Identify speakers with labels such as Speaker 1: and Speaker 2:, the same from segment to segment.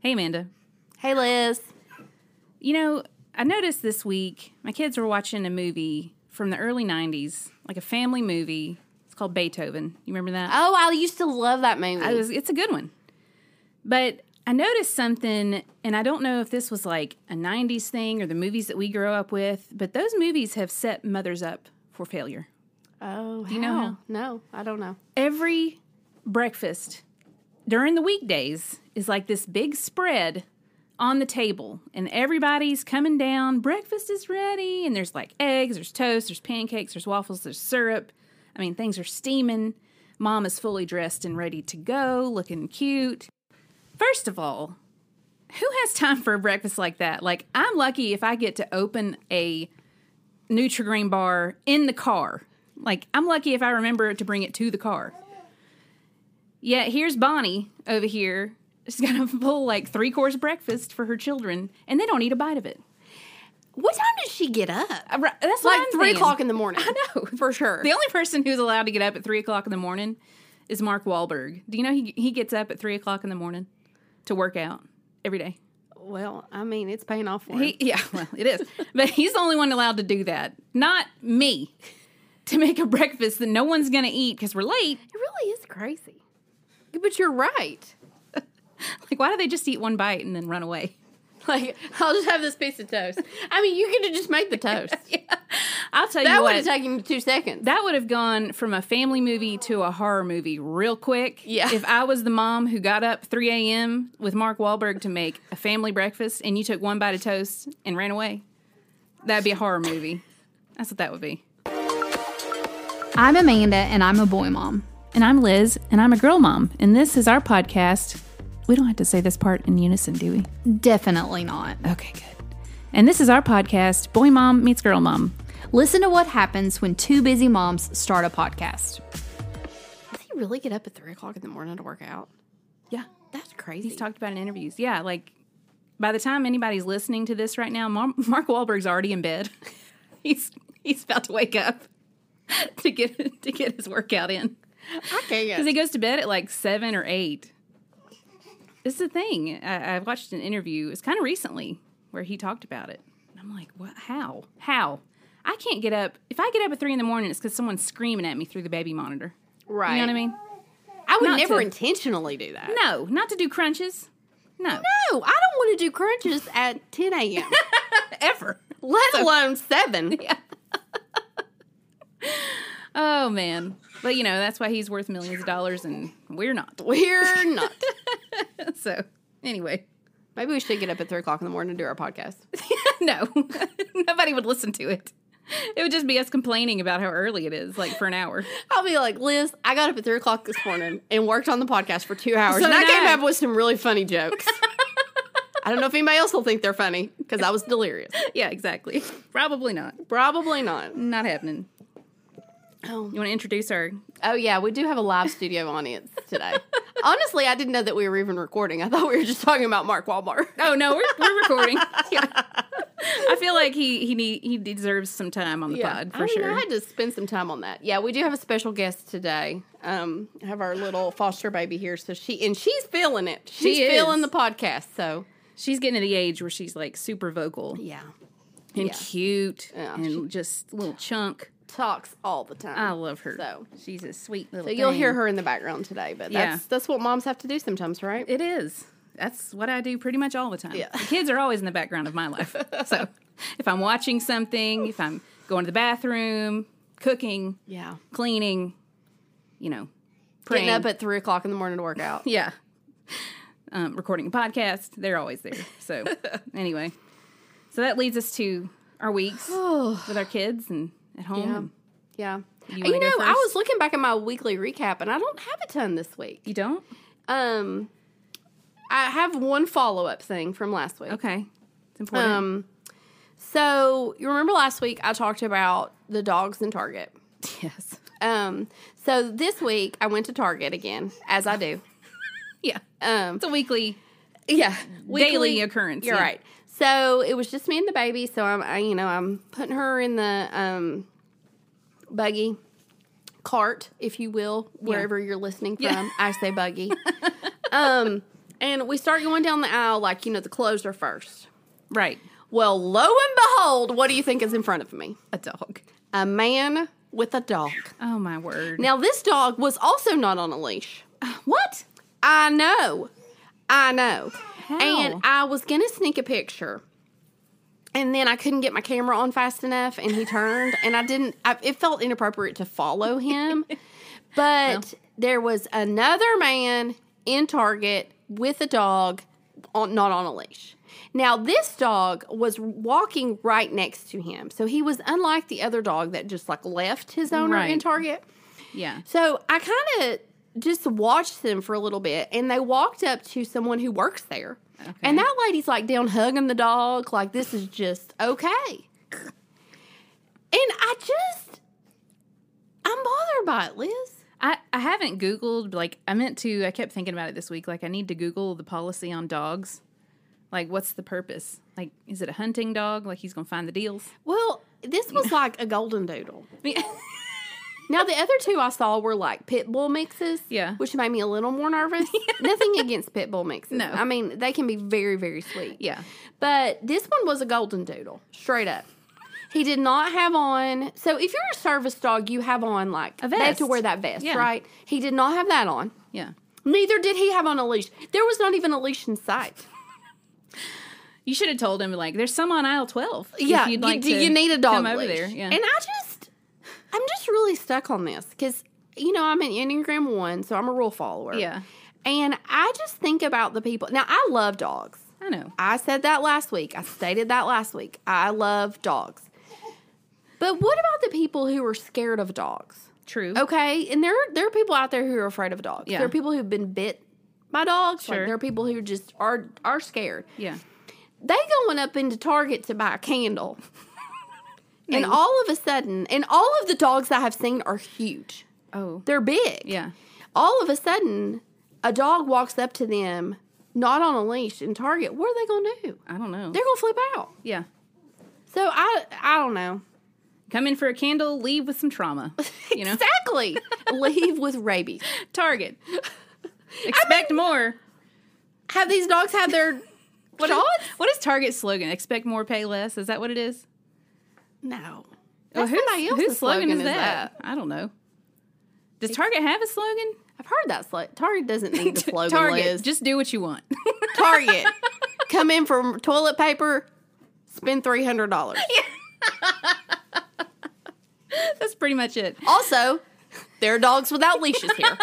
Speaker 1: Hey, Amanda.
Speaker 2: Hey, Liz.
Speaker 1: You know, I noticed this week my kids were watching a movie from the early 90s, like a family movie. It's called Beethoven. You remember that?
Speaker 2: Oh, I used to love that movie.
Speaker 1: I was, it's a good one. But I noticed something, and I don't know if this was like a 90s thing or the movies that we grew up with, but those movies have set mothers up for failure.
Speaker 2: oh,
Speaker 1: you know
Speaker 2: how?
Speaker 1: how?
Speaker 2: No, I don't know.
Speaker 1: Every breakfast during the weekdays is like this big spread on the table, and everybody's coming down. Breakfast is ready, and there's like eggs, there's toast, there's pancakes, there's waffles, there's syrup. I mean, things are steaming. Mom is fully dressed and ready to go, looking cute. First of all, who has time for a breakfast like that? Like, I'm lucky if I get to open a Nutrigrain bar in the car. Like, I'm lucky if I remember to bring it to the car. Yeah, here's Bonnie over here. She's got a full, like, three course breakfast for her children, and they don't eat a bite of it.
Speaker 2: What time did she get up?
Speaker 1: Uh, right, That's what
Speaker 2: Like
Speaker 1: I'm
Speaker 2: three
Speaker 1: saying.
Speaker 2: o'clock in the morning.
Speaker 1: I know.
Speaker 2: for sure.
Speaker 1: The only person who's allowed to get up at three o'clock in the morning is Mark Wahlberg. Do you know he, he gets up at three o'clock in the morning to work out every day?
Speaker 2: well, I mean, it's paying off for him.
Speaker 1: He, yeah, well, it is. but he's the only one allowed to do that. Not me. To make a breakfast that no one's going to eat because we're late.
Speaker 2: It really is crazy. But you're right.
Speaker 1: Like, why do they just eat one bite and then run away?
Speaker 2: Like, I'll just have this piece of toast. I mean, you could have just made the toast.
Speaker 1: I'll tell you
Speaker 2: That would
Speaker 1: what.
Speaker 2: have taken two seconds.
Speaker 1: that would have gone from a family movie to a horror movie real quick.
Speaker 2: Yeah.
Speaker 1: If I was the mom who got up 3 a.m. with Mark Wahlberg to make a family breakfast and you took one bite of toast and ran away, that'd be a horror movie. That's what that would be.
Speaker 3: I'm Amanda and I'm a boy mom.
Speaker 1: And I'm Liz, and I'm a girl mom, and this is our podcast. We don't have to say this part in unison, do we?
Speaker 3: Definitely not.
Speaker 1: Okay, good. And this is our podcast, Boy Mom Meets Girl Mom.
Speaker 3: Listen to what happens when two busy moms start a podcast.
Speaker 2: Does he really get up at three o'clock in the morning to work out?
Speaker 1: Yeah.
Speaker 2: That's crazy.
Speaker 1: He's talked about in interviews. Yeah, like by the time anybody's listening to this right now, Mar- Mark Wahlberg's already in bed. he's he's about to wake up to get to get his workout in.
Speaker 2: I
Speaker 1: Because
Speaker 2: can't.
Speaker 1: he goes to bed at like seven or eight. It's the thing. I, I watched an interview. It's kind of recently where he talked about it. And I'm like, what? How? How? I can't get up. If I get up at three in the morning, it's because someone's screaming at me through the baby monitor.
Speaker 2: right.
Speaker 1: You know what I mean?
Speaker 2: I would
Speaker 1: Not
Speaker 2: never
Speaker 1: to-
Speaker 2: intentionally do that.
Speaker 1: No, not to do crunches. No,
Speaker 2: No, I don't want to do crunches at 10 a.m.,
Speaker 1: ever.
Speaker 2: let alone 7.
Speaker 1: Oh man. But you know, that's why he's worth millions of dollars, and we're not.
Speaker 2: We're not.
Speaker 1: So anyway,
Speaker 2: Maybe we should get up at 3 o'clock in the morning to do our podcast.
Speaker 1: no, nobody would listen to it. It would just be us complaining about how early it is, like for an hour.
Speaker 2: I'll be like, Liz, I got up at 3 o'clock this morning and worked on the podcast for two hours.
Speaker 1: So
Speaker 2: and I
Speaker 1: did
Speaker 2: came
Speaker 1: I.
Speaker 2: up with some really funny jokes. I don't know if anybody else will think they're funny because I was delirious.
Speaker 1: yeah, exactly. Probably not.
Speaker 2: Probably not.
Speaker 1: Not happening.
Speaker 2: Oh.
Speaker 1: You want to introduce our?
Speaker 2: Oh yeah, we do have a live studio audience today. Honestly, I didn't know that we were even recording. I thought we were just talking about Mark Wahlberg.
Speaker 1: Oh no, we're, we're recording. Yeah. I feel like he he need, he deserves some time on the pod for
Speaker 2: I mean,
Speaker 1: sure.
Speaker 2: I had to spend some time on that. Yeah, we do have a special guest today. Um, I have our little foster baby here, so she and she's feeling it. She's
Speaker 1: is.
Speaker 2: feeling the podcast. So
Speaker 1: She's getting to the age where she's like super vocal
Speaker 2: yeah,
Speaker 1: and
Speaker 2: yeah.
Speaker 1: cute
Speaker 2: Yeah,
Speaker 1: and just little chunk.
Speaker 2: talks all the time.
Speaker 1: I love her.
Speaker 2: So.
Speaker 1: she's a sweet little.
Speaker 2: So you'll
Speaker 1: thing.
Speaker 2: hear her in the background today, but that's
Speaker 1: Yeah.
Speaker 2: that's what moms have to do sometimes, right?
Speaker 1: It is. That's what I do pretty much all the time.
Speaker 2: Yeah.
Speaker 1: The kids are always in the background of my life. So if I'm watching something, if I'm going to the bathroom, cooking,
Speaker 2: Yeah,
Speaker 1: cleaning, you know, praying.
Speaker 2: getting up at three o'clock in the morning to work out.
Speaker 1: yeah. Um, recording a podcast, they're always there. So anyway, so that leads us to our weeks
Speaker 2: Oh.
Speaker 1: with our kids and at home.
Speaker 2: Yeah. Mm. Yeah, And you,
Speaker 1: wanna
Speaker 2: know,
Speaker 1: go
Speaker 2: I
Speaker 1: first?
Speaker 2: was looking back at my weekly recap, and I don't have a ton this week.
Speaker 1: You don't?
Speaker 2: Um, I have one follow up thing from last week.
Speaker 1: Okay. It's important.
Speaker 2: Um, so you remember last week I talked about the dogs in Target.
Speaker 1: yes.
Speaker 2: Um, so this week I went to Target again, as I do.
Speaker 1: Yeah.
Speaker 2: Um,
Speaker 1: It's a weekly.
Speaker 2: yeah,
Speaker 1: Daily occurrence,
Speaker 2: You're
Speaker 1: yeah.
Speaker 2: right. So it was just me and the baby. So I'm, I, you know, I'm putting her in the um, buggy cart, if you will, wherever you're listening from.
Speaker 1: Yeah.
Speaker 2: I say buggy. um, And we start going down the aisle like, you know, the clothes are first.
Speaker 1: Right.
Speaker 2: Well, lo and behold, what do you think is in front of me?
Speaker 1: A dog.
Speaker 2: A man with a dog.
Speaker 1: Oh my word.
Speaker 2: Now, this dog was also not on a leash.
Speaker 1: what?
Speaker 2: I know. I know.
Speaker 1: How?
Speaker 2: And I was going to sneak a picture. And then I couldn't get my camera on fast enough, and he turned, and I didn't. I, it felt inappropriate to follow him. But there was another man in Target with a dog, on, not on a leash. Now, this dog was walking right next to him. So he was unlike the other dog that just like left his owner in
Speaker 1: Right.
Speaker 2: Target.
Speaker 1: Yeah.
Speaker 2: So I kind of just watched them for a little bit, and they walked up to someone who works there. And that lady's like down hugging the dog, like this is just okay. And I just, I'm bothered by it, Liz.
Speaker 1: I, I haven't Googled, like, I meant to, I kept thinking about it this week. Like, I need to Google the policy on dogs. Like, what's the purpose? Like, is it a hunting dog? Like, he's going to find the deals?
Speaker 2: Well, this was like a golden doodle.
Speaker 1: I mean,
Speaker 2: Now the other two I saw were like pit bull mixes,
Speaker 1: Yeah.
Speaker 2: which made me a little more nervous. Nothing against pit bull mixes.
Speaker 1: No.
Speaker 2: I mean they can be very very sweet.
Speaker 1: yeah.
Speaker 2: But this one was a golden doodle, straight up. He did not have on. So if you're a service dog, you have on like
Speaker 1: A
Speaker 2: They have to
Speaker 1: vest.
Speaker 2: wear that vest,
Speaker 1: Yeah.
Speaker 2: right? He did not have that on.
Speaker 1: Yeah.
Speaker 2: Neither did he have on a leash. There was not even a leash in sight.
Speaker 1: You should have told him, like, there's some on aisle 12. if
Speaker 2: Yeah,
Speaker 1: you'd
Speaker 2: you-
Speaker 1: like
Speaker 2: do
Speaker 1: to
Speaker 2: you need a dog
Speaker 1: come over
Speaker 2: leash?
Speaker 1: there. Yeah.
Speaker 2: And I just, I'm just really stuck on this because you know I'm an Enneagram one, so I'm a rule follower.
Speaker 1: Yeah.
Speaker 2: and I just think about the people. Now I love dogs.
Speaker 1: I know.
Speaker 2: I said that last week. I stated that last week. I love dogs. But what about the people who are scared of dogs?
Speaker 1: True.
Speaker 2: Okay, and there are, there are people out there who are afraid of dogs.
Speaker 1: Yeah.
Speaker 2: There are people who've been bit by dogs. Like,
Speaker 1: Sure.
Speaker 2: there are people who just are are scared.
Speaker 1: Yeah.
Speaker 2: They going up into Target to buy a candle, and all of a sudden, and all of the dogs I have seen are huge.
Speaker 1: Oh.
Speaker 2: They're big.
Speaker 1: Yeah.
Speaker 2: All of a sudden, a dog walks up to them, not on a leash in Target. What are they gonna do?
Speaker 1: I don't know.
Speaker 2: They're gonna flip out.
Speaker 1: yeah.
Speaker 2: So I I don't know.
Speaker 1: Come in for a candle, leave with some trauma. You know?
Speaker 2: Exactly. Leave with rabies.
Speaker 1: Target. Expect more.
Speaker 2: Have these dogs had their
Speaker 1: What is,
Speaker 2: shots?
Speaker 1: what is Target's slogan? Expect more, pay less. Is that what it is?
Speaker 2: No.
Speaker 1: Well,
Speaker 2: That's somebody else's slogan is
Speaker 1: I don't know. Does Target have a slogan?
Speaker 2: I've heard that slogan. Target doesn't need the slogan.
Speaker 1: Target,
Speaker 2: Liz.
Speaker 1: just do what you want.
Speaker 2: Target. Come in for toilet paper. Spend three hundred dollars.
Speaker 1: That's pretty much it.
Speaker 2: Also, there are dogs without leashes here.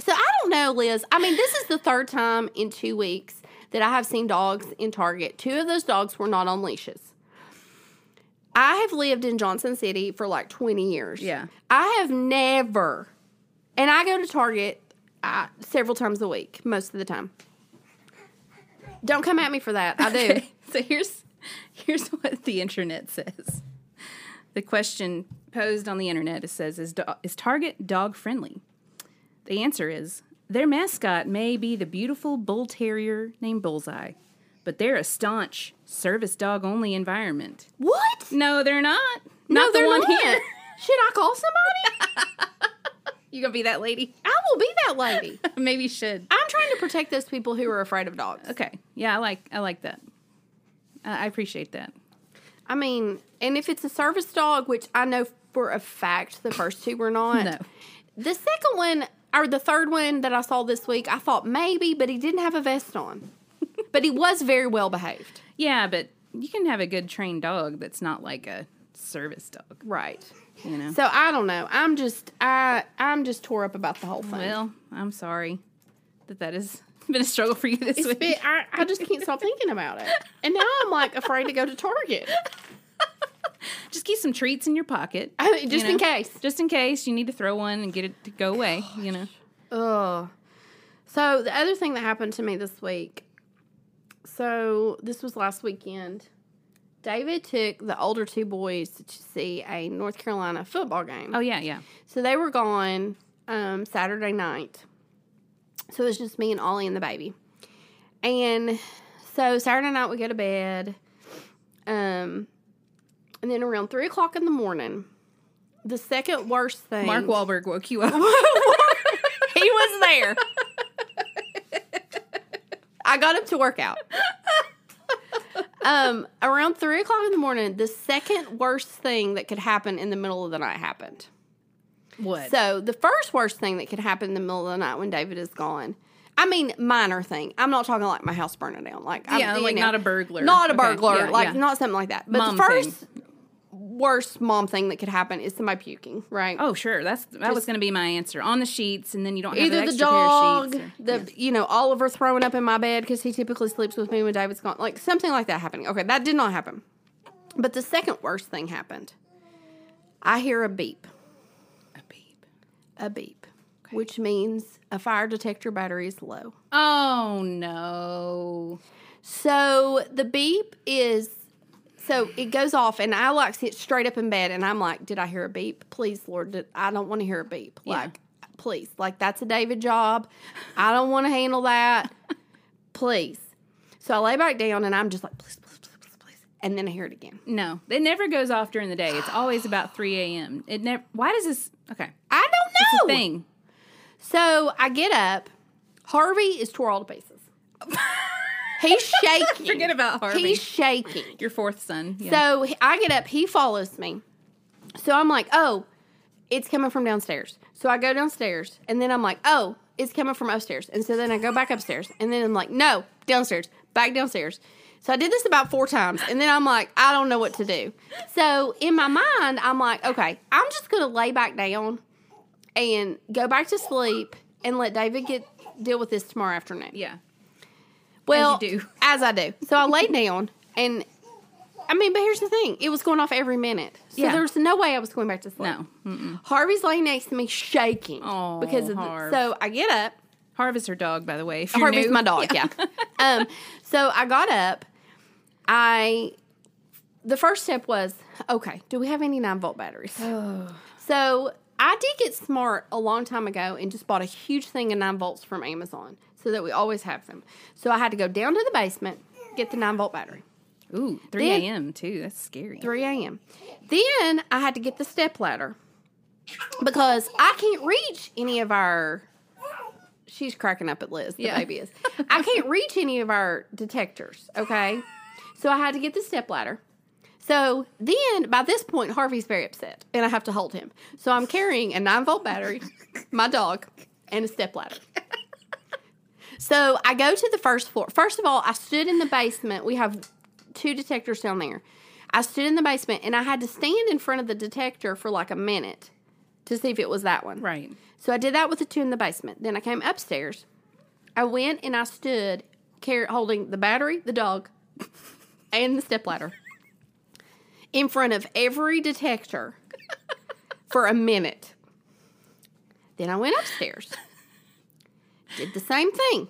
Speaker 2: so I don't know, Liz. I mean, this is the third time in two weeks that I have seen dogs in Target. Two of those dogs were not on leashes. I have lived in Johnson City for like 20 years.
Speaker 1: Yeah.
Speaker 2: I have never, and I go to Target uh, several times a week, most of the time. Don't come at me for that. I do.
Speaker 1: Okay, So here's here's what the internet says. The question posed on the internet it says is do- is Target dog friendly? The answer is their mascot may be the beautiful bull terrier named Bullseye, but they're a staunch service dog only environment.
Speaker 2: What?
Speaker 1: No, they're not.
Speaker 2: No,
Speaker 1: Not the
Speaker 2: they're
Speaker 1: one
Speaker 2: not.
Speaker 1: here.
Speaker 2: Should I call somebody?
Speaker 1: You gonna be that lady?
Speaker 2: I will be that lady.
Speaker 1: Maybe you should.
Speaker 2: I'm trying to protect those people who are afraid of dogs.
Speaker 1: Okay. Yeah, I like I like that. I I appreciate that.
Speaker 2: I mean, and if it's a service dog, which I know for a fact the first two were not.
Speaker 1: No.
Speaker 2: The second one or the third one that I saw this week, I thought maybe, but he didn't have a vest on. but he was very well behaved.
Speaker 1: Yeah, but you can have a good trained dog that's not like a service dog,
Speaker 2: Right.
Speaker 1: you know.
Speaker 2: So I don't know. I'm just I I'm just tore up about the whole thing.
Speaker 1: well, I'm sorry that that has been a struggle for you this
Speaker 2: It's
Speaker 1: week.
Speaker 2: been, I, I just can't stop thinking about it. And now I'm like afraid to go to Target.
Speaker 1: Just keep some treats in your pocket.
Speaker 2: I mean, just
Speaker 1: you know,
Speaker 2: in case.
Speaker 1: Just in case you need to throw one and get it to go away, you know.
Speaker 2: Ugh. So the other thing that happened to me this week. So this was last weekend. David took the older two boys to see a North Carolina football game.
Speaker 1: Oh yeah, yeah.
Speaker 2: So they were gone um, Saturday night. So it was just me and Ollie and the baby. And so Saturday night we go to bed. Um, and then around three o'clock in the morning, the second worst thing
Speaker 1: Mark Wahlberg woke you up.
Speaker 2: he was there. I got up to work out. um, around three o'clock in the morning, the second worst thing that could happen in the middle of the night happened.
Speaker 1: What?
Speaker 2: So the first worst thing that could happen in the middle of the night when David is gone. I mean, minor thing. I'm not talking like my house burning down. Like,
Speaker 1: Yeah,
Speaker 2: I'm, you
Speaker 1: like
Speaker 2: know,
Speaker 1: not a burglar.
Speaker 2: not a
Speaker 1: Okay,
Speaker 2: burglar,
Speaker 1: yeah,
Speaker 2: like
Speaker 1: yeah.
Speaker 2: not something like that. But
Speaker 1: Mom
Speaker 2: the
Speaker 1: thing.
Speaker 2: first worst mom thing that could happen is somebody puking, right?
Speaker 1: oh, sure. That's that was going to be my answer on the sheets, and then you don't have
Speaker 2: either
Speaker 1: an
Speaker 2: the
Speaker 1: extra pair of
Speaker 2: dog,
Speaker 1: sheets. or-
Speaker 2: the you know Oliver throwing up in my bed because he typically sleeps with me when David's gone, like something like that happening. Okay, that did not happen, but the second worst thing happened. I hear a beep,
Speaker 1: A beep.
Speaker 2: a beep, which means a fire detector battery is low.
Speaker 1: Oh no.
Speaker 2: So the beep is. So it goes off, and I like sit straight up in bed, and I'm like, "Did I hear a beep? Please, Lord, did, I don't want to hear a beep. Like, please, like that's a David job. I don't want to handle that. please." So I lay back down, and I'm just like, "Please, please, please, please, please," and then I hear it again.
Speaker 1: No, it never goes off during the day. It's always about 3 a.m. It never. Why does this? Okay,
Speaker 2: I
Speaker 1: it's a
Speaker 2: don't know.
Speaker 1: thing.
Speaker 2: So I get up. Harvey is tore all to pieces. He's shaking.
Speaker 1: Forget about Harvey.
Speaker 2: He's shaking.
Speaker 1: Your fourth son. Yeah.
Speaker 2: So he- I get up, he follows me. So I'm like, oh, it's coming from downstairs. So I go downstairs, and then I'm like, oh, it's coming from upstairs. And so then I go back upstairs, and then I'm like, no, downstairs, back downstairs. So I did this about four times, and then I'm like, I don't know what to do. So in my mind, I'm like, okay, I'm just gonna lay back down and go back to sleep and let David get deal with this tomorrow afternoon.
Speaker 1: yeah.
Speaker 2: Well,
Speaker 1: you do.
Speaker 2: as I do. So I laid down, and I mean, but here's the thing: it was going off every minute, so
Speaker 1: Yeah.
Speaker 2: there was no way I was going back to sleep.
Speaker 1: No. Mm-mm.
Speaker 2: Harvey's laying next to me, shaking
Speaker 1: Aw,
Speaker 2: because of the,
Speaker 1: Harv.
Speaker 2: so I get up.
Speaker 1: Harvey's her dog, by the way. If you're
Speaker 2: Harvey's
Speaker 1: new.
Speaker 2: my dog, yeah. um, so I got up. I the first step was okay. Do we have any nine volt batteries?
Speaker 1: Oh.
Speaker 2: so I did get smart a long time ago and just bought a huge thing of nine volts from Amazon so that we always have them. So I had to go down to the basement get the nine volt battery.
Speaker 1: Ooh, 3
Speaker 2: Then-
Speaker 1: a.m. too. That's scary.
Speaker 2: 3 a.m. Then I had to get the step ladder because I can't reach any of our. She's cracking up at Liz. The
Speaker 1: Yeah.
Speaker 2: baby is. I can't reach any of our detectors. Okay, so I had to get the step ladder. So then, by this point, Harvey's very upset, and I have to hold him. So I'm carrying a nine volt battery, my dog, and a step ladder. So I go to the first floor. First of all, I stood in the basement. We have two detectors down there. I stood in the basement and I had to stand in front of the detector for like a minute to see if it was that one.
Speaker 1: Right.
Speaker 2: So I did that with the two in the basement. Then I came upstairs. I went and I stood car- holding the battery, the dog, and the stepladder in front of every detector for a minute. Then I went upstairs, did the same thing.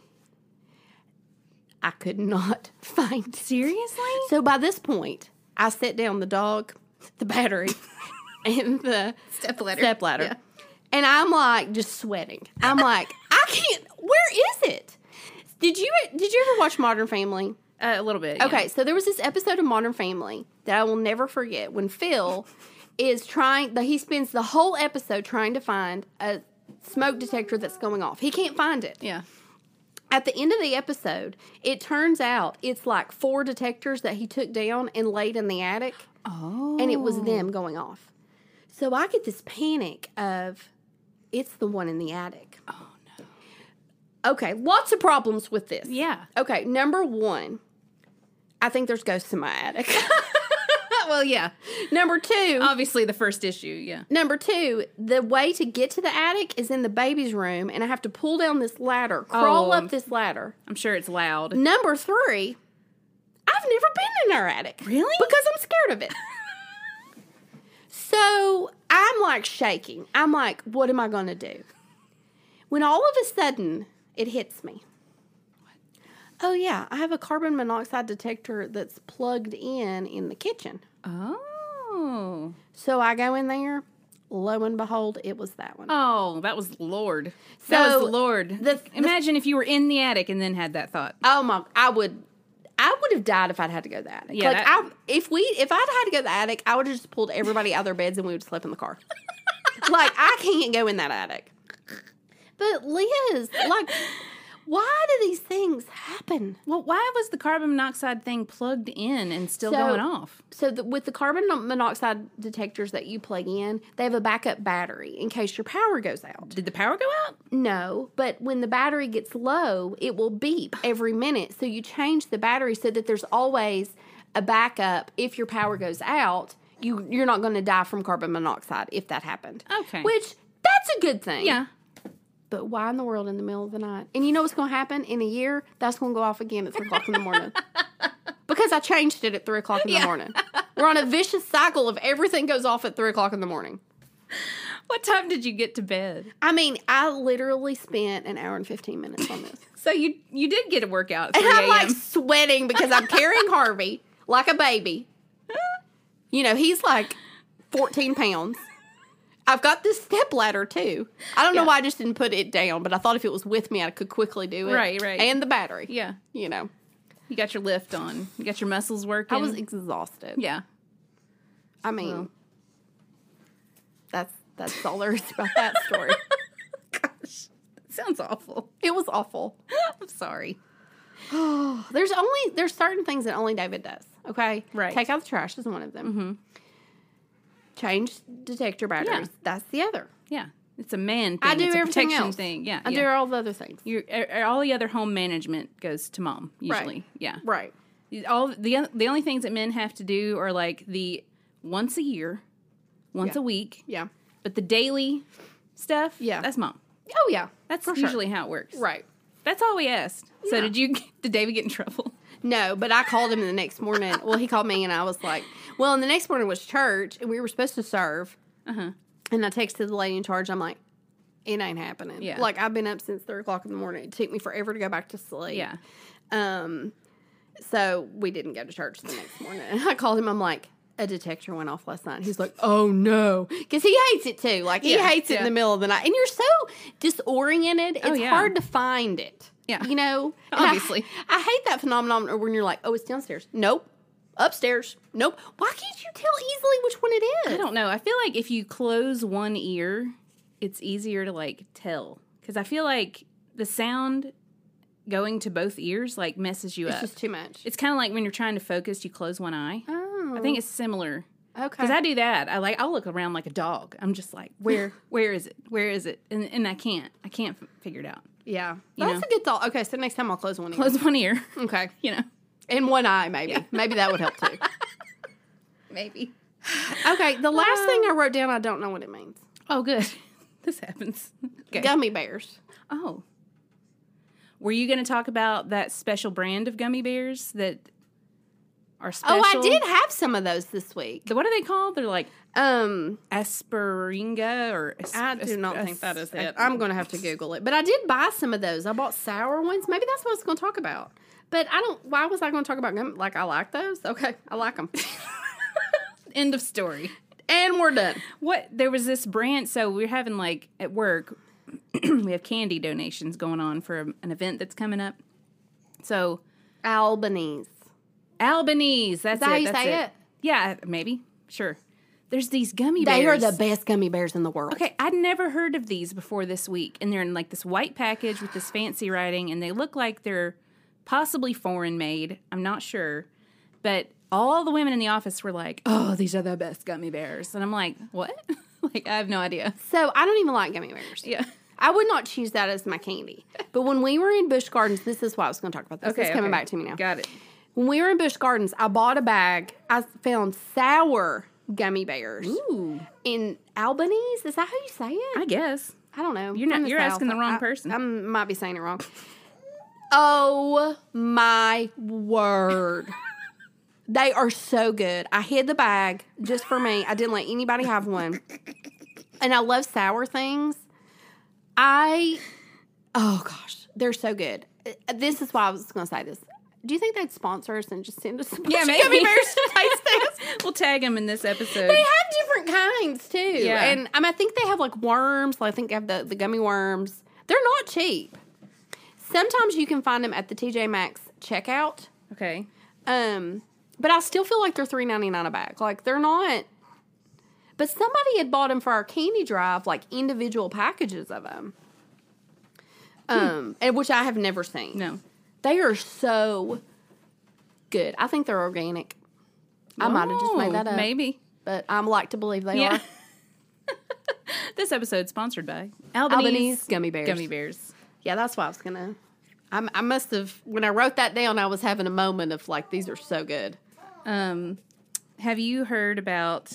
Speaker 2: I could not find
Speaker 1: Seriously?
Speaker 2: so by this point, I set down the dog, the battery, and the
Speaker 1: Step ladder.
Speaker 2: step ladder. And I'm like just sweating. I'm like, I can't where is it? Did you did you ever watch Modern Family?
Speaker 1: Uh, a little bit. yeah.
Speaker 2: Okay, so there was this episode of Modern Family that I will never forget when Phil is trying that he spends the whole episode trying to find a smoke detector that's going off. He can't find it
Speaker 1: Yeah.
Speaker 2: at the end of the episode, it turns out it's like four detectors that he took down and laid in the attic,
Speaker 1: Oh.
Speaker 2: and it was them going off. So I get this panic of it's the one in the attic. Oh no. Okay, lots of problems with this.
Speaker 1: Yeah.
Speaker 2: Okay, number 1. I think there's ghosts in my attic.
Speaker 1: well, yeah.
Speaker 2: number 2.
Speaker 1: Obviously, the first issue. Yeah.
Speaker 2: number 2, the way to get to the attic is in the baby's room and I have to pull down this ladder, crawl
Speaker 1: Oh,
Speaker 2: up
Speaker 1: I'm-
Speaker 2: this ladder.
Speaker 1: I'm sure it's loud.
Speaker 2: Number three, I've never been in our attic.
Speaker 1: Really?
Speaker 2: Because I'm scared of it. so I'm like shaking. I'm like, what am I going to do? When all of a sudden it hits me. Oh, yeah, I have a carbon monoxide detector that's plugged in in the kitchen.
Speaker 1: Oh.
Speaker 2: So I go in there. Lo and behold, it was that one.
Speaker 1: Oh, that was Lord. that
Speaker 2: So,
Speaker 1: was Lord.
Speaker 2: the- the-
Speaker 1: Imagine if you were in the attic and then had that thought.
Speaker 2: Oh my! I would, I would have died if I'd had to go to the attic.
Speaker 1: Yeah,
Speaker 2: like
Speaker 1: that-
Speaker 2: I, if we, if I'd had to go to the attic, I would have just pulled everybody out of their beds and we would have slept in the car. like I can't go in that attic. But Liz, like, why do these things things happen.
Speaker 1: Well, why was the carbon monoxide thing plugged in and still
Speaker 2: So-
Speaker 1: going off?
Speaker 2: So the, with the carbon monoxide detectors that you plug in, they have a backup battery in case your power goes out.
Speaker 1: Did the power go out?
Speaker 2: No, but when the battery gets low, it will beep every minute. So you change the battery so that there's always a backup if your power goes out. You you're not going to die from carbon monoxide if that happened.
Speaker 1: Okay.
Speaker 2: Which that's a good thing.
Speaker 1: Yeah.
Speaker 2: But why in the world in the middle of the night? And you know what's going to happen in a year? That's going to go off again at three o'clock in the morning. Because I changed it at three o'clock in the morning. We're on a vicious cycle of everything goes off at three o'clock in the morning.
Speaker 1: What time did you get to bed?
Speaker 2: I mean, I literally spent an hour and fifteen minutes on this.
Speaker 1: So you you did get a workout. At 3
Speaker 2: And I'm like
Speaker 1: a.m..
Speaker 2: sweating because I'm carrying Harvey like a baby. You know, he's like 14 pounds. I've got this step ladder too. I don't know why I just didn't put it down, but I thought if it was with me, I could quickly do it.
Speaker 1: Right, right.
Speaker 2: And the battery.
Speaker 1: yeah,
Speaker 2: You know,
Speaker 1: you got your lift on. You got your muscles working.
Speaker 2: I was exhausted.
Speaker 1: yeah.
Speaker 2: I mean, that's that's all there is about that story.
Speaker 1: Gosh, that sounds awful.
Speaker 2: it was awful.
Speaker 1: I'm sorry.
Speaker 2: There's only there's certain things that only David does. Okay,
Speaker 1: Right. Mm-hmm.
Speaker 2: Take out the trash is one of them. Change detector batteries. That's the other.
Speaker 1: Yeah, it's a man. Thing.
Speaker 2: I do
Speaker 1: it's a
Speaker 2: everything
Speaker 1: protection
Speaker 2: else.
Speaker 1: Thing. Yeah,
Speaker 2: I
Speaker 1: yeah.
Speaker 2: do all the other things.
Speaker 1: Your- er- all the other home management goes to mom usually. Yeah.
Speaker 2: Right.
Speaker 1: All the the only things that men have to do are like the once a year, once
Speaker 2: Yeah.
Speaker 1: a week,
Speaker 2: Yeah.
Speaker 1: but the daily stuff.
Speaker 2: Yeah.
Speaker 1: that's mom.
Speaker 2: Oh yeah.
Speaker 1: That's
Speaker 2: For sure.
Speaker 1: usually how it works.
Speaker 2: right.
Speaker 1: That's all we asked. So
Speaker 2: Yeah.
Speaker 1: did you? Did David get in trouble?
Speaker 2: No, but I called him the next morning. well, he called me and I was like, well, and the next morning was church and we were supposed to serve.
Speaker 1: Uh-huh.
Speaker 2: And I texted the lady in charge. I'm like, it ain't happening.
Speaker 1: Yeah.
Speaker 2: Like I've been up since three o'clock in the morning. It took me forever to go back to sleep.
Speaker 1: Yeah.
Speaker 2: Um, so we didn't go to church the next morning. I called him. I'm like, a detector went off last night. He's like, oh no, because he hates it too. Like he
Speaker 1: Yeah,
Speaker 2: hates it
Speaker 1: yeah. Oh,
Speaker 2: in the middle of the night, and you're so disoriented. It's
Speaker 1: yeah.
Speaker 2: hard to find it.
Speaker 1: Yeah.
Speaker 2: you know. And I-
Speaker 1: Obviously.
Speaker 2: I, hate that phenomenon or when you're like, oh, it's downstairs. Nope. Upstairs. Nope. Why can't you tell easily which one it is?
Speaker 1: I don't know. I feel like if you close one ear, it's easier to like tell because I feel like the sound going to both ears like messes you
Speaker 2: It's
Speaker 1: up.
Speaker 2: just too much.
Speaker 1: it's kind of like when you're trying to focus, you close one eye.
Speaker 2: oh,
Speaker 1: I think it's similar
Speaker 2: okay.
Speaker 1: because I do that. I like I'll look around like a dog. I'm just like, where, where is it? Where is it? And and I can't, I can't f- figure it out.
Speaker 2: yeah,
Speaker 1: you
Speaker 2: that's
Speaker 1: know.
Speaker 2: a good thought. Okay, so next time I'll close one. ear.
Speaker 1: Close one ear,
Speaker 2: Okay,
Speaker 1: you know,
Speaker 2: and one eye maybe. Maybe that would help too.
Speaker 1: maybe.
Speaker 2: Okay, the last thing I wrote down, I don't know what it means.
Speaker 1: Oh, good. this happens. Okay.
Speaker 2: Gummy bears.
Speaker 1: Oh. Were you going to talk about that special brand of gummy bears that are special?
Speaker 2: Oh, I did have some of those this week.
Speaker 1: The- What are they called? They're like
Speaker 2: Um,
Speaker 1: aspiringa or as-
Speaker 2: I do not
Speaker 1: as-
Speaker 2: think that is
Speaker 1: as-
Speaker 2: it. I'm going to have to Google it, but I did buy some of those. I bought sour ones. Maybe that's what I was going to talk about. But I don't. Why was I going to talk about gum? Like I like those. Okay, I like them.
Speaker 1: End of story.
Speaker 2: and we're done.
Speaker 1: What there was this brand. So we're having like at work, we have candy donations going on for a- an event that's coming up. So
Speaker 2: Albanese.
Speaker 1: Albanese, that's
Speaker 2: that
Speaker 1: it.
Speaker 2: how you
Speaker 1: that's
Speaker 2: say
Speaker 1: it.
Speaker 2: it?
Speaker 1: Yeah, maybe. Sure. There's these gummy
Speaker 2: They are
Speaker 1: bears.
Speaker 2: the best gummy bears in the world.
Speaker 1: Okay, I'd never heard of these before this week, and they're in like this white package with this fancy writing, and they look like they're possibly foreign made. I'm not sure, but all the women in the office were like, "Oh, these are the best gummy bears," and I'm like, "What?" like I have no idea.
Speaker 2: So I don't even like gummy bears.
Speaker 1: Yeah.
Speaker 2: I would not choose that as my candy. But when we were in Bush Gardens, this is why I was going to talk about this. it's coming back to me now.
Speaker 1: Got it.
Speaker 2: When we were in Busch Gardens, I bought a bag. I found sour gummy bears
Speaker 1: Ooh,
Speaker 2: in Albanese. Is that how you say it?
Speaker 1: I guess.
Speaker 2: I, don't know.
Speaker 1: You're not-
Speaker 2: From the
Speaker 1: you're asking the wrong
Speaker 2: I-
Speaker 1: person.
Speaker 2: I, might be saying it wrong. oh my word. they are so good. I hid the bag just for me. I didn't let anybody have one. And I love sour things. I Oh gosh, they're so good. Uh, This is why I was going to say this. Do you think they'd sponsor us and just send us? A bunch
Speaker 1: Yeah,
Speaker 2: of
Speaker 1: maybe.
Speaker 2: gummy bears to taste test?
Speaker 1: We'll tag them in this episode.
Speaker 2: They have different kinds too,
Speaker 1: Yeah.
Speaker 2: and um, I think they have like worms. Like, I think they have the the gummy worms. They're not cheap. Sometimes you can find them at the TJ Maxx checkout.
Speaker 1: okay.
Speaker 2: Um, but I still feel like they're three ninety nine a bag. Like they're not. But somebody had bought them for our candy drive, like individual packages of them. Um, and which I have never seen.
Speaker 1: Hmm. No.
Speaker 2: They are so good. I think they're organic. I might have just
Speaker 1: Oh,
Speaker 2: made that up.
Speaker 1: Maybe.
Speaker 2: But I'm like to believe they
Speaker 1: Yeah.
Speaker 2: are.
Speaker 1: this episode's sponsored by
Speaker 2: Albanese
Speaker 1: Albanese
Speaker 2: gummy bears.
Speaker 1: Gummy Bears.
Speaker 2: Yeah, that's why I was gonna. I'm, I must have when I wrote that down. I was having a moment of like, these are so good.
Speaker 1: Um, have you heard about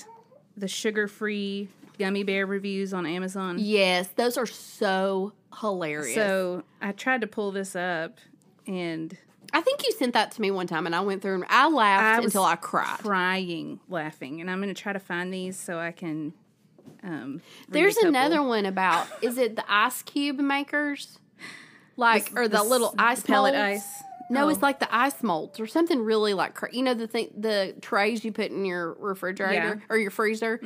Speaker 1: the sugar-free gummy bear reviews on Amazon?
Speaker 2: Yes, those are so hilarious.
Speaker 1: So I tried to pull this up and
Speaker 2: I think you sent that to me one time, and I went through and I laughed
Speaker 1: I was
Speaker 2: until I cried.
Speaker 1: crying, laughing, and I'm going to try to find these so I can. Um, read
Speaker 2: There's
Speaker 1: a couple.
Speaker 2: another one about is it the ice cube makers, like or the,
Speaker 1: s-
Speaker 2: little ice
Speaker 1: pellet
Speaker 2: molds?
Speaker 1: ice.
Speaker 2: No,
Speaker 1: Oh.
Speaker 2: it's like the ice molds or something really like cra- you know the thing the trays you put in your refrigerator
Speaker 1: Yeah. Mm-hmm.
Speaker 2: or your freezer,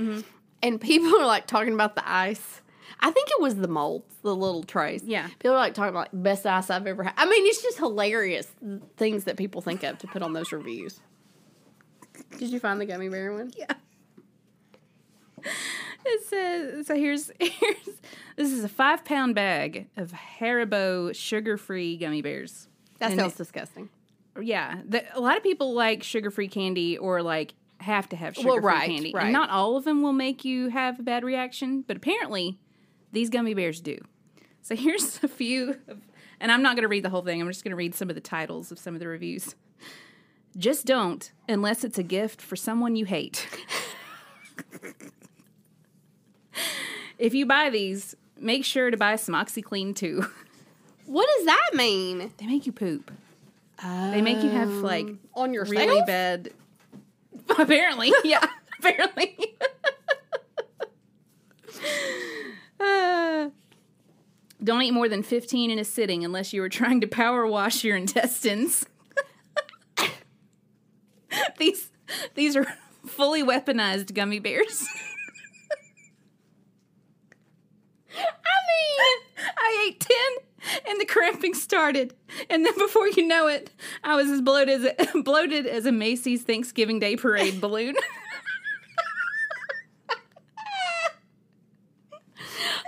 Speaker 2: and people are like talking about the ice. I think it was the molds, the little trays.
Speaker 1: Yeah.
Speaker 2: people are like talking about like, best ice I've ever had. I mean, it's just hilarious th- things that people think of to put on those reviews. Did you find the gummy bear one? Yeah.
Speaker 1: It says so. Here's here's this is a five pound bag of Haribo sugar free gummy bears.
Speaker 2: That
Speaker 1: And
Speaker 2: sounds disgusting.
Speaker 1: Yeah, the, a lot of people like sugar-free candy or like have to have sugar-free
Speaker 2: right,
Speaker 1: candy.
Speaker 2: right.
Speaker 1: And not all of them will make you have a bad reaction, but apparently these gummy bears do. So here's a few of, and I'm not going to read the whole thing. I'm just going to read some of the titles of some of the reviews. Just don't unless it's a gift for someone you hate. if you buy these, make sure to buy some OxyClean too.
Speaker 2: What does that mean?
Speaker 1: they make you poop. They make you have like
Speaker 2: On your
Speaker 1: really
Speaker 2: sales?
Speaker 1: bad. Apparently, yeah, apparently. Uh, don't eat more than 15 in a sitting unless you were trying to power wash your intestines. these these are fully weaponized gummy bears. I mean, I ate 10 and the cramping started. And then before you know it, I was as bloated as a, bloated as a Macy's Thanksgiving Day parade balloon.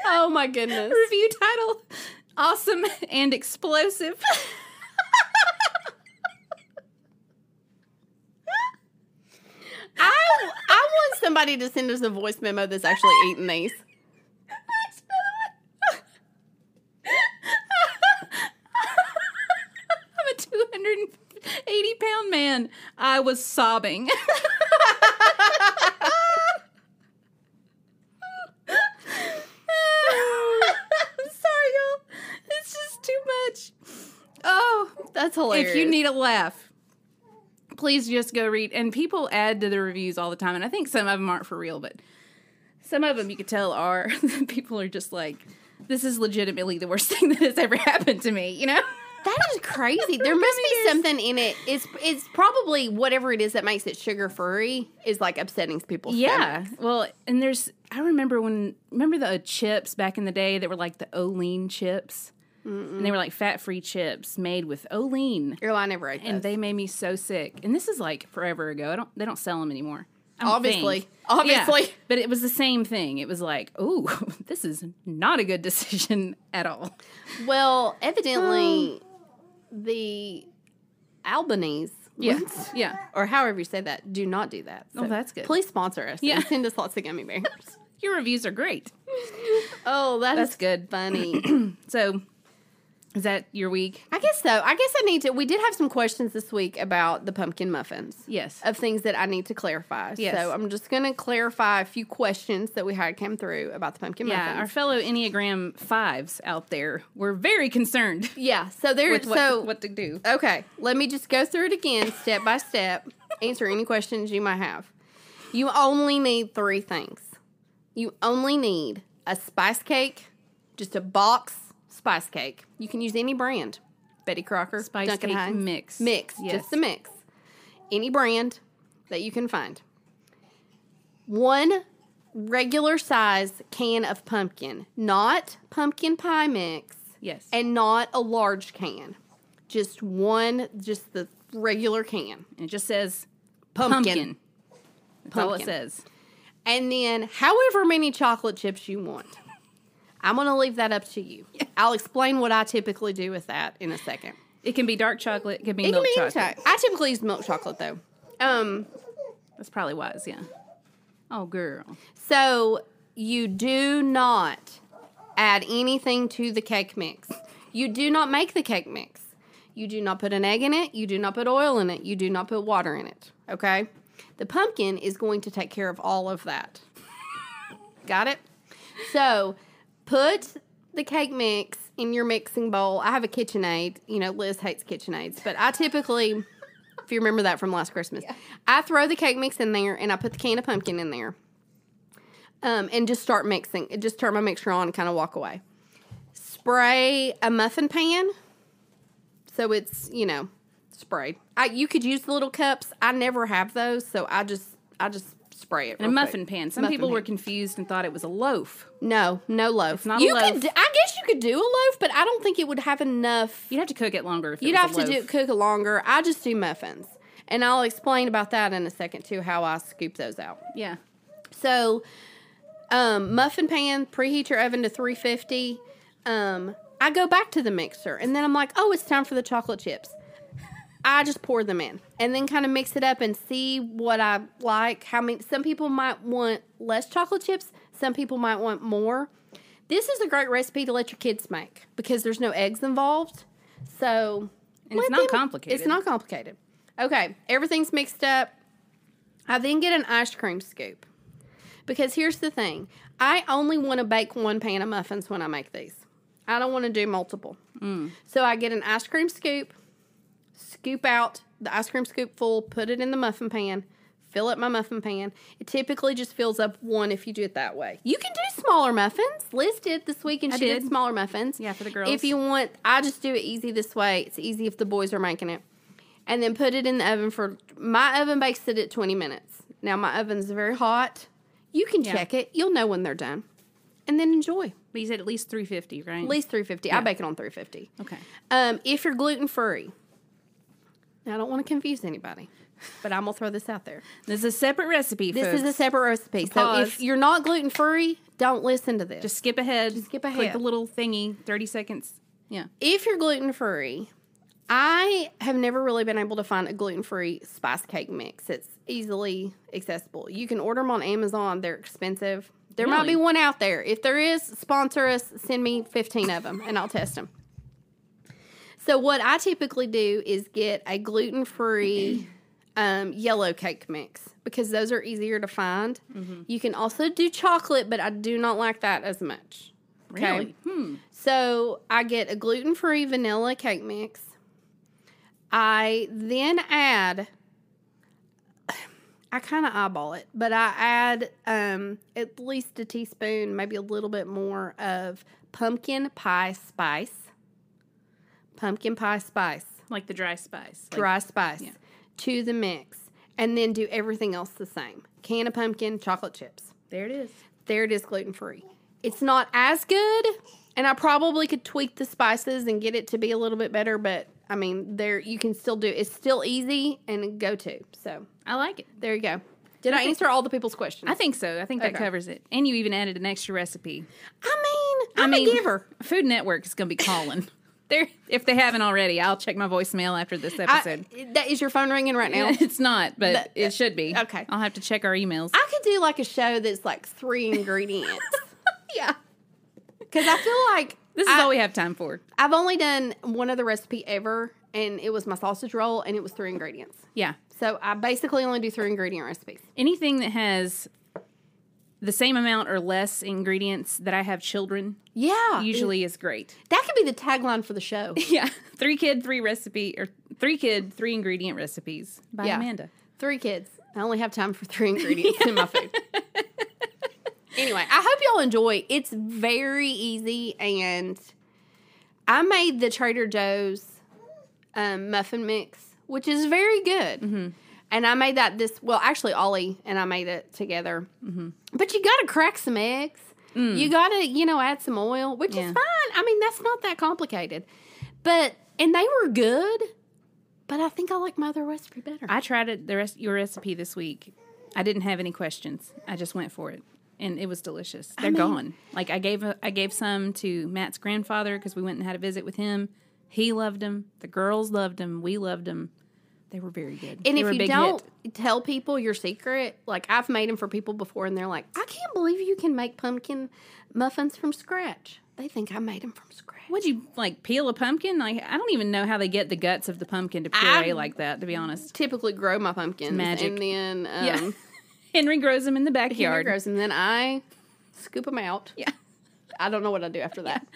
Speaker 2: Oh my goodness.
Speaker 1: Review title Awesome and Explosive.
Speaker 2: I I want somebody to send us a voice memo that's actually eating these.
Speaker 1: I'm a 280 pound man. I was sobbing. I'm sorry, y'all. It's just too much. Oh,
Speaker 2: That's hilarious.
Speaker 1: if you need a laugh, please just go read. And people add to the reviews all the time, and I think some of them aren't for real, but some of them you could tell are. people are just like, "This is legitimately the worst thing that has ever happened to me," you know.
Speaker 2: that is crazy. There must be something in it. It's it's probably whatever it is that makes it sugar free is like upsetting people.
Speaker 1: Yeah. Well, and there's I remember when remember the chips back in the day that were like the Olean chips, and they were like fat free chips made with Olean,
Speaker 2: Girl, I never ate
Speaker 1: and
Speaker 2: those.
Speaker 1: they made me so sick. And this is like forever ago. I don't they don't sell them anymore. I don't
Speaker 2: Obviously.
Speaker 1: think.
Speaker 2: Obviously.
Speaker 1: Yeah, but it was the same thing. It was like, oh, this is not a good decision at all.
Speaker 2: Well, evidently the Albanese ones,
Speaker 1: Yeah.
Speaker 2: or however you say that, do not do that.
Speaker 1: Oh,
Speaker 2: So
Speaker 1: that's good.
Speaker 2: Please sponsor us.
Speaker 1: Yeah.
Speaker 2: And send us lots of gummy bears.
Speaker 1: Your reviews are great.
Speaker 2: oh,
Speaker 1: That's
Speaker 2: that's
Speaker 1: good.
Speaker 2: funny.
Speaker 1: So, is that your week?
Speaker 2: I guess so. I guess I need to. We did have some questions this week about the pumpkin muffins.
Speaker 1: Yes.
Speaker 2: Of things that I need to clarify.
Speaker 1: Yes.
Speaker 2: So I'm just going to clarify a few questions that we had come through about the pumpkin
Speaker 1: Yeah, our
Speaker 2: muffins.
Speaker 1: fellow Enneagram fives out there were very concerned
Speaker 2: yeah. So there.
Speaker 1: with what,
Speaker 2: so
Speaker 1: what to do.
Speaker 2: okay, let me just go through it again, step by step. Answer any questions you might have. You only need three things. You only need a spice cake, just a box spice cake. You can use any brand. Betty Crocker,
Speaker 1: Spice
Speaker 2: Duncan
Speaker 1: cake
Speaker 2: Hines.
Speaker 1: mix.
Speaker 2: Mix,
Speaker 1: Yes.
Speaker 2: just a mix. Any brand that you can find. One regular size can of pumpkin, not pumpkin pie mix,
Speaker 1: Yes. And,
Speaker 2: and not a large can. Just one, just the regular can.
Speaker 1: it just says
Speaker 2: Pumpkin.
Speaker 1: pumpkin. That's all it
Speaker 2: Pumpkin.
Speaker 1: says.
Speaker 2: And then however many chocolate chips you want. I'm going to leave that up to you. I'll explain what I typically do with that in a second.
Speaker 1: It can be dark chocolate. It can be
Speaker 2: It can
Speaker 1: milk
Speaker 2: be any
Speaker 1: chocolate.
Speaker 2: type. I typically use milk chocolate though. Um,
Speaker 1: That's probably wise. Yeah. Oh, girl.
Speaker 2: so you do not add anything to the cake mix. You do not make the cake mix. You do not put an egg in it. You do not put oil in it. You do not put water in it. Okay? The pumpkin is going to take care of all of that. Got it? So put the cake mix in your mixing bowl. I have a KitchenAid. You know, Liz hates KitchenAids, but I typically, if you remember that from last Christmas, I throw the cake mix in there and I put the can of pumpkin in there. Um, and just start mixing. Just turn my mixture on and kind of walk away. Spray a muffin pan. So it's, you know, sprayed. I, you could use the little cups. I never have those, so I just I just spray it.
Speaker 1: And a muffin pan. Some
Speaker 2: Muffin
Speaker 1: people were
Speaker 2: pan.
Speaker 1: confused and thought it was a loaf.
Speaker 2: No, no loaf.
Speaker 1: not a
Speaker 2: you
Speaker 1: loaf.
Speaker 2: could. d- I guess you could do a loaf, but I don't think it would have enough.
Speaker 1: You'd have to cook it longer. If it
Speaker 2: You'd
Speaker 1: was
Speaker 2: have
Speaker 1: a
Speaker 2: to
Speaker 1: loaf.
Speaker 2: do cook it longer. I just do muffins, and I'll explain about that in a second too. How I scoop those out.
Speaker 1: Yeah.
Speaker 2: So, um, muffin pan, preheat your oven to 350. Um, I go back to the mixer and then I'm like, oh, it's time for the chocolate chips. I just pour them in and then kind of mix it up and see what I like. How many? Some people might want less chocolate chips, some people might want more. This is a great recipe to let your kids make because there's no eggs involved. So,
Speaker 1: And it's
Speaker 2: let
Speaker 1: not complicated.
Speaker 2: It's not complicated. Okay, everything's mixed up. I then get an ice cream scoop. Because here's the thing I only want to bake one pan of muffins when I make these, I don't want to do multiple. So I get an ice cream scoop, scoop out the ice cream scoop full, put it in the muffin pan, fill up my muffin pan. It typically just fills up one if you do it that way. You can do smaller muffins. Liz did this week and she did.
Speaker 1: did.
Speaker 2: smaller muffins.
Speaker 1: Yeah, for the girls.
Speaker 2: If you want, I just do it easy this way. It's easy if the boys are making it. And then put it in the oven for my oven bakes it at 20 minutes. Now my oven's very hot. You can check it. You'll know when they're done. And then enjoy.
Speaker 1: But you said at least 350, right?
Speaker 2: At least 350. I bake it on 350.
Speaker 1: Okay.
Speaker 2: Um, if you're gluten free, now I don't want to confuse anybody, but I'm gonna throw this out there.
Speaker 1: This is a separate recipe.
Speaker 2: This
Speaker 1: folks.
Speaker 2: is a separate recipe, so
Speaker 1: Pause.
Speaker 2: if you're not gluten free, don't listen to this.
Speaker 1: Just skip ahead. Just
Speaker 2: skip
Speaker 1: Click
Speaker 2: ahead.
Speaker 1: the little thingy. 30 seconds. Yeah.
Speaker 2: if you're gluten free, I have never really been able to find a gluten free spice cake mix. It's easily accessible. You can order them on Amazon. They're expensive. There might
Speaker 1: Really?
Speaker 2: be one out there. If there is, sponsor us. Send me 15 of them and I'll test them. So, what I typically do is get a gluten free um, yellow cake mix because those are easier to find.
Speaker 1: Mm-hmm.
Speaker 2: You can also do chocolate, but I do not like that as much.
Speaker 1: Really? Hmm.
Speaker 2: So I get a gluten free vanilla cake mix. I then add, I kind of eyeball it, but I add um, at least a teaspoon, maybe a little bit more of pumpkin pie spice. Pumpkin pie spice,
Speaker 1: Like the dry spice. Like-
Speaker 2: dry spice to the mix, and then do everything else the same can of pumpkin, chocolate chips
Speaker 1: There it is.
Speaker 2: there it is gluten free. It's not as good, and I probably could tweak the spices and get it to be a little bit better, but I mean, there you can still do it's still easy and a go to. So
Speaker 1: I like it.
Speaker 2: there you go. Did I, answer all the people's questions?
Speaker 1: I think so. I think that
Speaker 2: Okay.
Speaker 1: covers it. And you even added an extra recipe.
Speaker 2: I mean, I'm
Speaker 1: I
Speaker 2: a giver.
Speaker 1: Food Network is going to be calling. They're, if they haven't already, I'll check my voicemail after this
Speaker 2: I,
Speaker 1: episode.
Speaker 2: that is your phone ringing right now.
Speaker 1: it's not, but
Speaker 2: That-
Speaker 1: it should be.
Speaker 2: okay.
Speaker 1: I'll have to check our emails.
Speaker 2: I could do like a show that's like three ingredients. yeah, because I feel like
Speaker 1: this is all we have time for.
Speaker 2: I've only done one other recipe ever, and it was my sausage roll, and it was three ingredients.
Speaker 1: Yeah.
Speaker 2: So I basically only do three ingredient recipes.
Speaker 1: Anything that has the same amount or less ingredients that I have children
Speaker 2: Yeah.
Speaker 1: usually is great.
Speaker 2: That could be the tagline for the show.
Speaker 1: Yeah. Three kid, three recipe, or three kid, three ingredient recipes by
Speaker 2: Yeah.
Speaker 1: Amanda.
Speaker 2: Three kids. I only have time for three ingredients in my food. anyway, I hope y'all enjoy. It's very easy and I made the Trader Joe's um, muffin mix, which is very good. And I made that this well, actually Ollie and I made it together. But you got to crack some eggs. You got to, you know, add some oil, which
Speaker 1: Yeah.
Speaker 2: is fine. I mean, that's not that complicated. But and they were good, but I think I like my other recipe better.
Speaker 1: I tried it, the rest your recipe this week. I didn't have any questions. I just went for it, and it was delicious. They're gone. Like I gave a, I gave some to Matt's grandfather because we went and had a visit with him. He loved him. The girls loved him. We loved him. They were very good.
Speaker 2: And
Speaker 1: They were
Speaker 2: if
Speaker 1: a
Speaker 2: you
Speaker 1: big
Speaker 2: don't
Speaker 1: hit.
Speaker 2: tell people your secret, like I've made them for people before, and they're like, "I can't believe you can make pumpkin muffins from scratch." They think I made them from scratch.
Speaker 1: would you like peel a pumpkin? Like I don't even know how they get the guts of the pumpkin to puree
Speaker 2: I-
Speaker 1: like that. To be honest,
Speaker 2: Typically, grow my pumpkins,
Speaker 1: magic.
Speaker 2: and then um,
Speaker 1: yeah. Henry grows them in the
Speaker 2: Henry
Speaker 1: backyard.
Speaker 2: grows them. Then I scoop them out.
Speaker 1: yeah.
Speaker 2: I don't know what I do after that.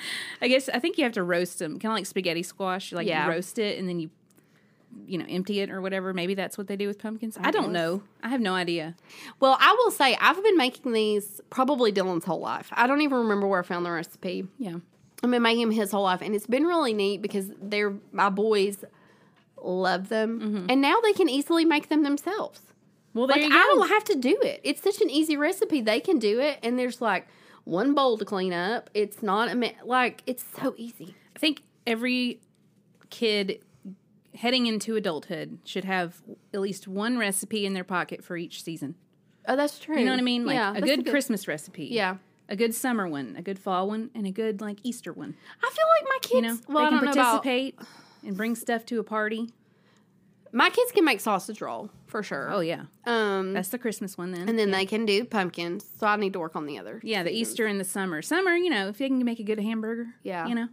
Speaker 1: I guess I think you have to roast them, kind of like spaghetti squash. You like
Speaker 2: Yeah.
Speaker 1: you roast it and then you, you know, empty it or whatever. Maybe that's what they do with pumpkins. I, don't
Speaker 2: guess.
Speaker 1: know. I have no idea.
Speaker 2: Well, I will say I've been making these probably Dylan's whole life. I don't even remember where I found the recipe.
Speaker 1: Yeah,
Speaker 2: I've been making them his whole life, and it's been really neat because they're my boys love them, and now they can easily make them themselves.
Speaker 1: Well, there
Speaker 2: Like I
Speaker 1: you go.
Speaker 2: don't have to do it. It's such an easy recipe; they can do it, and there's like one bowl to clean up. It's not a mi- like it's so easy.
Speaker 1: I think every kid heading into adulthood should have at least one recipe in their pocket for each season.
Speaker 2: Oh, that's true.
Speaker 1: You know what I mean? Like a
Speaker 2: that's
Speaker 1: good Christmas recipe.
Speaker 2: Yeah.
Speaker 1: A good summer one, a good fall one, and a good like Easter one.
Speaker 2: I feel like my kids.
Speaker 1: You know,
Speaker 2: well,
Speaker 1: they
Speaker 2: I don't
Speaker 1: can
Speaker 2: know about-
Speaker 1: participate and bring stuff to a party.
Speaker 2: my kids can make sausage roll for sure.
Speaker 1: Oh yeah,
Speaker 2: Um,
Speaker 1: that's the Christmas one then.
Speaker 2: and then they can do pumpkins. So I need to work on the other.
Speaker 1: yeah, the Easter and the summer. Summer, you know, if they can make a good hamburger.
Speaker 2: Yeah.
Speaker 1: you know,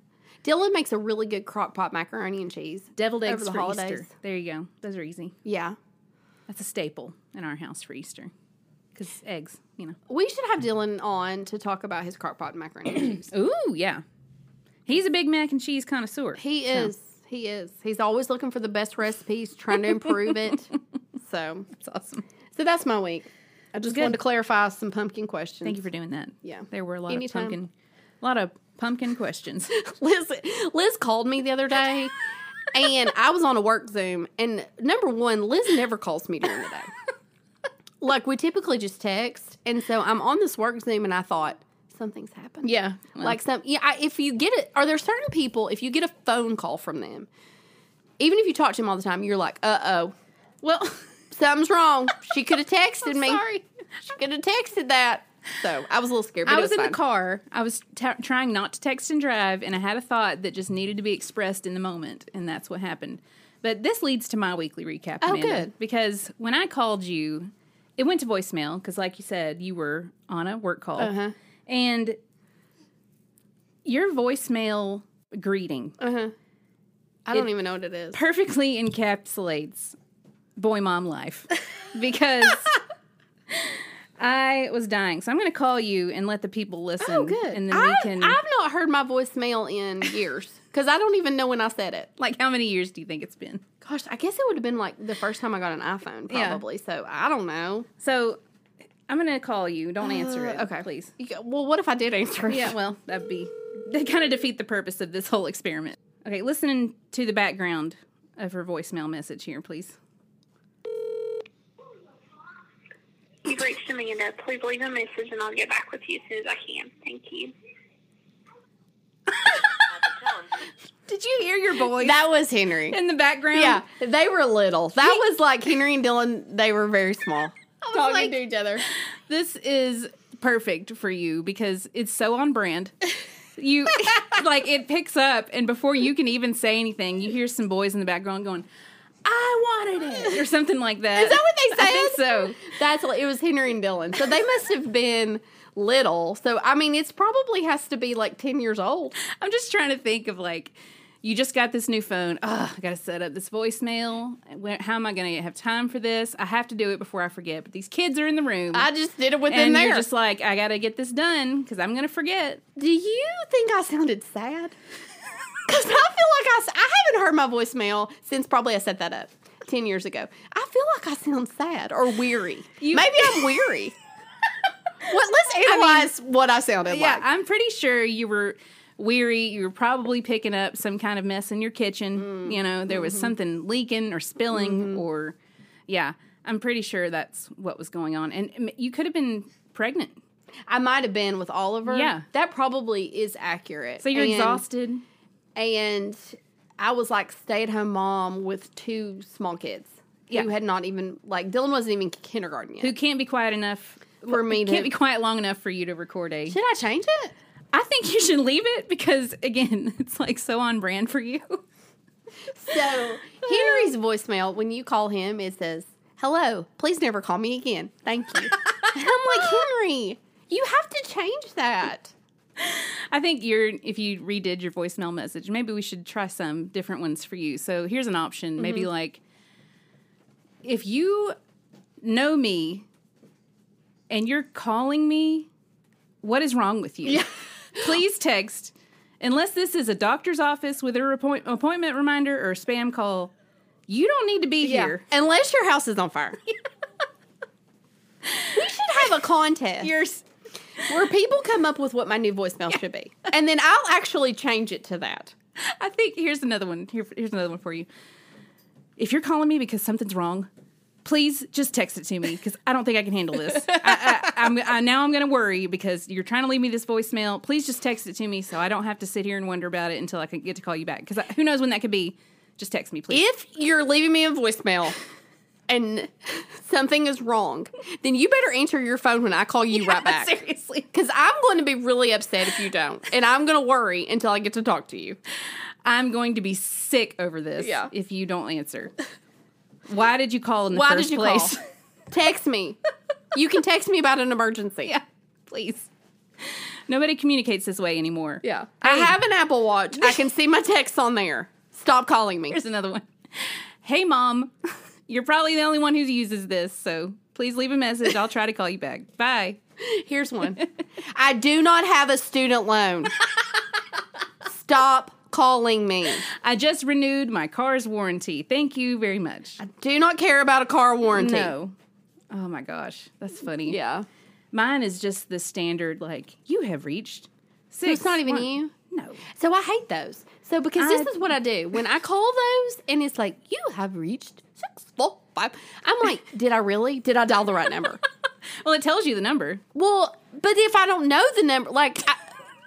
Speaker 2: Dylan makes a really good crock pot macaroni and cheese.
Speaker 1: deviled
Speaker 2: Over
Speaker 1: eggs
Speaker 2: the
Speaker 1: for Easter.
Speaker 2: holidays.
Speaker 1: There you go. Those are easy.
Speaker 2: Yeah.
Speaker 1: That's a staple in our house for Easter because eggs. You know.
Speaker 2: We should have Dylan on to talk about his crock pot macaroni and cheese.
Speaker 1: Ooh, yeah. He's a big mac and cheese connoisseur.
Speaker 2: He is. He is. He's always looking for the best recipes, trying to improve it. So,
Speaker 1: That's awesome.
Speaker 2: so that's my week. I just wanted
Speaker 1: good.
Speaker 2: to clarify some pumpkin questions.
Speaker 1: Thank you for doing that.
Speaker 2: Yeah.
Speaker 1: There were a lot
Speaker 2: Anytime.
Speaker 1: of pumpkin a lot of pumpkin questions.
Speaker 2: Liz, Liz called me the other day, and I was on a work Zoom. And number one, Liz never calls me during the day. Like we typically just text, and so I'm on this work Zoom, and I thought something's happened.
Speaker 1: yeah.
Speaker 2: like some, yeah. I, if you get it, are there certain people? If you get a phone call from them, even if you talk to them all the time, you're like, uh oh,
Speaker 1: well
Speaker 2: something's wrong. She could have texted me.
Speaker 1: sorry.
Speaker 2: She could have texted that. So I was a little scared. But
Speaker 1: I was in the
Speaker 2: car.
Speaker 1: car. I was t- trying not to text and drive, and I had a thought that just needed to be expressed in the moment, and that's what happened. But this leads to my weekly recap.
Speaker 2: Oh,
Speaker 1: Amanda,
Speaker 2: good.
Speaker 1: Because when I called you, it went to voicemail because, like you said, you were on a work call,
Speaker 2: Uh-huh.
Speaker 1: and your voicemail greeting
Speaker 2: Uh-huh. I don't even know what it is.
Speaker 1: perfectly encapsulates boy mom life because I was dying. So I'm going to call you and let the people listen. And then
Speaker 2: Oh, I,
Speaker 1: we can.
Speaker 2: I've not heard my voicemail in years because I don't even know when I said it.
Speaker 1: like, how many years do you think it's been?
Speaker 2: Gosh, I guess it would have been like the first time I got an iPhone,
Speaker 1: Yeah.
Speaker 2: probably. So I don't know.
Speaker 1: So I'm going to call you. Don't answer it.
Speaker 2: Uh, okay.
Speaker 1: Please.
Speaker 2: You go- Well, what if I did answer? it?
Speaker 1: Yeah, well, that'd be. They kind of defeat the purpose of this whole experiment. Okay, listen to the background of her voicemail message here, please.
Speaker 4: You've reached Amanda. Please leave a message and I'll get back with you as soon as I can. Thank you.
Speaker 1: Did you hear your voice
Speaker 2: that was Henry.
Speaker 1: in the background?
Speaker 2: Yeah, they were little. That was like Henry and Dylan. They were very small, talking
Speaker 1: like-
Speaker 2: to each other.
Speaker 1: this is perfect for you because it's so on brand. You like it picks up, and before you can even say anything, you hear some boys in the background going, "I wanted it" or something like that.
Speaker 2: Is that what they said?
Speaker 1: I think so.
Speaker 2: That's it was Henry and Dylan. So they must have been little. So I mean, it's probably has to be like ten years old.
Speaker 1: I'm just trying to think of like, you just got this new phone. Ugh, I got to set up this voicemail. Where, how am I going to have time for this? I have to do it before I forget. But these kids are in the room.
Speaker 2: I just did it within
Speaker 1: and
Speaker 2: there.
Speaker 1: you're just like, I gotta get this done because I'm gonna forget.
Speaker 2: Do you think I sounded sad? Because I feel like I, s- I haven't heard my voicemail since probably I set that up 10 years ago. I feel like I sound sad or weary. Maybe I'm weary. what, let's analyze what I sounded
Speaker 1: Yeah,
Speaker 2: like.
Speaker 1: I'm pretty sure you were weary. You were probably picking up some kind of mess in your kitchen.
Speaker 2: Mm.
Speaker 1: You know, there
Speaker 2: Mm-hmm.
Speaker 1: was something leaking or spilling, or yeah, I'm pretty sure that's what was going on. And m- you could have been pregnant,
Speaker 2: I might have been with Oliver.
Speaker 1: Yeah.
Speaker 2: That probably is accurate.
Speaker 1: so you're
Speaker 2: And-
Speaker 1: exhausted.
Speaker 2: And I was like stay at home mom with two small kids
Speaker 1: Yeah.
Speaker 2: who had not even, like, Dylan wasn't even kindergarten yet.
Speaker 1: Who can't be quiet enough?
Speaker 2: for me to.
Speaker 1: Can't be quiet long enough for you to record a.
Speaker 2: should I change it?
Speaker 1: I think you should leave it because again, it's like so on brand for you.
Speaker 2: So Henry's voicemail, when you call him, it says, Hello, please never call me again. Thank you. And I'm like, Henry, you have to change that.
Speaker 1: I think you're if you redid your voicemail message, maybe we should try some different ones for you. So here's an option. Maybe like if you know me and you're calling me, what is wrong with you? Please text unless this is a doctor's office with a appoint- appointment reminder or a spam call. You don't need to be here.
Speaker 2: Unless your house is on fire. we should have a contest
Speaker 1: You're s-
Speaker 2: where people come up with what my new voicemail should be. And then I'll actually change it to that.
Speaker 1: I think here's another one. Here, here's another one for you. If you're calling me because something's wrong, please just text it to me because I don't think I can handle this. I, I, I'm I, now I'm going to worry because you're trying to leave me this voicemail. Please just text it to me so I don't have to sit here and wonder about it until I can get to call you back because who knows when that could be. Just text me, please.
Speaker 2: If you're leaving me a voicemail and something is wrong, then you better answer your phone when I call you right back.
Speaker 1: Seriously,
Speaker 2: Because I'm going to be really upset if you don't. And I'm going to worry until I get to talk to you.
Speaker 1: I'm going to be sick over this
Speaker 2: Yeah.
Speaker 1: if you don't answer. Why did you call in the
Speaker 2: Why
Speaker 1: first
Speaker 2: did you
Speaker 1: place?
Speaker 2: call? Text me. You can text me about an emergency.
Speaker 1: yeah, please. Nobody communicates this way anymore.
Speaker 2: Yeah. I have an Apple Watch. I can see my texts on there. Stop calling me.
Speaker 1: Here's another one. Hey, mom, you're probably the only one who uses this, so please leave a message. I'll try to call you back. Bye.
Speaker 2: Here's one. I do not have a student loan. Stop calling me.
Speaker 1: I just renewed my car's warranty. Thank you very much.
Speaker 2: Do not care about a car warranty.
Speaker 1: No. Oh my gosh, that's funny.
Speaker 2: Yeah.
Speaker 1: Mine is just the standard, like, you have reached six.
Speaker 2: It's not even
Speaker 1: one-
Speaker 2: you.
Speaker 1: No.
Speaker 2: So I hate those. So because this
Speaker 1: I-
Speaker 2: is what I do when I call those, and it's like you have reached six four five. I'm like, did I really? Did I dial the right number?
Speaker 1: Well, it tells you the number.
Speaker 2: well, but if I don't know the number, like I,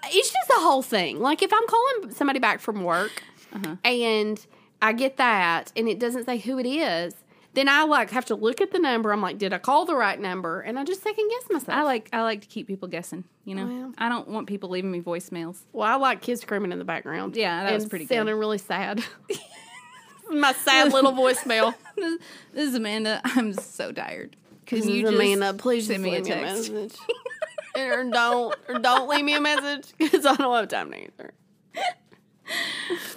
Speaker 2: it's just a whole thing. Like if I'm calling somebody back from work,
Speaker 1: Uh-huh.
Speaker 2: and I get that, and it doesn't say who it is. Then I like have to look at the number. I'm like, did I call the right number? And I just second guess myself.
Speaker 1: I like I like to keep people guessing, you know.
Speaker 2: Well.
Speaker 1: I don't want people leaving me voicemails.
Speaker 2: Well, I like kids screaming in the background.
Speaker 1: Yeah, that was
Speaker 2: And
Speaker 1: pretty good.
Speaker 2: sounding really sad. My sad little voicemail.
Speaker 1: this is Amanda. I'm so tired. Could
Speaker 2: This
Speaker 1: you
Speaker 2: is
Speaker 1: just
Speaker 2: Amanda. Please
Speaker 1: send
Speaker 2: just
Speaker 1: me a
Speaker 2: leave me a
Speaker 1: text?
Speaker 2: message. or don't, or don't leave me a message because I don't have time to answer.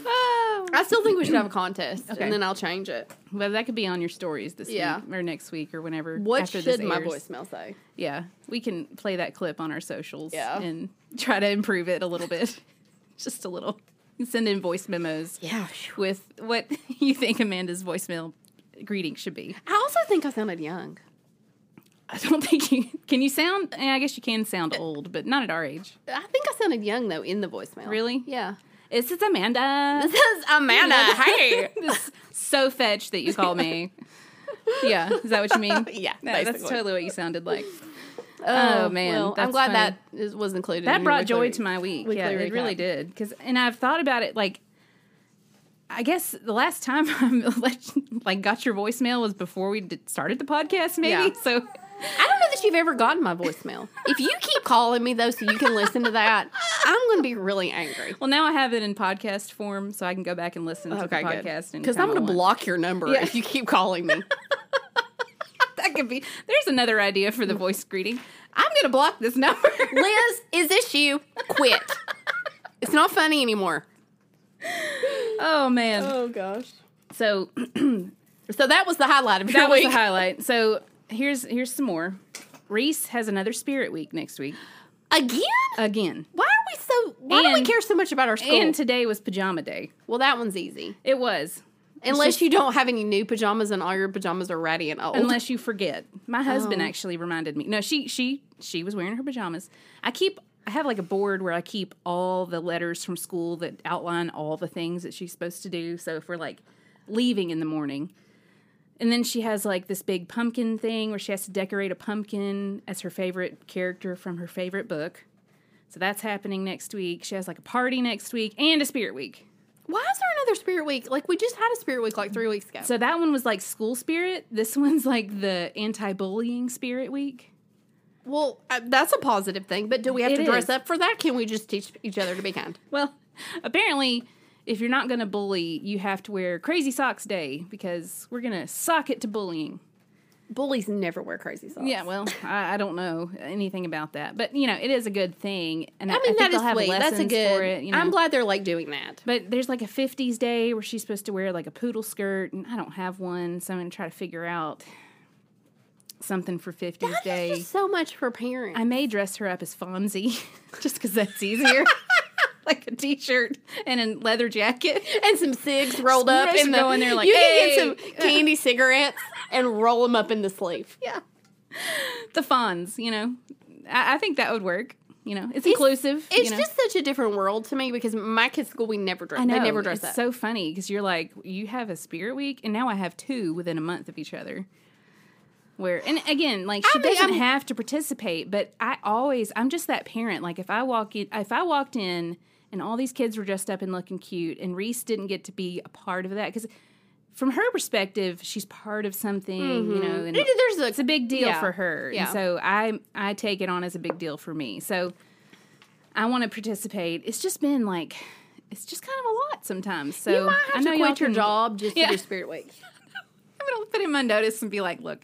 Speaker 1: Oh.
Speaker 2: I still think we should have a contest,
Speaker 1: Okay.
Speaker 2: and then I'll change it.
Speaker 1: Well, that could be on your stories this
Speaker 2: Yeah.
Speaker 1: week or next week or whenever.
Speaker 2: What
Speaker 1: after this
Speaker 2: should my
Speaker 1: airs.
Speaker 2: voicemail say?
Speaker 1: Yeah, we can play that clip on our socials.
Speaker 2: Yeah.
Speaker 1: and try to improve it a little bit, just a little. You Send in voice memos.
Speaker 2: Yeah.
Speaker 1: with what you think Amanda's voicemail greeting should be.
Speaker 2: I also think I sounded young.
Speaker 1: I don't think you can. You sound. eh, I guess you can sound old, but not at our age.
Speaker 2: I think I sounded young though in the voicemail.
Speaker 1: Really?
Speaker 2: Yeah.
Speaker 1: This is Amanda.
Speaker 2: This is Amanda. hey.
Speaker 1: This is so fetch that you call me. Yeah, is that what you mean?
Speaker 2: Yeah,
Speaker 1: No, that's
Speaker 2: basically.
Speaker 1: totally what you sounded like.
Speaker 2: Oh,
Speaker 1: man,
Speaker 2: well, I'm
Speaker 1: that's
Speaker 2: glad
Speaker 1: funny.
Speaker 2: that is, was included. in
Speaker 1: that
Speaker 2: your
Speaker 1: brought joy
Speaker 2: weekly-
Speaker 1: to my week.
Speaker 2: weekly
Speaker 1: Yeah, it really
Speaker 2: recap.
Speaker 1: did. Because and I've thought about it like. I guess the last time I like got your voicemail was before we did, started the podcast, maybe.
Speaker 2: Yeah.
Speaker 1: So
Speaker 2: I don't know that you've ever gotten my voicemail. If you keep calling me though, so you can listen to that, I'm going to be really angry.
Speaker 1: Well, now I have it in podcast form, so I can go back and listen to the podcast.
Speaker 2: because I'm going to block your number
Speaker 1: Yeah.
Speaker 2: if you keep calling me.
Speaker 1: That could be. There's another idea for the voice greeting. I'm going to block this number.
Speaker 2: Liz, is this you? Quit. It's not funny anymore.
Speaker 1: oh man.
Speaker 2: gosh.
Speaker 1: So
Speaker 2: So that was the highlight of your
Speaker 1: that was
Speaker 2: week.
Speaker 1: the highlight. So here's here's some more. Reese has another Spirit Week next week
Speaker 2: Again?
Speaker 1: again,
Speaker 2: Why are we so? Why do we
Speaker 1: And-
Speaker 2: care so much about our school?
Speaker 1: and today was Pajama Day.
Speaker 2: well, that one's easy.
Speaker 1: It was.
Speaker 2: Unless you don't have any new pajamas and all your pajamas are ratty and old.
Speaker 1: unless you forget. Oh. My husband actually reminded me. No, she she she was wearing her pajamas. I keep I have like a board where I keep all the letters from school that outline all the things that she's supposed to do. So if we're like leaving in the morning, and then she has like this big pumpkin thing where she has to decorate a pumpkin as her favorite character from her favorite book. So that's happening next week. She has like a party next week and a spirit week.
Speaker 2: why is there another spirit week? Like we just had a spirit week like three weeks ago.
Speaker 1: So that one was like school spirit. This one's like the anti-bullying spirit week.
Speaker 2: Well, uh, that's a positive thing, but do we have
Speaker 1: It
Speaker 2: to dress
Speaker 1: is.
Speaker 2: up for that? Can we just teach each other to be kind?
Speaker 1: Well, apparently, if you're not going to bully, you have to wear Crazy Socks Day because we're going to sock it to bullying.
Speaker 2: Bullies never wear crazy socks.
Speaker 1: Yeah, well, I, I don't know anything about that, but you know, it is a good thing, and I,
Speaker 2: I mean
Speaker 1: think
Speaker 2: that
Speaker 1: they'll
Speaker 2: is
Speaker 1: have
Speaker 2: sweet. That's a
Speaker 1: lessons
Speaker 2: good.
Speaker 1: for it. You know?
Speaker 2: I'm glad they're like doing that.
Speaker 1: But there's like a 50s day where she's supposed to wear like a poodle skirt, and I don't have one, so I'm gonna try to figure out something for 50s day.
Speaker 2: There's so much for parents.
Speaker 1: I may dress her up as Fonzie just because that's easier. like a t shirt and a leather jacket.
Speaker 2: and some cigs rolled up
Speaker 1: Just
Speaker 2: in the.
Speaker 1: go in there like,
Speaker 2: you can
Speaker 1: "Hey."
Speaker 2: get some candy cigarettes and roll them up in the sleeve.
Speaker 1: Yeah. The Fonz, you know. I, I think that would work. You know, it's, inclusive.
Speaker 2: It's
Speaker 1: you know?
Speaker 2: just such a different world to me because my kids' school we never dress.
Speaker 1: I know.
Speaker 2: They never dress
Speaker 1: it's
Speaker 2: up.
Speaker 1: so funny because you're like, you have a spirit week, and now I have two within a month of each other. Where and again, like she
Speaker 2: I mean,
Speaker 1: doesn't
Speaker 2: I'm-
Speaker 1: have to participate, but I always, I'm just that parent. Like if I walk in, if I walked in and all these kids were dressed up and looking cute, and Reese didn't get to be a part of that because. From her perspective, she's part of something, you know. And
Speaker 2: Mm-hmm. There's a,
Speaker 1: it's a big deal
Speaker 2: Yeah.
Speaker 1: for her.
Speaker 2: Yeah.
Speaker 1: And so I I take it on as a big deal for me. So I want to participate. It's just been like it's just kind of a lot sometimes. So
Speaker 2: you might
Speaker 1: I
Speaker 2: have
Speaker 1: know
Speaker 2: to
Speaker 1: y'all
Speaker 2: quit your
Speaker 1: can-
Speaker 2: job just
Speaker 1: Yeah.
Speaker 2: to do Spirit Week.
Speaker 1: I'm gonna put in my notice and be like, look,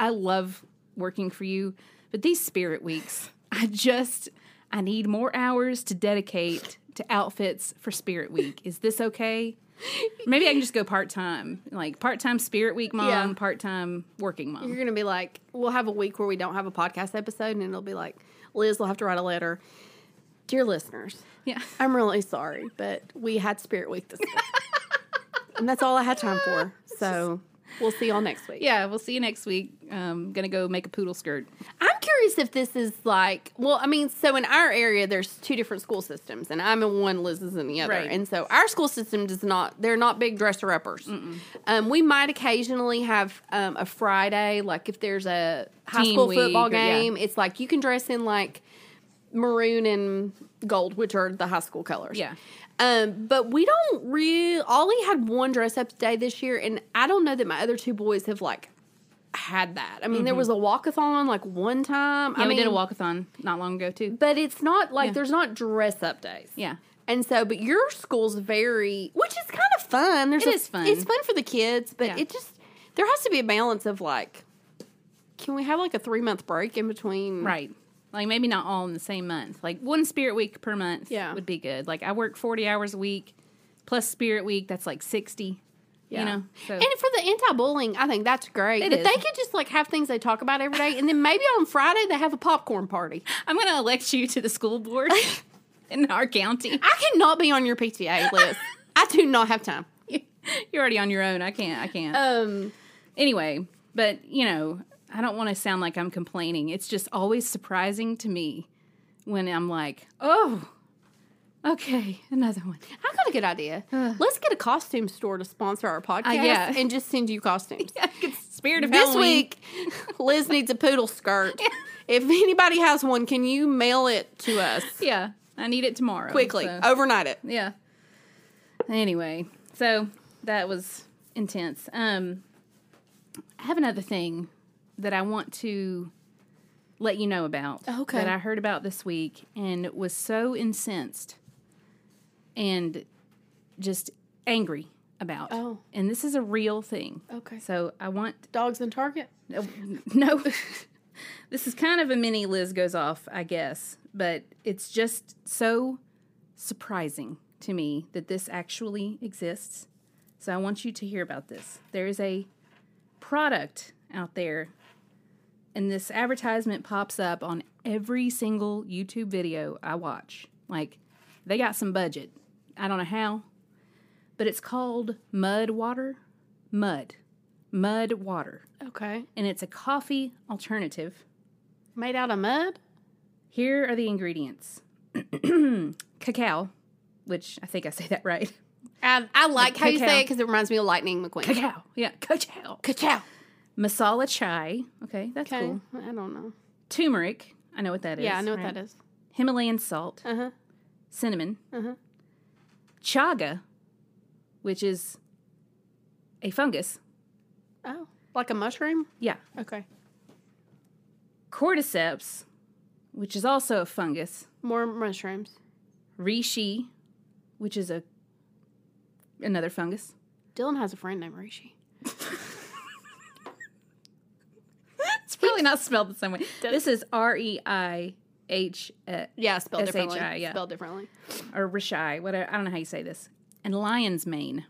Speaker 1: I love working for you, but these spirit weeks, I just I need more hours to dedicate to outfits for Spirit Week. Is this okay? Maybe I can just go part time, like part time Spirit Week mom,
Speaker 2: Yeah.
Speaker 1: part time working mom.
Speaker 2: You're gonna be like, we'll have a week where we don't have a podcast episode, and it'll be like, Liz will have to write a letter. Dear listeners,
Speaker 1: yeah.
Speaker 2: I'm really sorry, but we had Spirit Week this week. and that's all I had time for. So we'll see y'all next week.
Speaker 1: yeah, we'll see you next week. Um, gonna go make a poodle skirt.
Speaker 2: I'm curious if this is like, well, I mean, so in our area, there's two different school systems, and I'm in one, Liz is in the other.
Speaker 1: Right.
Speaker 2: And so our school system does not, they're not big dresser uppers. Um, we might occasionally have um, a Friday, like if there's a high
Speaker 1: Team
Speaker 2: school
Speaker 1: week
Speaker 2: football
Speaker 1: or- yeah.
Speaker 2: game, it's like you can dress in like maroon and gold, which are the high school colors.
Speaker 1: Yeah.
Speaker 2: Um, but we don't really, Ollie had one dress up day this year, and I don't know that my other two boys have like had that. I mean, there was a walkathon like one time.
Speaker 1: Mm-hmm. Yeah,
Speaker 2: I
Speaker 1: we
Speaker 2: mean,
Speaker 1: did a walkathon not long ago too.
Speaker 2: but it's not like
Speaker 1: Yeah.
Speaker 2: there's not dress up days.
Speaker 1: Yeah,
Speaker 2: And so, but your school's very, which is kind of fun. There's
Speaker 1: It
Speaker 2: a-
Speaker 1: is fun.
Speaker 2: It's fun for the kids, but
Speaker 1: Yeah.
Speaker 2: it just there has to be a balance of like, can we have like a three month break in between?
Speaker 1: right. Like maybe not all in the same month. Like one Spirit Week per month.
Speaker 2: Yeah.
Speaker 1: would be good. Like I work forty hours a week plus Spirit Week. That's like sixty. You know. So
Speaker 2: And for the anti-bullying, I think that's great.
Speaker 1: It
Speaker 2: but
Speaker 1: is.
Speaker 2: they could just like have things they talk about every day, and then maybe on Friday they have a popcorn party.
Speaker 1: I'm gonna elect you to the school board in our county.
Speaker 2: I cannot be on your PTA list. I do not have time.
Speaker 1: You're already on your own. I can't. I can't.
Speaker 2: Um,
Speaker 1: anyway, but you know, I don't want to sound like I'm complaining. It's just always surprising to me when I'm like, oh, okay, another one.
Speaker 2: I got a good idea. Let's get a costume store to sponsor our podcast
Speaker 1: yeah.
Speaker 2: and just send you costumes.
Speaker 1: Spirit of
Speaker 2: This
Speaker 1: Halloween.
Speaker 2: week, Liz needs a poodle skirt. If anybody has one, can you mail it to us
Speaker 1: Yeah, I need it tomorrow.
Speaker 2: quickly?
Speaker 1: so-
Speaker 2: Overnight it.
Speaker 1: Yeah. Anyway, so that was intense. Um, I have another thing that I want to let you know about
Speaker 2: Oh, Okay.
Speaker 1: that I heard about this week and was so incensed and just angry about.
Speaker 2: Oh.
Speaker 1: And this is a real thing.
Speaker 2: Okay.
Speaker 1: So I want
Speaker 2: Dogs in Target.
Speaker 1: no, Uh, no. this is kind of a mini Liz goes off, I guess, but it's just so surprising to me that this actually exists. So I want you to hear about this. There is a product out there, and this advertisement pops up on every single YouTube video I watch. Like, they got some budget. I don't know how, but it's called Mud Water. Mud. Mud Water
Speaker 2: Okay.
Speaker 1: and it's a coffee alternative.
Speaker 2: Made out of mud.
Speaker 1: Here are the ingredients cacao, which I think I say that right.
Speaker 2: I, I like how you
Speaker 1: Cacao.
Speaker 2: say it because it reminds me of Lightning McQueen.
Speaker 1: Cacao. Yeah, cacao.
Speaker 2: Cacao.
Speaker 1: Masala chai. Okay, that's
Speaker 2: Okay.
Speaker 1: cool.
Speaker 2: I don't know.
Speaker 1: Turmeric. I know what that is.
Speaker 2: yeah, I know what
Speaker 1: right?
Speaker 2: that is.
Speaker 1: Himalayan salt.
Speaker 2: Uh huh.
Speaker 1: Cinnamon.
Speaker 2: Uh-huh.
Speaker 1: Chaga, which is a fungus.
Speaker 2: Oh, like a mushroom.
Speaker 1: Yeah.
Speaker 2: Okay.
Speaker 1: Cordyceps, which is also a fungus.
Speaker 2: More mushrooms.
Speaker 1: Reishi, which is a another fungus.
Speaker 2: Dylan has a friend named Rishi.
Speaker 1: It's probably not spelled the same way. This is R E I H
Speaker 2: Yeah, spelled
Speaker 1: S-H-I,
Speaker 2: differently.
Speaker 1: yeah.
Speaker 2: Spelled differently.
Speaker 1: or Rishai, whatever. I don't know how you say this. And lion's mane,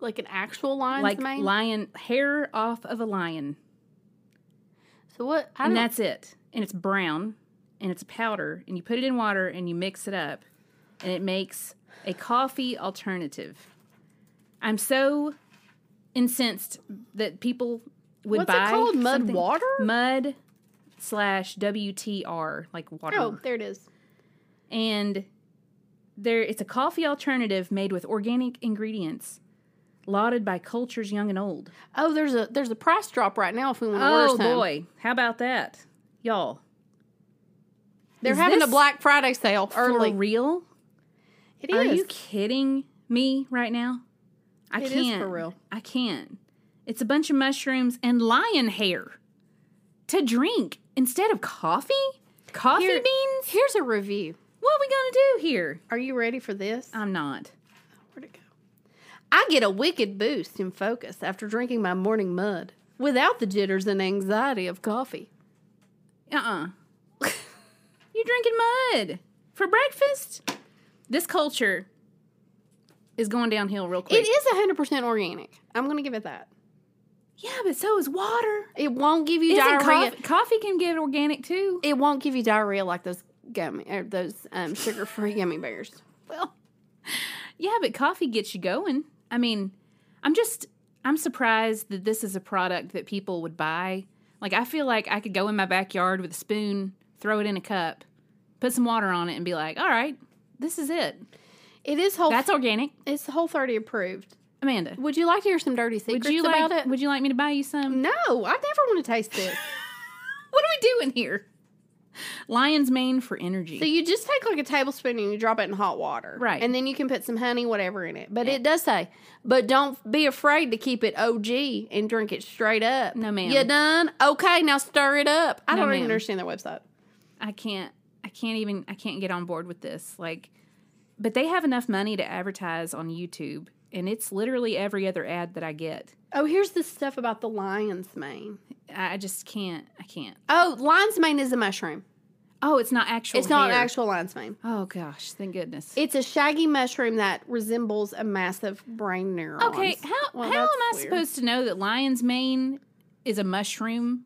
Speaker 2: Like an actual lion's
Speaker 1: like
Speaker 2: mane.
Speaker 1: lion hair off of a lion,
Speaker 2: so what? I
Speaker 1: and
Speaker 2: don't-
Speaker 1: that's it. And it's brown, and it's a powder, and you put it in water and you mix it up, and it makes a coffee alternative. I'm so incensed that people would
Speaker 2: What's it
Speaker 1: buy
Speaker 2: called? Mud
Speaker 1: something-
Speaker 2: water?
Speaker 1: mud slash WTR like water.
Speaker 2: Oh, there it is.
Speaker 1: and there it's a coffee alternative made with organic ingredients lauded by cultures young and old
Speaker 2: Oh, there's a there's a price drop right now if we want to order
Speaker 1: oh
Speaker 2: some.
Speaker 1: boy how about that y'all
Speaker 2: They're
Speaker 1: Is
Speaker 2: having a
Speaker 1: this
Speaker 2: Black Friday sale
Speaker 1: for
Speaker 2: early.
Speaker 1: real
Speaker 2: It
Speaker 1: are
Speaker 2: is.
Speaker 1: you kidding me right now i
Speaker 2: It is
Speaker 1: can't
Speaker 2: for real.
Speaker 1: i can't it's a bunch of mushrooms and lion hair to drink instead of coffee coffee
Speaker 2: Here-
Speaker 1: beans
Speaker 2: Here's a review.
Speaker 1: what are we gonna do here
Speaker 2: Are you ready for this?
Speaker 1: i'm not
Speaker 2: Where'd it go? I get a wicked boost in focus after drinking my morning mud without the jitters and anxiety of coffee.
Speaker 1: Uh-uh. You're drinking mud for breakfast. This culture is going downhill real quick.
Speaker 2: It is 100% organic. I'm going to give it that.
Speaker 1: Yeah, but so is water.
Speaker 2: It won't give you
Speaker 1: Isn't
Speaker 2: diarrhea.
Speaker 1: coffee, coffee can get organic too.
Speaker 2: It won't give you diarrhea like those gummy or those um, sugar-free gummy bears. Well,
Speaker 1: Yeah, but coffee gets you going. I mean, I'm just I'm surprised that this is a product that people would buy. Like I feel like I could go in my backyard with a spoon, throw it in a cup, put some water on it and be like, "All right, this is it.
Speaker 2: it is whole.
Speaker 1: That's organic."
Speaker 2: it's whole 30 approved.
Speaker 1: Amanda,
Speaker 2: Would you like to hear some dirty secrets
Speaker 1: would you like
Speaker 2: about it?
Speaker 1: would you like me to buy you some?
Speaker 2: no, I never want to taste this.
Speaker 1: What are we doing here? Lion's mane for energy.
Speaker 2: So you just take like a tablespoon and you drop it in hot water.
Speaker 1: Right.
Speaker 2: And then you can put some honey, whatever in it. But it does say, but don't be afraid to keep it OG and drink it straight up.
Speaker 1: No, ma'am.
Speaker 2: You done? Okay, now stir it up. I don't even
Speaker 1: ma'am.
Speaker 2: understand their website.
Speaker 1: I can't I can't even I can't get on board with this. Like but they have enough money to advertise on YouTube and it's literally every other ad that I get.
Speaker 2: Oh, here's this stuff about the lion's mane.
Speaker 1: I I just can't I can't.
Speaker 2: Oh, lion's mane is a mushroom.
Speaker 1: Oh, it's not actual
Speaker 2: It's not an
Speaker 1: hair.
Speaker 2: actual lion's mane.
Speaker 1: Oh gosh, thank goodness.
Speaker 2: It's a shaggy mushroom that resembles a massive brain neuron.
Speaker 1: okay, how
Speaker 2: Well,
Speaker 1: how am
Speaker 2: that's
Speaker 1: I
Speaker 2: weird.
Speaker 1: supposed to know that lion's mane is a mushroom?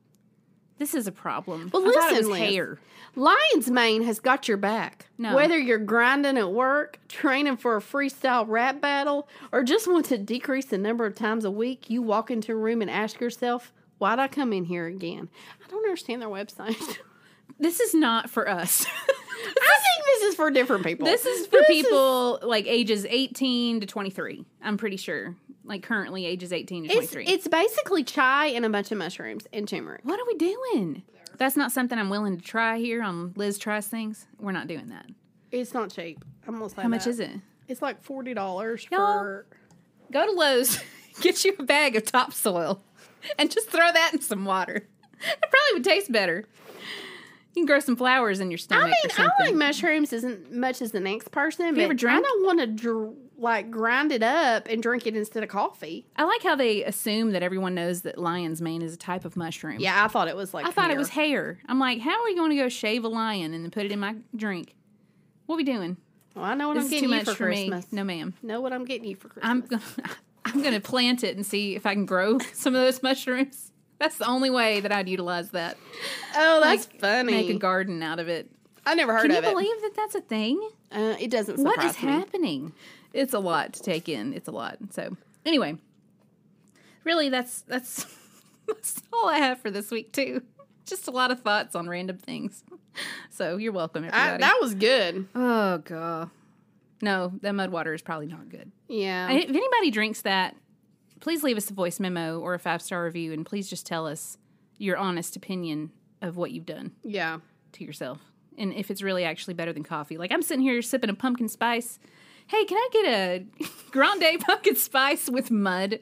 Speaker 1: This is a problem.
Speaker 2: Well,
Speaker 1: I thought it
Speaker 2: listen,
Speaker 1: was
Speaker 2: Liz.
Speaker 1: hair.
Speaker 2: Lion's Mane has got your back.
Speaker 1: No.
Speaker 2: Whether you're grinding at work, training for a freestyle rap battle, or just want to decrease the number of times a week you walk into a room and ask yourself, why'd I come in here again? I don't understand their website. I think
Speaker 1: This is not for us.
Speaker 2: this is for different people.
Speaker 1: This is for
Speaker 2: This
Speaker 1: people like ages 18 to 23. I'm pretty sure. Like currently ages 18 to
Speaker 2: It's,
Speaker 1: 23.
Speaker 2: it's basically chai and a bunch of mushrooms and turmeric.
Speaker 1: what are we doing? That's not something I'm willing to try here on Liz Tries Things. We're not doing that.
Speaker 2: It's not cheap. I'm gonna say
Speaker 1: How much
Speaker 2: that.
Speaker 1: is it?
Speaker 2: It's like forty dollars
Speaker 1: Y'all-
Speaker 2: for.
Speaker 1: Go to Lowe's, get you a bag of topsoil, and just throw that in some water. It probably would taste better. You can grow some flowers in your stomach
Speaker 2: I mean,
Speaker 1: or
Speaker 2: I
Speaker 1: something.
Speaker 2: like mushrooms as much as the next person, but
Speaker 1: ever
Speaker 2: I
Speaker 1: drank-
Speaker 2: don't want to dr- like grind it up and drink it instead of coffee.
Speaker 1: I like how they assume that everyone knows that lion's mane is a type of mushroom.
Speaker 2: Yeah, I thought it was like
Speaker 1: I thought it was hair. I'm like, how are you going to go shave a lion and then put it in my drink? What are we doing?
Speaker 2: Well, I know what
Speaker 1: This
Speaker 2: I'm
Speaker 1: is
Speaker 2: getting
Speaker 1: too
Speaker 2: you
Speaker 1: much
Speaker 2: for,
Speaker 1: for, me.
Speaker 2: Christmas.
Speaker 1: No, ma'am.
Speaker 2: Know what I'm getting you for Christmas?
Speaker 1: I'm gonna, I'm going to plant it and see if I can grow some of those mushrooms. That's the only way that I'd utilize that.
Speaker 2: oh, that's
Speaker 1: Like,
Speaker 2: funny.
Speaker 1: Make a garden out of it.
Speaker 2: I never heard
Speaker 1: Can you
Speaker 2: of it.
Speaker 1: believe that that's a thing?
Speaker 2: uh, it doesn't.
Speaker 1: what is
Speaker 2: surprise me.
Speaker 1: happening? It's a lot to take in. It's a lot. So anyway, really, that's that's that's all I have for this week too. Just a lot of thoughts on random things. So you're welcome, everybody.
Speaker 2: I, that was good.
Speaker 1: oh god, no, that mud water is probably not good.
Speaker 2: Yeah.
Speaker 1: And if anybody drinks that, please leave us a voice memo or a five star review, and please just tell us your honest opinion of what you've done
Speaker 2: yeah.
Speaker 1: to yourself and if it's really actually better than coffee. Like I'm sitting here sipping a pumpkin spice. Hey, can I get a grande pumpkin spice with mud?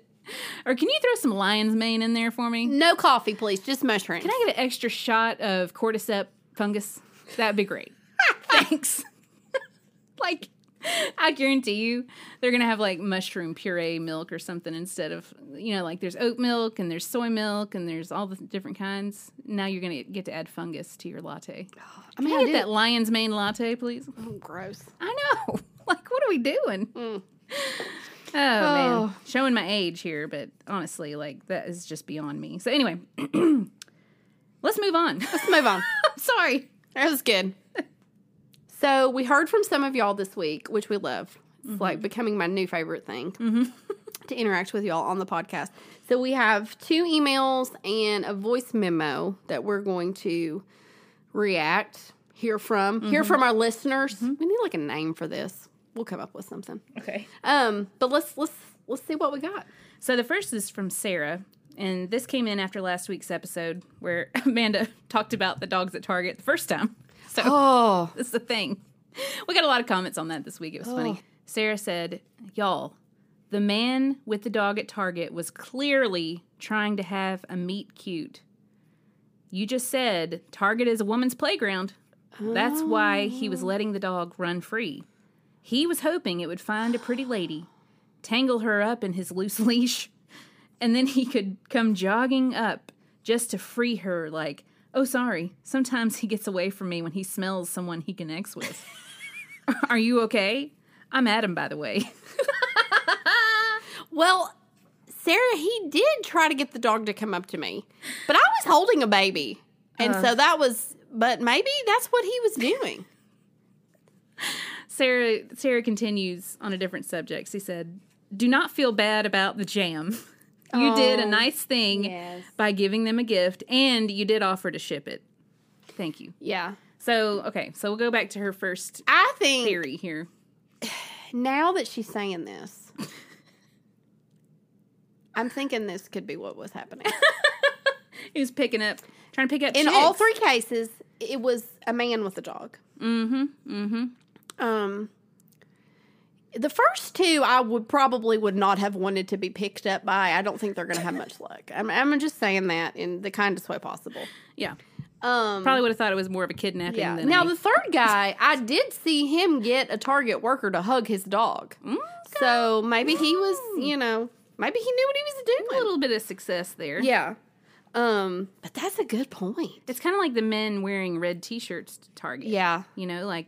Speaker 1: Or can you throw some lion's mane in there for me?
Speaker 2: No coffee, please. Just mushrooms.
Speaker 1: Can I get an extra shot of cordyceps fungus? That'd be great. Thanks. like I guarantee you they're going to have like mushroom puree milk or something instead of, you know, like there's oat milk and there's soy milk and there's all the different kinds. Now you're going to get to add fungus to your latte.
Speaker 2: I mean,
Speaker 1: Can
Speaker 2: I
Speaker 1: I get that lion's mane latte, please?
Speaker 2: did- gross.
Speaker 1: I know. Like, what are we doing? Mm. Oh, man. Showing my age here, but honestly, like, that is just beyond me. So, anyway, let's move on.
Speaker 2: Let's move on.
Speaker 1: Sorry.
Speaker 2: That was good. So we heard from some of y'all this week, which we love. It's like becoming my new favorite thing to interact with y'all on the podcast. So we have two emails and a voice memo that we're going to react, hear from, hear from our listeners. We need like a name for this. We'll come up with something.
Speaker 1: Okay.
Speaker 2: Um, but let's let's let's see what we got.
Speaker 1: So, the first is from Sarah, and this came in after last week's episode where Amanda talked about the dogs at Target the first time. So,
Speaker 2: Oh,
Speaker 1: That's the thing. We got a lot of comments on that this week. It was funny. Sarah said, Y'all, the man with the dog at Target was clearly trying to have a meet cute. You just said Target is a woman's playground. That's why he was letting the dog run free. He was hoping it would find a pretty lady, tangle her up in his loose leash, and then he could come jogging up just to free her like oh sorry sometimes he gets away from me when he smells someone he connects with are you okay i'm adam by the way
Speaker 2: Well, Sarah, he did try to get the dog to come up to me, but I was holding a baby. And so that was, but maybe that's what he was doing.
Speaker 1: sarah sarah continues on a different subject she said do not feel bad about the jam you did a nice thing
Speaker 2: Oh, yes.
Speaker 1: by giving them a gift and you did offer to ship it thank you
Speaker 2: yeah.
Speaker 1: so okay so we'll go back to her first
Speaker 2: I think
Speaker 1: theory here
Speaker 2: now that she's saying this, I'm thinking this could be what was happening.
Speaker 1: he was picking up trying to pick up
Speaker 2: In all
Speaker 1: chicks.
Speaker 2: three cases, it was a man with a dog. Mm-hmm. Mm-hmm. Um the first two I would probably would not have wanted to be picked up by. I don't think they're gonna have much luck. I'm I'm just saying that in the kindest way possible.
Speaker 1: yeah
Speaker 2: Um
Speaker 1: Probably would have thought it was more of a kidnapping
Speaker 2: yeah.
Speaker 1: than
Speaker 2: Now
Speaker 1: a-
Speaker 2: the third guy, I did see him get a target worker to hug his dog. So maybe he was, you know, maybe he knew what he was
Speaker 1: a
Speaker 2: doing.
Speaker 1: little bit of success there.
Speaker 2: Yeah. Um, but that's a good point.
Speaker 1: It's kind of like the men wearing red t shirts to Target.
Speaker 2: Yeah.
Speaker 1: You know, like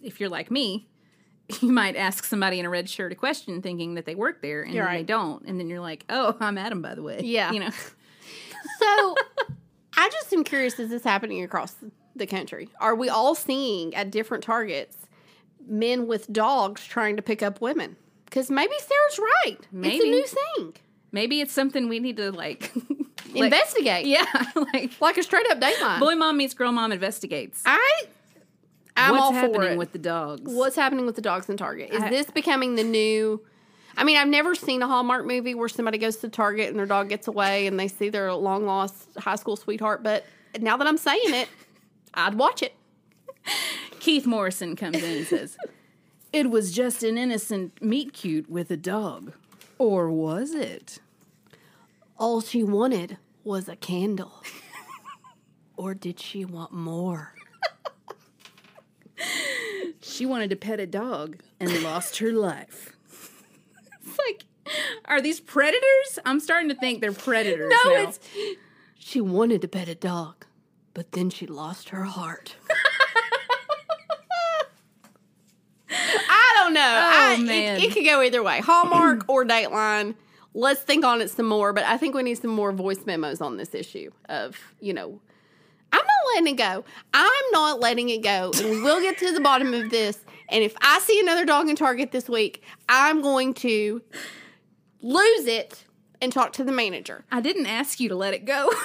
Speaker 1: if you're like me, you might ask somebody in a red shirt a question thinking that they work there and
Speaker 2: You're
Speaker 1: then they
Speaker 2: right.
Speaker 1: don't. And then you're like, oh, I'm Adam, by the way.
Speaker 2: Yeah.
Speaker 1: You know,
Speaker 2: So I just am curious is this happening across the country? Are we all seeing at different targets men with dogs trying to pick up women? Because maybe Sarah's right. It's
Speaker 1: Maybe.
Speaker 2: a new thing.
Speaker 1: maybe it's something we need to like, like-
Speaker 2: Investigate.
Speaker 1: yeah, like
Speaker 2: Like a straight up dateline.
Speaker 1: boy mom meets girl mom investigates.
Speaker 2: I I'm
Speaker 1: What's
Speaker 2: all for
Speaker 1: happening
Speaker 2: it.
Speaker 1: with the dogs?
Speaker 2: What's happening with the dogs in Target? Is
Speaker 1: I-
Speaker 2: this becoming the new? I mean, I've never seen a Hallmark movie where somebody goes to Target and their dog gets away and they see their long lost high school sweetheart. But now that I'm saying it, I'd watch it.
Speaker 1: Keith Morrison comes in and says, It was just an innocent meet cute with a dog. Or was it?
Speaker 2: All she wanted was a candle. or did she want more?
Speaker 1: She wanted to pet a dog and lost her life. It's like, are these predators? I'm starting to think they're predators.
Speaker 2: No,
Speaker 1: now.
Speaker 2: it's she wanted to pet a dog, but then she lost her heart. I don't know. I, it-
Speaker 1: man.
Speaker 2: It, could go either way. Hallmark or Dateline. Let's think on it some more, but I think we need some more voice memos on this issue of, you know, I'm not letting it go. I'm not letting it go. And we will get to the bottom of this. And if I see another dog in Target this week, I'm going to lose it and talk to the manager.
Speaker 1: I didn't ask you to let it go.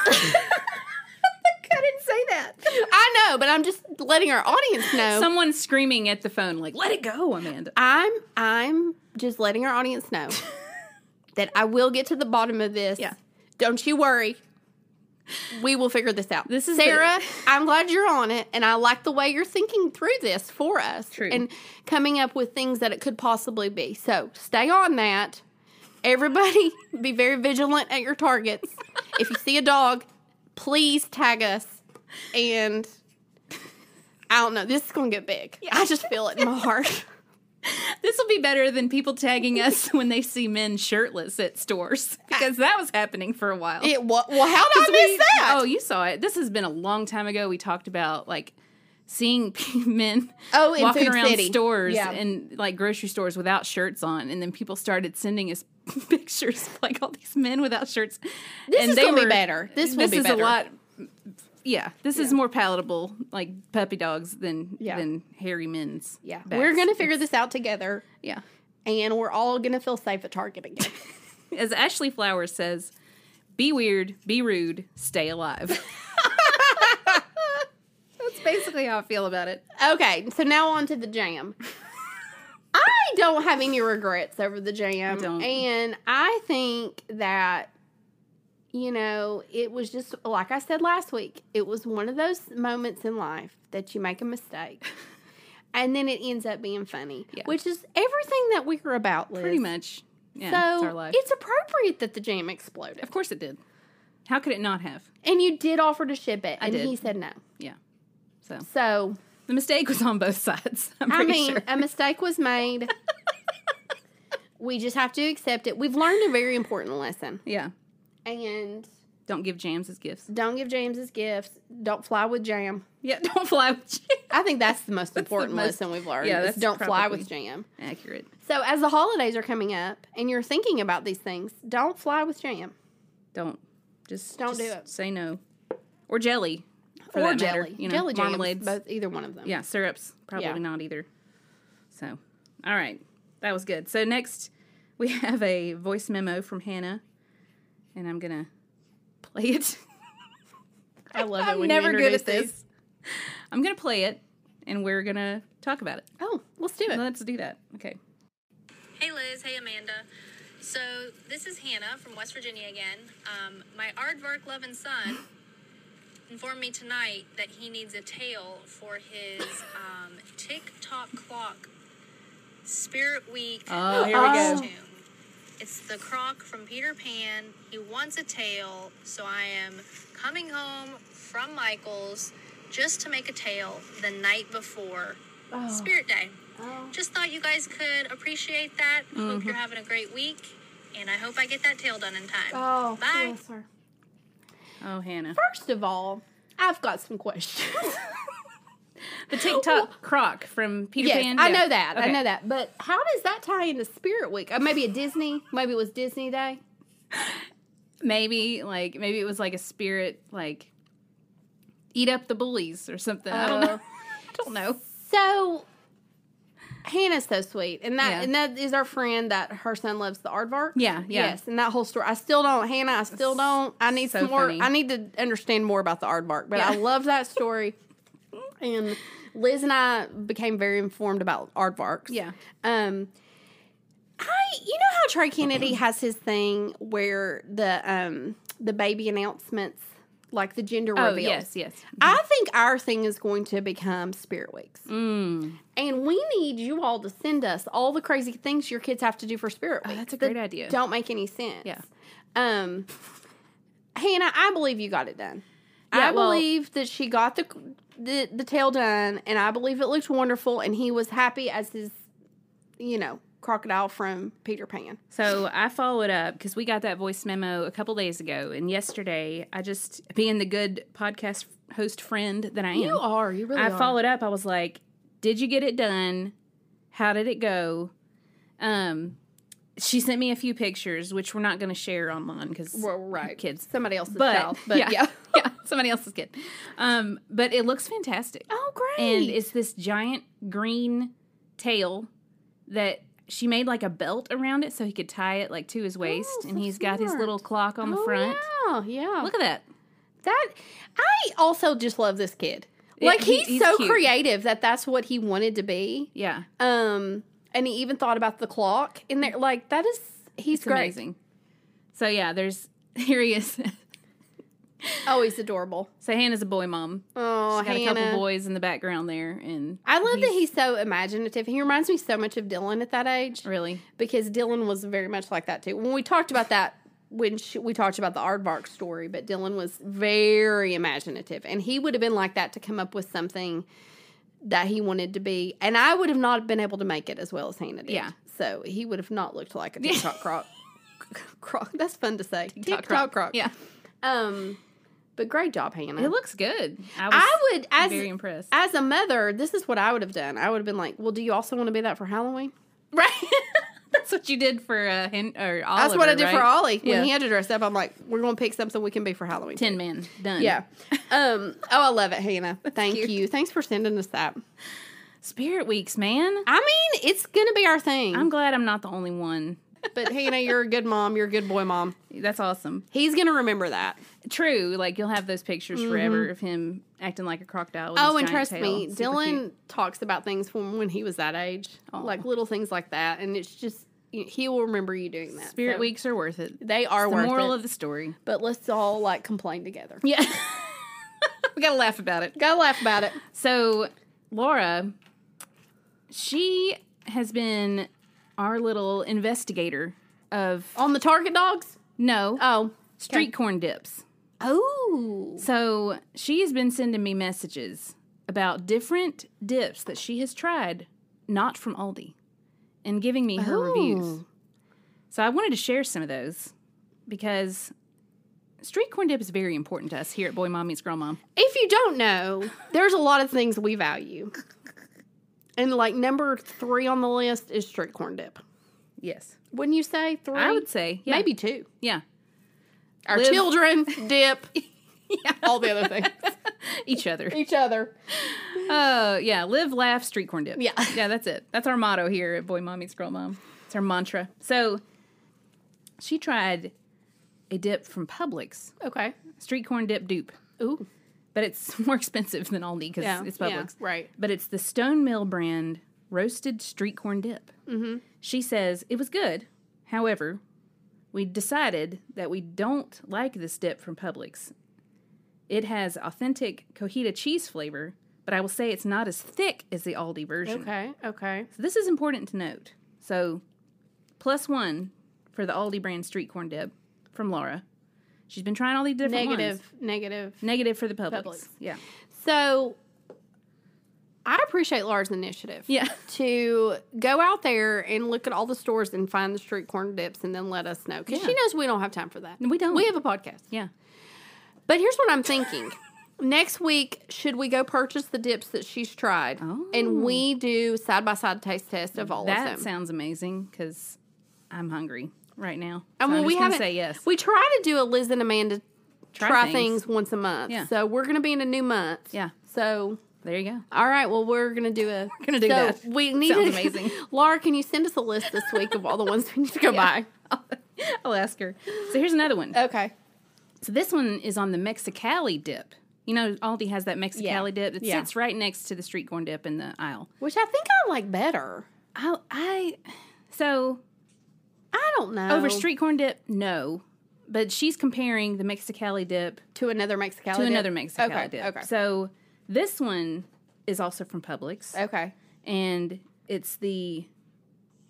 Speaker 1: I didn't say that.
Speaker 2: I know, but I'm just letting our audience know.
Speaker 1: Someone screaming at the phone, like, let it go, Amanda.
Speaker 2: I'm I'm just letting our audience know that I will get to the bottom of this.
Speaker 1: Yeah.
Speaker 2: Don't you worry. We will figure this out.
Speaker 1: This is
Speaker 2: Sarah.
Speaker 1: the-
Speaker 2: I'm glad you're on it, and I like the way you're thinking through this for us
Speaker 1: True.
Speaker 2: and coming up with things that it could possibly be. So stay on that. Everybody, be very vigilant at your targets. if you see a dog, please tag us. And I don't know. This is gonna get big. I just feel it in my heart.
Speaker 1: This will be better than people tagging us when they see men shirtless at stores because that was happening for a while.
Speaker 2: It wa- well, how did I
Speaker 1: 'Cause
Speaker 2: miss
Speaker 1: we-
Speaker 2: that?
Speaker 1: Oh, you saw it. This has been a long time ago. We talked about like seeing men
Speaker 2: Oh, in
Speaker 1: walking
Speaker 2: Food
Speaker 1: around
Speaker 2: City.
Speaker 1: stores
Speaker 2: Yeah.
Speaker 1: and like grocery stores without shirts on, and then people started sending us pictures of, like all these men without shirts. This
Speaker 2: is gonna be better. This will be
Speaker 1: is
Speaker 2: better.
Speaker 1: a lot. Yeah, this is more palatable, like puppy dogs than
Speaker 2: Yeah.
Speaker 1: than hairy men's.
Speaker 2: yeah,
Speaker 1: backs.
Speaker 2: we're gonna figure this out together,
Speaker 1: yeah.
Speaker 2: and we're all gonna feel safe at Target again.
Speaker 1: As Ashley Flowers says, "Be weird, be rude, stay alive." That's basically how I feel about it.
Speaker 2: okay, so now on to the jam. I don't have any regrets over the jam,
Speaker 1: I don't.
Speaker 2: and I think that you know it was just like I said last week. It was one of those moments in life that you make a mistake. And then it ends up being funny,
Speaker 1: Yeah.
Speaker 2: which is everything that we were about. Liz.
Speaker 1: Pretty much. Yeah,
Speaker 2: so
Speaker 1: it's our life.
Speaker 2: it's appropriate that the jam exploded.
Speaker 1: of course it did. How could it not have?
Speaker 2: And you did offer to ship it, and
Speaker 1: did.
Speaker 2: he said no.
Speaker 1: Yeah. So
Speaker 2: So
Speaker 1: the mistake was on both sides. I'm
Speaker 2: I
Speaker 1: pretty
Speaker 2: mean,
Speaker 1: sure.
Speaker 2: a mistake was made. we just have to accept it. We've learned a very important lesson,
Speaker 1: Yeah.
Speaker 2: and
Speaker 1: Don't give jams as gifts.
Speaker 2: don't give James his gifts. Don't fly with jam.
Speaker 1: Yeah, don't fly with jams.
Speaker 2: I think that's the most important
Speaker 1: most-
Speaker 2: lesson we've learned.
Speaker 1: yeah,
Speaker 2: is
Speaker 1: that's
Speaker 2: don't fly
Speaker 1: probably-
Speaker 2: with jam.
Speaker 1: Accurate.
Speaker 2: So as the holidays are coming up, and you're thinking about these things, don't fly with jam.
Speaker 1: Don't. Just
Speaker 2: Don't
Speaker 1: just
Speaker 2: do it.
Speaker 1: Say no. Or jelly. For
Speaker 2: or
Speaker 1: that matter,
Speaker 2: jelly,
Speaker 1: you know,
Speaker 2: jelly jams,
Speaker 1: marmalades.
Speaker 2: both either one of them.
Speaker 1: Yeah, syrups. Probably
Speaker 2: Yeah.
Speaker 1: not either. So, all right. That was good. So, next we have a voice memo from Hannah, and I'm going to play it.
Speaker 2: I love it.
Speaker 1: I'm
Speaker 2: When
Speaker 1: never
Speaker 2: you
Speaker 1: good
Speaker 2: introduce
Speaker 1: at this. I'm going to play it, and we're going to talk about it.
Speaker 2: these. Oh, let's do it.
Speaker 1: Let's do that. Okay.
Speaker 5: Hey Liz, hey Amanda. So this is Hannah from West Virginia again. Um, my aardvark loving son informed me tonight that he needs a tail for his um, tick tock clock Spirit Week
Speaker 1: Oh, here we go.
Speaker 5: costume. It's the croc from Peter Pan. He wants a tail, so I am coming home from Michael's just to make a tail the night before
Speaker 2: Oh.
Speaker 5: Spirit Day. Just thought you guys could appreciate that. Hope
Speaker 2: Mm-hmm.
Speaker 5: you're having a great week, and I hope I get that tail done in time.
Speaker 2: Oh,
Speaker 5: Bye.
Speaker 2: bless her.
Speaker 1: Oh, Hannah.
Speaker 2: First of all, I've got some questions.
Speaker 1: The TikTok croc from Peter
Speaker 2: yes,
Speaker 1: Pan.
Speaker 2: I
Speaker 1: Yeah.
Speaker 2: know that. I
Speaker 1: Okay.
Speaker 2: know that. But how does that tie into Spirit Week? Or maybe a Disney. Maybe it was Disney Day.
Speaker 1: Maybe, like, maybe it was like a spirit, like, eat up the bullies or something. I don't
Speaker 2: Uh,
Speaker 1: know. I don't know.
Speaker 2: So Hannah's so sweet, and that
Speaker 1: Yeah.
Speaker 2: and that is our friend that her son loves the aardvark.
Speaker 1: Yeah, yeah.
Speaker 2: yes, and that whole story. I still don't, Hannah. I still don't. I need
Speaker 1: so
Speaker 2: some more.
Speaker 1: funny.
Speaker 2: I need to understand more about the aardvark, but I
Speaker 1: Yeah.
Speaker 2: love that story. and Liz and I became very informed about aardvarks.
Speaker 1: Yeah.
Speaker 2: Um, I you know how Trey Kennedy has his thing where the um the baby announcements like the gender
Speaker 1: Oh, yes,
Speaker 2: reveals.
Speaker 1: yes.
Speaker 2: I think our thing is going to become Spirit Weeks. And we need you all to send us all the crazy things your kids have to do for Spirit Week.
Speaker 1: that's a
Speaker 2: that
Speaker 1: great idea.
Speaker 2: Don't make any sense.
Speaker 1: Yeah.
Speaker 2: Um, Hannah, I believe you got it done.
Speaker 1: Yeah,
Speaker 2: I
Speaker 1: well-
Speaker 2: believe that she got the, the the tail done, and I believe it looked wonderful, and he was happy as his, you know, crocodile from Peter Pan.
Speaker 1: So I followed up because we got that voice memo a couple days ago, and yesterday I just being the good podcast host friend that I am,
Speaker 2: are. You really
Speaker 1: I followed up. I was like, "Did you get it done? How did it go?" Um, she sent me a few pictures, which we're not going to share online because
Speaker 2: Well, right.
Speaker 1: kids,
Speaker 2: Somebody else's
Speaker 1: but,
Speaker 2: child, but yeah.
Speaker 1: yeah, yeah, somebody else's kid. Um, but it looks fantastic.
Speaker 2: Oh, great!
Speaker 1: and it's this giant green tail that she made like a belt around it so he could tie it like to his waist
Speaker 2: Oh, so
Speaker 1: and he's got his
Speaker 2: smart.
Speaker 1: little clock on the
Speaker 2: Oh,
Speaker 1: front
Speaker 2: Yeah, yeah.
Speaker 1: look at that
Speaker 2: That I also just love this kid.
Speaker 1: Yeah,
Speaker 2: Like
Speaker 1: he-
Speaker 2: he's,
Speaker 1: he's
Speaker 2: so
Speaker 1: cute.
Speaker 2: creative that that's what he wanted to be.
Speaker 1: yeah
Speaker 2: Um, and he even thought about the clock in there. Like that is he's
Speaker 1: it's
Speaker 2: great.
Speaker 1: amazing so yeah there's here he is
Speaker 2: Oh, he's adorable.
Speaker 1: so hannah's a boy mom
Speaker 2: Oh,
Speaker 1: got
Speaker 2: Hannah.
Speaker 1: a couple boys in the background there and
Speaker 2: I love that he's so imaginative. He reminds me so much of Dylan at that age
Speaker 1: really
Speaker 2: because Dylan was very much like that too. When we talked about that. When she, we talked about the Aardvark story, but Dylan was very imaginative, and he would have been like that to come up with something that he wanted to be, and I would have not been able to make it as well as Hannah did.
Speaker 1: Yeah.
Speaker 2: So he would have not looked like a TikTok croc. croc. That's fun to say. TikTok, croc.
Speaker 1: Yeah,
Speaker 2: Um, but great job, Hannah.
Speaker 1: it looks good. I was
Speaker 2: I would as
Speaker 1: very impressed.
Speaker 2: as a mother, this is what I would have done. I would have been like, "Well, do you also want to be that for Halloween?"
Speaker 1: right, that's what you did for uh, Hen- or Oliver.
Speaker 2: That's what I did for
Speaker 1: right?
Speaker 2: Ollie when
Speaker 1: Yeah.
Speaker 2: he had to dress up. I'm like, "We're going to pick something we can be for Halloween."
Speaker 1: Tin Man done.
Speaker 2: Yeah. Um. Oh, I love it, Hannah. Thank you. Thanks for sending us that.
Speaker 1: Spirit Weeks, man.
Speaker 2: I mean, it's gonna be our thing.
Speaker 1: I'm glad I'm not the only one.
Speaker 2: but Hannah, you're a good mom. You're a good boy mom.
Speaker 1: That's awesome.
Speaker 2: He's gonna remember that.
Speaker 1: True, like you'll have those pictures forever of him acting like a crocodile. With
Speaker 2: Mm-hmm. Oh,
Speaker 1: his
Speaker 2: and
Speaker 1: giant
Speaker 2: trust
Speaker 1: tail.
Speaker 2: me,
Speaker 1: Super
Speaker 2: Dylan
Speaker 1: cute.
Speaker 2: talks about things from when he was that age, like little things like that, and it's just y- he will remember you doing that.
Speaker 1: Spirit
Speaker 2: So
Speaker 1: Weeks are worth it.
Speaker 2: They are
Speaker 1: the
Speaker 2: worth
Speaker 1: moral
Speaker 2: it.
Speaker 1: of the story.
Speaker 2: but let's all like complain together.
Speaker 1: Yeah, we gotta laugh about it.
Speaker 2: Gotta laugh about it.
Speaker 1: So, Laura, she has been our little investigator of
Speaker 2: On the Target dogs.
Speaker 1: no
Speaker 2: Oh,
Speaker 1: street corn dips.
Speaker 2: oh,
Speaker 1: So she has been sending me messages about different dips that she has tried, not from Aldi, and giving me her reviews.
Speaker 2: Oh.
Speaker 1: So I wanted to share some of those because street corn dip is very important to us here at Boy Mom Meets Girl Mom.
Speaker 2: If you don't know, there's a lot of things we value, and like number three on the list is street corn dip.
Speaker 1: Yes,
Speaker 2: Wouldn't you say three?
Speaker 1: I would say yeah,
Speaker 2: maybe two.
Speaker 1: yeah.
Speaker 2: Our
Speaker 1: Live-
Speaker 2: children dip. All the other things.
Speaker 1: Each other.
Speaker 2: Each other.
Speaker 1: Oh yeah, live, laugh, street corn dip.
Speaker 2: Yeah.
Speaker 1: yeah, that's it. That's our motto here at Boy Mom Meets Girl Mom. It's our mantra. So she tried a dip from Publix,
Speaker 2: Okay.
Speaker 1: street corn dip dupe,
Speaker 2: Ooh.
Speaker 1: but it's more expensive than Aldi because
Speaker 2: Yeah,
Speaker 1: it's
Speaker 2: yeah,
Speaker 1: Publix,
Speaker 2: right.
Speaker 1: But it's the Stone Mill brand roasted street corn dip. Mm-hmm. She says it was good. However, we decided that we don't like this dip from Publix. It has authentic cojita cheese flavor, but I will say it's not as thick as the Aldi version.
Speaker 2: Okay. Okay.
Speaker 1: So this is important to note. So, plus one for the Aldi brand street corn dip from Laura. She's been trying all these different
Speaker 2: Negative.
Speaker 1: ones.
Speaker 2: Negative.
Speaker 1: Negative for the Publix.
Speaker 2: Publix.
Speaker 1: Yeah.
Speaker 2: So I appreciate Laura's initiative.
Speaker 1: Yeah.
Speaker 2: To go out there and look at all the stores and find the street corn dips and then let us know. Because
Speaker 1: Yeah.
Speaker 2: she knows we don't have time for that.
Speaker 1: We don't.
Speaker 2: We have a podcast.
Speaker 1: Yeah.
Speaker 2: But here's what I'm thinking. Next week, should we go purchase the dips that she's tried? And we do side by side taste test of all of
Speaker 1: Oh. That
Speaker 2: them.
Speaker 1: sounds amazing because I'm hungry right now.
Speaker 2: and
Speaker 1: So
Speaker 2: well,
Speaker 1: I'm just
Speaker 2: we
Speaker 1: gonna
Speaker 2: haven't
Speaker 1: say yes.
Speaker 2: We try to do a Liz and Amanda try, things. once a month.
Speaker 1: Yeah.
Speaker 2: So we're gonna be in a new month.
Speaker 1: Yeah.
Speaker 2: So
Speaker 1: There you go.
Speaker 2: all right, well we're gonna do a we're
Speaker 1: gonna do
Speaker 2: so
Speaker 1: that.
Speaker 2: We need
Speaker 1: Sounds
Speaker 2: to-
Speaker 1: amazing.
Speaker 2: Laura, can you send us a list this week of all the ones we need to go buy?
Speaker 1: I'll ask her. So here's another one.
Speaker 2: Okay.
Speaker 1: So this one is on the Mexicali dip. You know, Aldi has that Mexicali dip. It
Speaker 2: Yeah.
Speaker 1: sits right next to the street corn dip in the aisle.
Speaker 2: Which I think I like better.
Speaker 1: I, I so
Speaker 2: I don't know.
Speaker 1: over street corn dip, no. But she's comparing the Mexicali dip
Speaker 2: to another Mexicali.
Speaker 1: to another
Speaker 2: Oh, dip?
Speaker 1: Mexicali
Speaker 2: okay.
Speaker 1: dip.
Speaker 2: Okay.
Speaker 1: So this one is also from Publix.
Speaker 2: okay.
Speaker 1: and it's the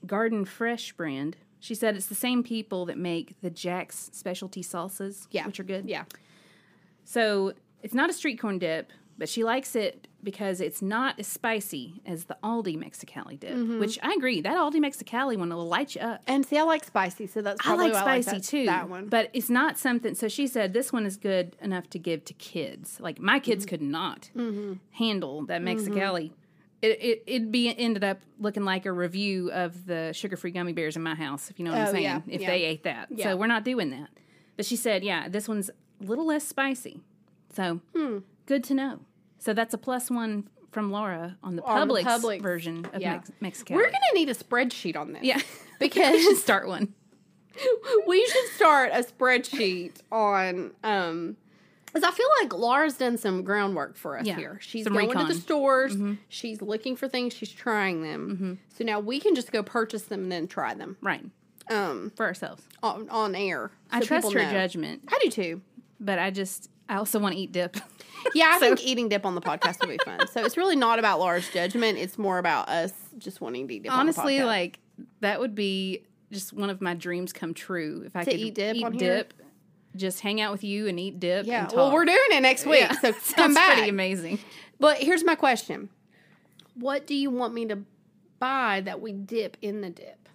Speaker 1: Garden Fresh brand. She said it's the same people that make the Jack's specialty salsas,
Speaker 2: Yeah.
Speaker 1: which are good.
Speaker 2: Yeah.
Speaker 1: So it's not a street corn dip, but she likes it because it's not as spicy as the Aldi Mexicali dip,
Speaker 2: Mm-hmm.
Speaker 1: which I agree. That Aldi Mexicali one will light you up.
Speaker 2: And see, I like spicy, so that's
Speaker 1: I
Speaker 2: probably
Speaker 1: like
Speaker 2: why
Speaker 1: spicy
Speaker 2: I like that,
Speaker 1: too,
Speaker 2: That one,
Speaker 1: but it's not something. So she said this one is good enough to give to kids. Like my kids
Speaker 2: Mm-hmm.
Speaker 1: could not handle that Mexicali. It, it it'd be ended up looking like a review of the sugar free gummy bears in my house. If you know what I'm
Speaker 2: Oh,
Speaker 1: saying,
Speaker 2: yeah,
Speaker 1: if
Speaker 2: yeah.
Speaker 1: they ate that,
Speaker 2: Yeah.
Speaker 1: so we're not doing that. But she said, yeah, this one's a little less spicy. So
Speaker 2: Hmm.
Speaker 1: good to know. So that's a plus one from Laura on the
Speaker 2: On the
Speaker 1: Publix,
Speaker 2: Publix.
Speaker 1: version of
Speaker 2: Yeah.
Speaker 1: Mex- Mexicali.
Speaker 2: we're gonna need a spreadsheet on this.
Speaker 1: yeah, we should
Speaker 2: because
Speaker 1: start one.
Speaker 2: we should start a spreadsheet on um because I feel like Laura's done some groundwork for us
Speaker 1: Yeah,
Speaker 2: here. She's
Speaker 1: some
Speaker 2: going to
Speaker 1: recon. Mm-hmm.
Speaker 2: the stores, she's looking for things, she's trying them. So now we can just go purchase them and then try them
Speaker 1: Right
Speaker 2: um
Speaker 1: for ourselves.
Speaker 2: on, on air.
Speaker 1: I
Speaker 2: so
Speaker 1: trust
Speaker 2: people
Speaker 1: her
Speaker 2: know.
Speaker 1: judgment.
Speaker 2: I do too.
Speaker 1: but I just I also want to eat dip.
Speaker 2: Yeah, I think eating dip on the podcast would be fun. So it's really not about Laura's judgment; it's more about us just wanting to eat dip. on the
Speaker 1: Honestly,
Speaker 2: podcast.
Speaker 1: like that would be just one of my dreams come true if I
Speaker 2: To
Speaker 1: could
Speaker 2: eat dip on here?
Speaker 1: dip, just hang out with you and eat dip.
Speaker 2: yeah.
Speaker 1: and
Speaker 2: Well,
Speaker 1: talk.
Speaker 2: we're doing it next week,
Speaker 1: Yeah.
Speaker 2: so
Speaker 1: Sounds
Speaker 2: come back.
Speaker 1: Pretty amazing.
Speaker 2: But here's my question. What do you want me to buy that we dip in the dip?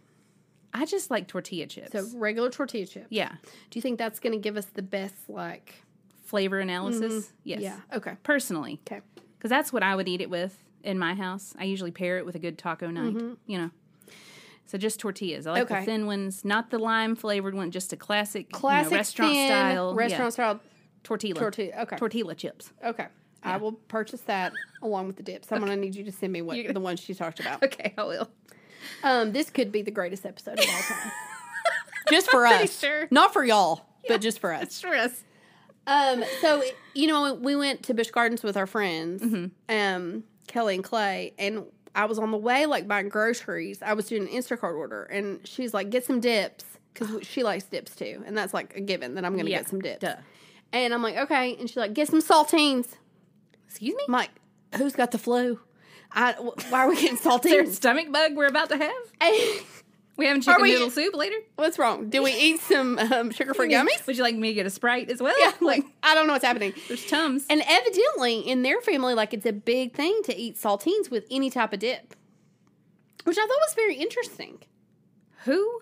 Speaker 1: I just like tortilla chips.
Speaker 2: So regular tortilla chips.
Speaker 1: yeah.
Speaker 2: Do you think that's going to give us the best like?
Speaker 1: Flavor analysis. Yes.
Speaker 2: Mm-hmm. Yeah. Okay.
Speaker 1: Personally.
Speaker 2: Okay.
Speaker 1: Because that's what I would eat it with in my house. I usually pair it with a good taco night, you know. So just tortillas. I like
Speaker 2: Mm-hmm. Okay.
Speaker 1: the thin ones, not the lime flavored one, just a classic, you know,
Speaker 2: Classic
Speaker 1: restaurant
Speaker 2: thin,
Speaker 1: style. yeah,
Speaker 2: Restaurant style.
Speaker 1: tortilla.
Speaker 2: tortilla- okay.
Speaker 1: Tortilla chips.
Speaker 2: Okay. I will purchase that along with the dips. I'm going to need you to send me what the ones she talked about.
Speaker 1: Okay, I will.
Speaker 2: Um, this could be the greatest episode of all time. just for us, not for y'all, but just for us.
Speaker 1: Stress.
Speaker 2: Um, so you know, we went to Busch Gardens with our friends,
Speaker 1: Mm-hmm.
Speaker 2: um, Kelly and Clay, and I was on the way like buying groceries. I was doing an Instacart order, and she's like, "Get some dips," because she likes dips too, and that's like a given that I'm going to
Speaker 1: Yeah,
Speaker 2: get some dips.
Speaker 1: duh.
Speaker 2: And I'm like, "Okay," and she's like, "Get some saltines."
Speaker 1: Excuse me?
Speaker 2: I'm like, "Who's got the flu?" I, wh- why are we getting
Speaker 1: There's
Speaker 2: saltines?
Speaker 1: stomach bug we're about to have. We having
Speaker 2: Are
Speaker 1: chicken
Speaker 2: we-
Speaker 1: noodle soup later.
Speaker 2: What's wrong? Do we eat some um, sugar-free gummies?
Speaker 1: Would you like me to get a sprite as well?
Speaker 2: Yeah, like I don't know what's happening.
Speaker 1: there's tums.
Speaker 2: And evidently, in their family, like it's a big thing to eat saltines with any type of dip, which I thought was very interesting.
Speaker 1: Who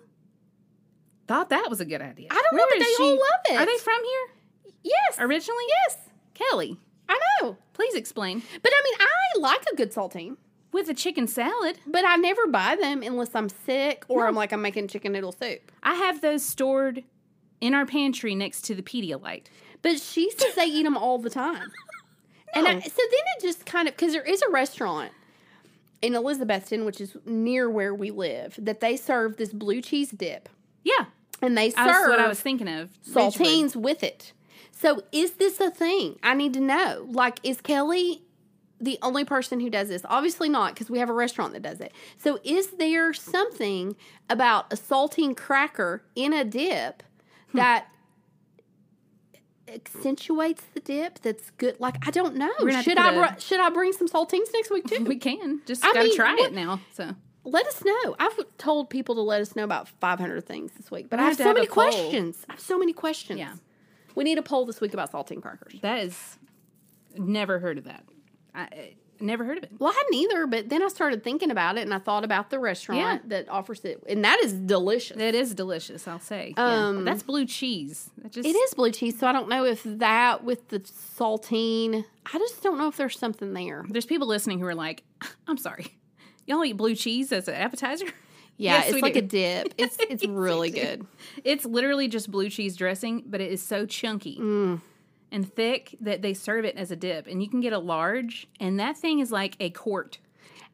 Speaker 1: thought that was a good idea?
Speaker 2: I don't know, but
Speaker 1: is
Speaker 2: they all love it.
Speaker 1: Are they from here
Speaker 2: Yes,
Speaker 1: originally?
Speaker 2: yes,
Speaker 1: Kelly,
Speaker 2: I know.
Speaker 1: please explain.
Speaker 2: But I mean, I like a good saltine,
Speaker 1: With a chicken salad,
Speaker 2: but I never buy them unless I'm sick or I'm like I'm making chicken noodle soup.
Speaker 1: I have those stored in our pantry next to the Pedialyte.
Speaker 2: But she says they eat them all the time, and I, so then it just kind of because there is a restaurant. In Elizabethton, which is near where we live, that they serve this blue cheese dip,
Speaker 1: Yeah,
Speaker 2: and they serve
Speaker 1: that's what I was thinking of. Ridgewood.
Speaker 2: saltines with it. So is this a thing? I need to know. Like, is Kelly the only person who does this? Obviously not, because we have a restaurant that does it. So is there something about a saltine cracker in a dip
Speaker 1: Hmm.
Speaker 2: that accentuates the dip? That's good. Like, I don't know.
Speaker 1: gonna have to
Speaker 2: Should
Speaker 1: put
Speaker 2: I
Speaker 1: a-
Speaker 2: br- should I bring some saltines next week too?
Speaker 1: We can just
Speaker 2: I
Speaker 1: gotta
Speaker 2: mean,
Speaker 1: try
Speaker 2: what-
Speaker 1: it now. So
Speaker 2: let us know. I've told people to let us know about 500 things this week, but
Speaker 1: We
Speaker 2: I have
Speaker 1: have to
Speaker 2: so
Speaker 1: have a
Speaker 2: many
Speaker 1: poll.
Speaker 2: questions. I have so many questions.
Speaker 1: Yeah.
Speaker 2: We need a poll this week about saltine crackers.
Speaker 1: that is never heard of that. I, I never heard of it.
Speaker 2: Well, I hadn't either, but then I started thinking about it and I thought about the restaurant
Speaker 1: Yeah.
Speaker 2: that offers it, and that is delicious.
Speaker 1: That is delicious, I'll say. yeah.
Speaker 2: Um,
Speaker 1: But that's blue cheese. That just
Speaker 2: it is blue cheese, so I don't know if that with the saltine, I just don't know if there's something there.
Speaker 1: There's people listening who are like, I'm sorry, y'all eat blue cheese as an appetizer?
Speaker 2: Yeah,
Speaker 1: Yes,
Speaker 2: it's
Speaker 1: we
Speaker 2: like
Speaker 1: do.
Speaker 2: a dip. It's it's
Speaker 1: Yes, we
Speaker 2: really
Speaker 1: do.
Speaker 2: good.
Speaker 1: It's literally just blue cheese dressing, but it is so chunky
Speaker 2: Mm.
Speaker 1: and thick that they serve it as a dip. And you can get a large, and that thing is like a quart.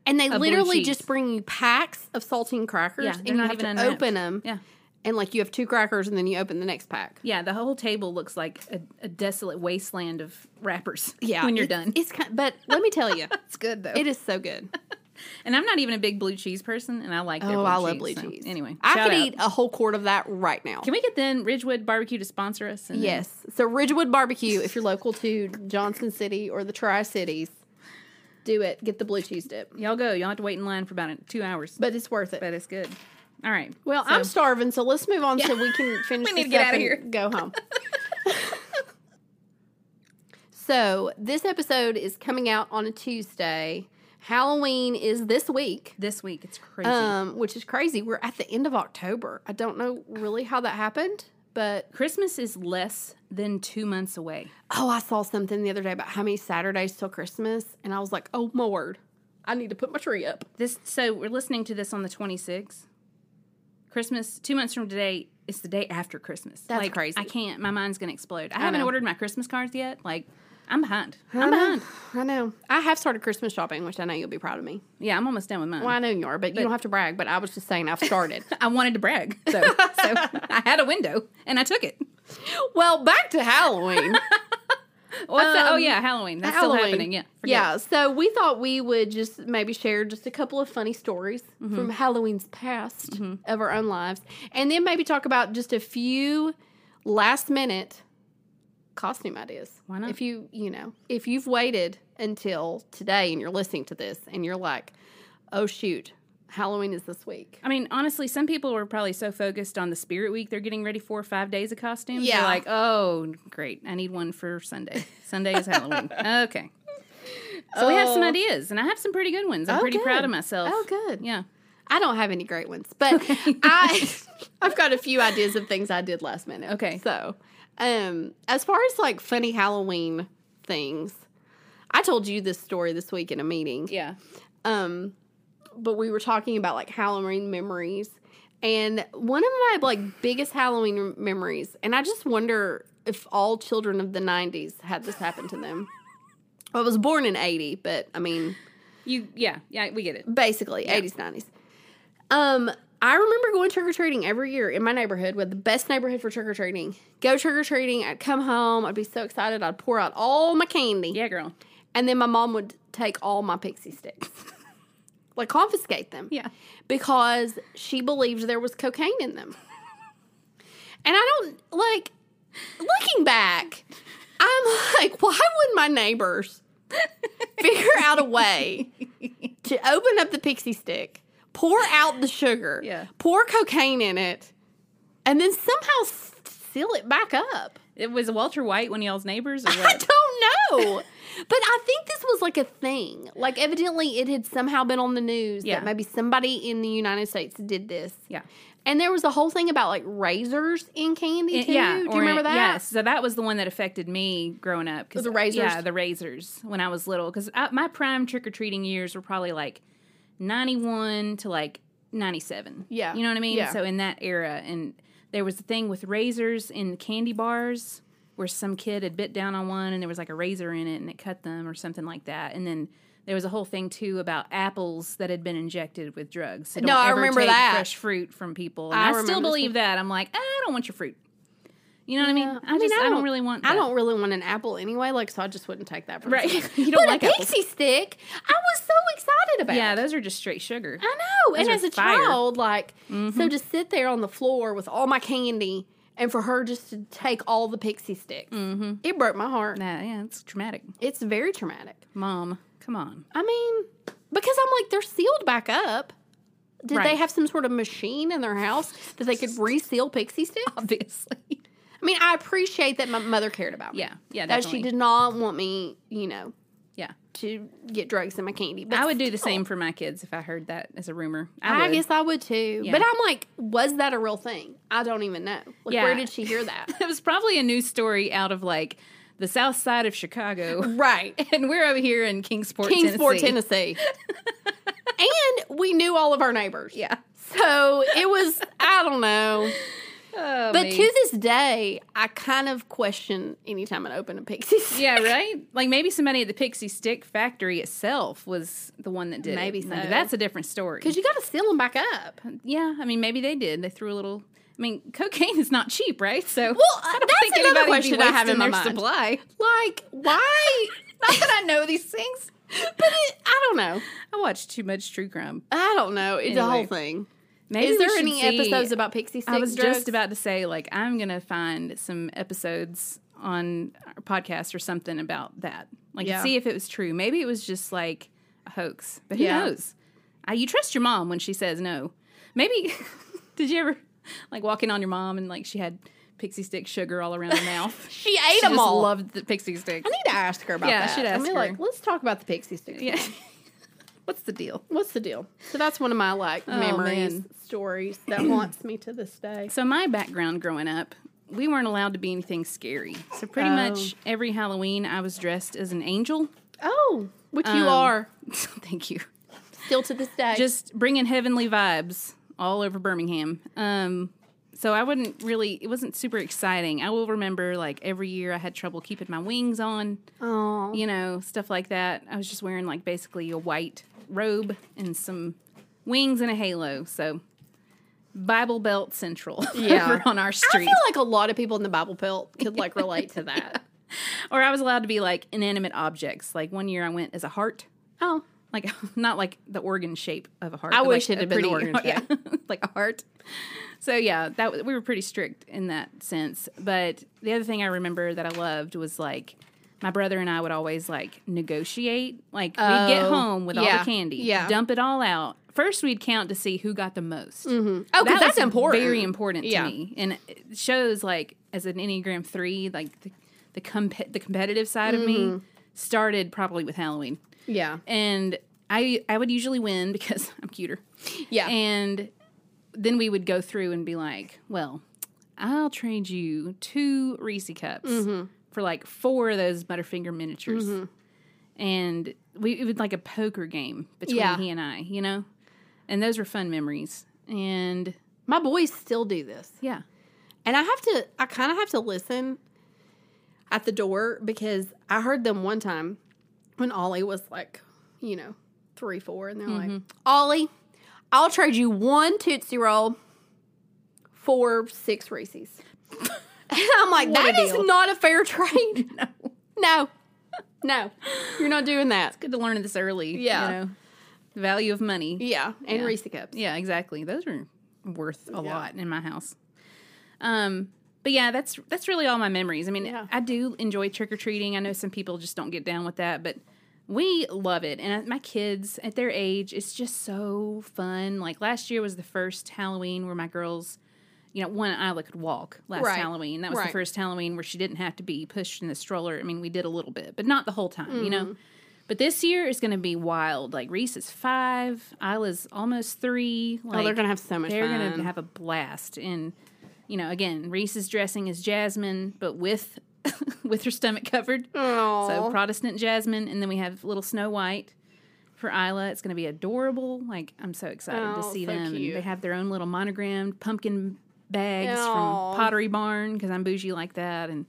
Speaker 2: And they
Speaker 1: blue
Speaker 2: literally
Speaker 1: cheese.
Speaker 2: just bring you packs of saltine crackers
Speaker 1: Yeah,
Speaker 2: and
Speaker 1: they're
Speaker 2: you
Speaker 1: not
Speaker 2: have to
Speaker 1: even unwrapped.
Speaker 2: open them.
Speaker 1: Yeah.
Speaker 2: And like you have two crackers and then you open the next pack.
Speaker 1: Yeah, the whole table looks like a, a desolate wasteland of wrappers
Speaker 2: Yeah,
Speaker 1: when you're
Speaker 2: it's-
Speaker 1: done.
Speaker 2: It's kind, but let me tell you,
Speaker 1: It's good though.
Speaker 2: it is so good.
Speaker 1: and I'm not even a big blue cheese person, and I like their
Speaker 2: Oh,
Speaker 1: blue
Speaker 2: I
Speaker 1: cheese,
Speaker 2: love blue
Speaker 1: so
Speaker 2: cheese.
Speaker 1: Anyway,
Speaker 2: I
Speaker 1: shout
Speaker 2: could
Speaker 1: out.
Speaker 2: eat a whole quart of that right now.
Speaker 1: Can we get then Ridgewood Barbecue to sponsor us? And then-
Speaker 2: Yes. So Ridgewood Barbecue, if you're local to Johnson City or the Tri Cities, do it. Get the blue cheese dip.
Speaker 1: y'all go. Y'all have to wait in line for about two hours,
Speaker 2: But it's worth it.
Speaker 1: but it's good. All right.
Speaker 2: well,
Speaker 1: so-
Speaker 2: I'm starving, so let's move on so we can finish
Speaker 1: We need to
Speaker 2: this
Speaker 1: get
Speaker 2: up
Speaker 1: outta
Speaker 2: and go home. so this episode is coming out on a Tuesday. Halloween is this week.
Speaker 1: this week. It's crazy.
Speaker 2: Um, which is crazy. We're at the end of October. I don't know really how that happened, but
Speaker 1: Christmas is less than two months away.
Speaker 2: Oh, I saw something the other day about how many Saturdays till Christmas, and I was like, oh my word, I need to put my tree up.
Speaker 1: This so we're listening to this on the 26th. Christmas two months from today is the day after Christmas.
Speaker 2: That's
Speaker 1: like,
Speaker 2: crazy.
Speaker 1: I can't. My mind's gonna explode. I, haven't ordered my Christmas cards yet. Like I'm behind. I'm
Speaker 2: know.
Speaker 1: behind.
Speaker 2: I know. I have started Christmas shopping, which I know you'll be proud of me.
Speaker 1: Yeah, I'm almost done with mine.
Speaker 2: Well, I know you are, but, you don't have to brag. But I was just saying I've started.
Speaker 1: I wanted to brag, so, so I had a window and I took it.
Speaker 2: well, back to Halloween.
Speaker 1: What's that? Oh yeah, Halloween. That's still happening. Yeah, forget
Speaker 2: Um, yeah. So we thought we would just maybe share just a couple of funny stories
Speaker 1: Mm-hmm.
Speaker 2: from Halloween's past of our own lives, and then maybe talk about just a few last minute costume ideas.
Speaker 1: Why not?
Speaker 2: If you you know if you've waited until today and you're listening to this and you're like, oh shoot, Halloween is this week.
Speaker 1: I mean, honestly, some people were probably so focused on the Spirit Week they're getting ready for five days of costumes.
Speaker 2: Yeah.
Speaker 1: They're like, oh, great. I need one for Sunday. Sunday is Halloween. okay. So we have some
Speaker 2: Oh.
Speaker 1: ideas, and I have some pretty good ones. I'm
Speaker 2: Oh,
Speaker 1: pretty proud
Speaker 2: good.
Speaker 1: of myself.
Speaker 2: Oh, good.
Speaker 1: Yeah.
Speaker 2: I don't have any great ones, but I I've got a few ideas of things I did last minute.
Speaker 1: Okay.
Speaker 2: So, um as far as like funny Halloween things, I told you this story this week in a meeting.
Speaker 1: Yeah.
Speaker 2: Um but we were talking about like Halloween memories and one of my like biggest Halloween rem- memories and I just wonder if all children of the 90s had this happen to them. I was born in 80, but I mean
Speaker 1: You. Yeah. Yeah. We get it.
Speaker 2: basically 80s 90s um i remember going trick-or-treating every year in my neighborhood with the best neighborhood for trick-or-treating go trick-or-treating i'd come home i'd be so excited i'd pour out all my candy
Speaker 1: Yeah, girl.
Speaker 2: and then my mom would take all my pixie sticks like confiscate them
Speaker 1: Yeah.
Speaker 2: because she believed there was cocaine in them and i don't like looking back i'm like why would my neighbors figure out a way to open up the pixie stick, pour out the sugar,
Speaker 1: Yeah.
Speaker 2: pour cocaine in it, and then somehow s- seal it back up.
Speaker 1: It was Walter White one of y'all's neighbors or
Speaker 2: I
Speaker 1: what?
Speaker 2: don't know. but I think this was like a thing. Like, evidently, it had somehow been on the news
Speaker 1: Yeah.
Speaker 2: that maybe somebody in the United States did this.
Speaker 1: yeah.
Speaker 2: And there was a whole thing about like razors in candy
Speaker 1: It-
Speaker 2: too.
Speaker 1: yeah.
Speaker 2: Do you
Speaker 1: or
Speaker 2: remember
Speaker 1: it-
Speaker 2: that?
Speaker 1: Yes. So that was the one that affected me growing up. 'cause- uh,
Speaker 2: The razors?
Speaker 1: Yeah, the razors when I was little. Because my prime trick or treating years were probably like 91 to like 97.
Speaker 2: Yeah.
Speaker 1: You know what I mean?
Speaker 2: Yeah.
Speaker 1: So in that era, and there was a thing with razors in candy bars where some kid had bit down on one and there was like a razor in it and it cut them or something like that. And then there was a whole thing too about apples that had been injected with drugs. So
Speaker 2: No,
Speaker 1: don't
Speaker 2: I
Speaker 1: ever
Speaker 2: remember
Speaker 1: take
Speaker 2: that.
Speaker 1: Fresh fruit from people. And I,
Speaker 2: I
Speaker 1: still
Speaker 2: remember this
Speaker 1: believe that. I'm like, "Ah, I don't want your fruit. You know what I mean? I, just I don't, really want.
Speaker 2: I
Speaker 1: that.
Speaker 2: don't really want an apple anyway, like so I just wouldn't take that. From
Speaker 1: Right.
Speaker 2: someone.
Speaker 1: You don't
Speaker 2: but
Speaker 1: like
Speaker 2: a
Speaker 1: apples.
Speaker 2: pixie stick. I was so excited about.
Speaker 1: Yeah, those are just straight sugar.
Speaker 2: I know. And
Speaker 1: are
Speaker 2: as a
Speaker 1: fire.
Speaker 2: child, like so to sit there on the floor with all my candy and for her just to take all the pixie sticks, mm-hmm. it broke my heart.
Speaker 1: Nah, yeah, it's traumatic.
Speaker 2: It's very traumatic.
Speaker 1: Mom, come on.
Speaker 2: I mean, because I'm like they're sealed back up. Did they
Speaker 1: Right.
Speaker 2: have some sort of machine in their house that they could reseal pixie sticks?
Speaker 1: Obviously.
Speaker 2: I mean, I appreciate that my mother cared about me.
Speaker 1: Yeah, yeah,
Speaker 2: that
Speaker 1: definitely.
Speaker 2: she did not want me, you know,
Speaker 1: Yeah.
Speaker 2: to get drugs in my candy. But
Speaker 1: I would do the
Speaker 2: still,
Speaker 1: same for my kids if I heard that as a rumor. I,
Speaker 2: I,
Speaker 1: would.
Speaker 2: guess I would too. But I'm like, was that a real thing? I don't even know. Like,
Speaker 1: Yeah.
Speaker 2: where did she hear that?
Speaker 1: it was probably a news story out of like the south side of Chicago.
Speaker 2: right.
Speaker 1: and we're over here in Kingsport,
Speaker 2: Kingsport,
Speaker 1: Tennessee.
Speaker 2: Tennessee. and we knew all of our neighbors.
Speaker 1: Yeah.
Speaker 2: So it was, I don't know.
Speaker 1: Oh,
Speaker 2: But
Speaker 1: me.
Speaker 2: to this day, I kind of question anytime I open a pixie stick.
Speaker 1: yeah, right. Like maybe somebody at the Pixie Stick Factory itself was the one that did.
Speaker 2: Maybe
Speaker 1: it.
Speaker 2: so.
Speaker 1: that's a different story.
Speaker 2: Because you got to seal them back up.
Speaker 1: Yeah, I mean, maybe they did. They threw a little. I mean, cocaine is not cheap, right? So,
Speaker 2: Well, uh,
Speaker 1: I
Speaker 2: that's another
Speaker 1: anybody'd be
Speaker 2: question I have
Speaker 1: wasting
Speaker 2: in my
Speaker 1: their
Speaker 2: mind.
Speaker 1: supply.
Speaker 2: Like, why?
Speaker 1: Not that I know these things.
Speaker 2: but it, I don't know.
Speaker 1: I watch too much true crime.
Speaker 2: I don't know. It's a
Speaker 1: Anyway.
Speaker 2: whole thing.
Speaker 1: Maybe
Speaker 2: Is
Speaker 1: we
Speaker 2: there
Speaker 1: should
Speaker 2: any
Speaker 1: see-
Speaker 2: episodes about pixie sticks?
Speaker 1: I was
Speaker 2: drugs?
Speaker 1: just about to say, like, I'm gonna find some episodes on our podcast or something about that. Like,
Speaker 2: Yeah.
Speaker 1: see if it was true. Maybe it was just like a hoax. But who
Speaker 2: Yeah.
Speaker 1: knows? Uh, you trust your mom when she says no. Maybe. did you ever like walk in on your mom and like she had pixie stick sugar all around her mouth?
Speaker 2: She ate
Speaker 1: she
Speaker 2: them
Speaker 1: just
Speaker 2: all.
Speaker 1: loved the pixie stick.
Speaker 2: I need to ask her about
Speaker 1: Yeah, I
Speaker 2: that.
Speaker 1: should
Speaker 2: I
Speaker 1: ask
Speaker 2: mean,
Speaker 1: her.
Speaker 2: like, let's talk about the pixie sticks.
Speaker 1: Yeah. What's the deal?
Speaker 2: What's the deal? So that's one of my like memories,
Speaker 1: Oh, man.
Speaker 2: stories that haunts me to this day.
Speaker 1: So my background growing up, we weren't allowed to be anything scary. So pretty
Speaker 2: Oh.
Speaker 1: much every Halloween, I was dressed as an angel.
Speaker 2: Oh, which you
Speaker 1: Um,
Speaker 2: are
Speaker 1: Thank you.
Speaker 2: still to this day.
Speaker 1: Just bringing heavenly vibes all over Birmingham. Um, so I wouldn't really. It wasn't super exciting. I will remember like every year I had trouble keeping my wings on.
Speaker 2: oh,
Speaker 1: You know, stuff like that. I was just wearing like basically a white robe and some wings and a halo. So. Bible Belt Central
Speaker 2: Yeah.
Speaker 1: over on our
Speaker 2: I
Speaker 1: street.
Speaker 2: feel like a lot of people in the Bible Belt could like relate to that.
Speaker 1: Or I was allowed to be like inanimate objects. Like one year I went as a heart,
Speaker 2: Oh,
Speaker 1: like not like the organ shape of a heart.
Speaker 2: I
Speaker 1: but,
Speaker 2: wish
Speaker 1: like,
Speaker 2: it had
Speaker 1: a
Speaker 2: been the organ shape.
Speaker 1: Yeah, like a heart. So yeah, that was, we were pretty strict in that sense. But the other thing I remember that I loved was like my brother and I would always like negotiate. Like we'd get
Speaker 2: Oh,
Speaker 1: home with all
Speaker 2: yeah,
Speaker 1: the candy,
Speaker 2: yeah.
Speaker 1: dump it all out. First, we'd count to see who got the most.
Speaker 2: oh,
Speaker 1: That
Speaker 2: because that's
Speaker 1: was
Speaker 2: important.
Speaker 1: Very important to
Speaker 2: Yeah.
Speaker 1: me, and it
Speaker 2: Mm-hmm.
Speaker 1: shows like as an Enneagram three, like the the, comp- the competitive side of me started probably with Halloween.
Speaker 2: Yeah.
Speaker 1: And I I would usually win because I'm cuter.
Speaker 2: Yeah.
Speaker 1: And then we would go through and be like, well, I'll trade you two Reese cups
Speaker 2: Mm-hmm.
Speaker 1: for like four of those Butterfinger miniatures. And we it was like a poker game between
Speaker 2: Mm-hmm. Yeah.
Speaker 1: he and I, you know? And those were fun memories. And
Speaker 2: My boys still do this.
Speaker 1: yeah.
Speaker 2: And I have to, I kind of have to listen at the door because I heard them one time when Ollie was like, you know, three, four, and they're like, Ollie, I'll trade you one Tootsie Roll for six Reese's. and I'm like, that is not a fair trade. no. No. No. You're not doing that.
Speaker 1: Good to learn this early.
Speaker 2: Yeah.
Speaker 1: You know, the value of money.
Speaker 2: Yeah. And Reese Cups.
Speaker 1: Yeah, exactly. Those are worth a lot in my house. Um, but yeah, that's that's really all my memories. I mean,
Speaker 2: Yeah.
Speaker 1: I do enjoy trick or treating. I know some people just don't get down with that, but we love it. And I, my kids at their age, it's just so fun. Like last year was the first Halloween where my girls, you know, one Isla could walk last
Speaker 2: Right.
Speaker 1: Halloween. That was the
Speaker 2: Right.
Speaker 1: first Halloween where she didn't have to be pushed in the stroller. I mean, we did a little bit, but not the whole time, you
Speaker 2: Mm-hmm.
Speaker 1: know. But this year is going to be wild. Like Reese is five, Isla's almost three. Like,
Speaker 2: Oh, they're gonna have so much
Speaker 1: They're
Speaker 2: fun.
Speaker 1: to have a blast. And you know, again, Reese is dressing as Jasmine, but with with her stomach covered. So Protestant Jasmine, and then we have little Snow White. For Isla, it's going to be adorable. Like I'm so excited to
Speaker 2: Oh,
Speaker 1: see
Speaker 2: so
Speaker 1: them. And
Speaker 2: cute.
Speaker 1: They have their own little monogrammed pumpkin bags
Speaker 2: Aw.
Speaker 1: from Pottery Barn because I'm bougie like that, and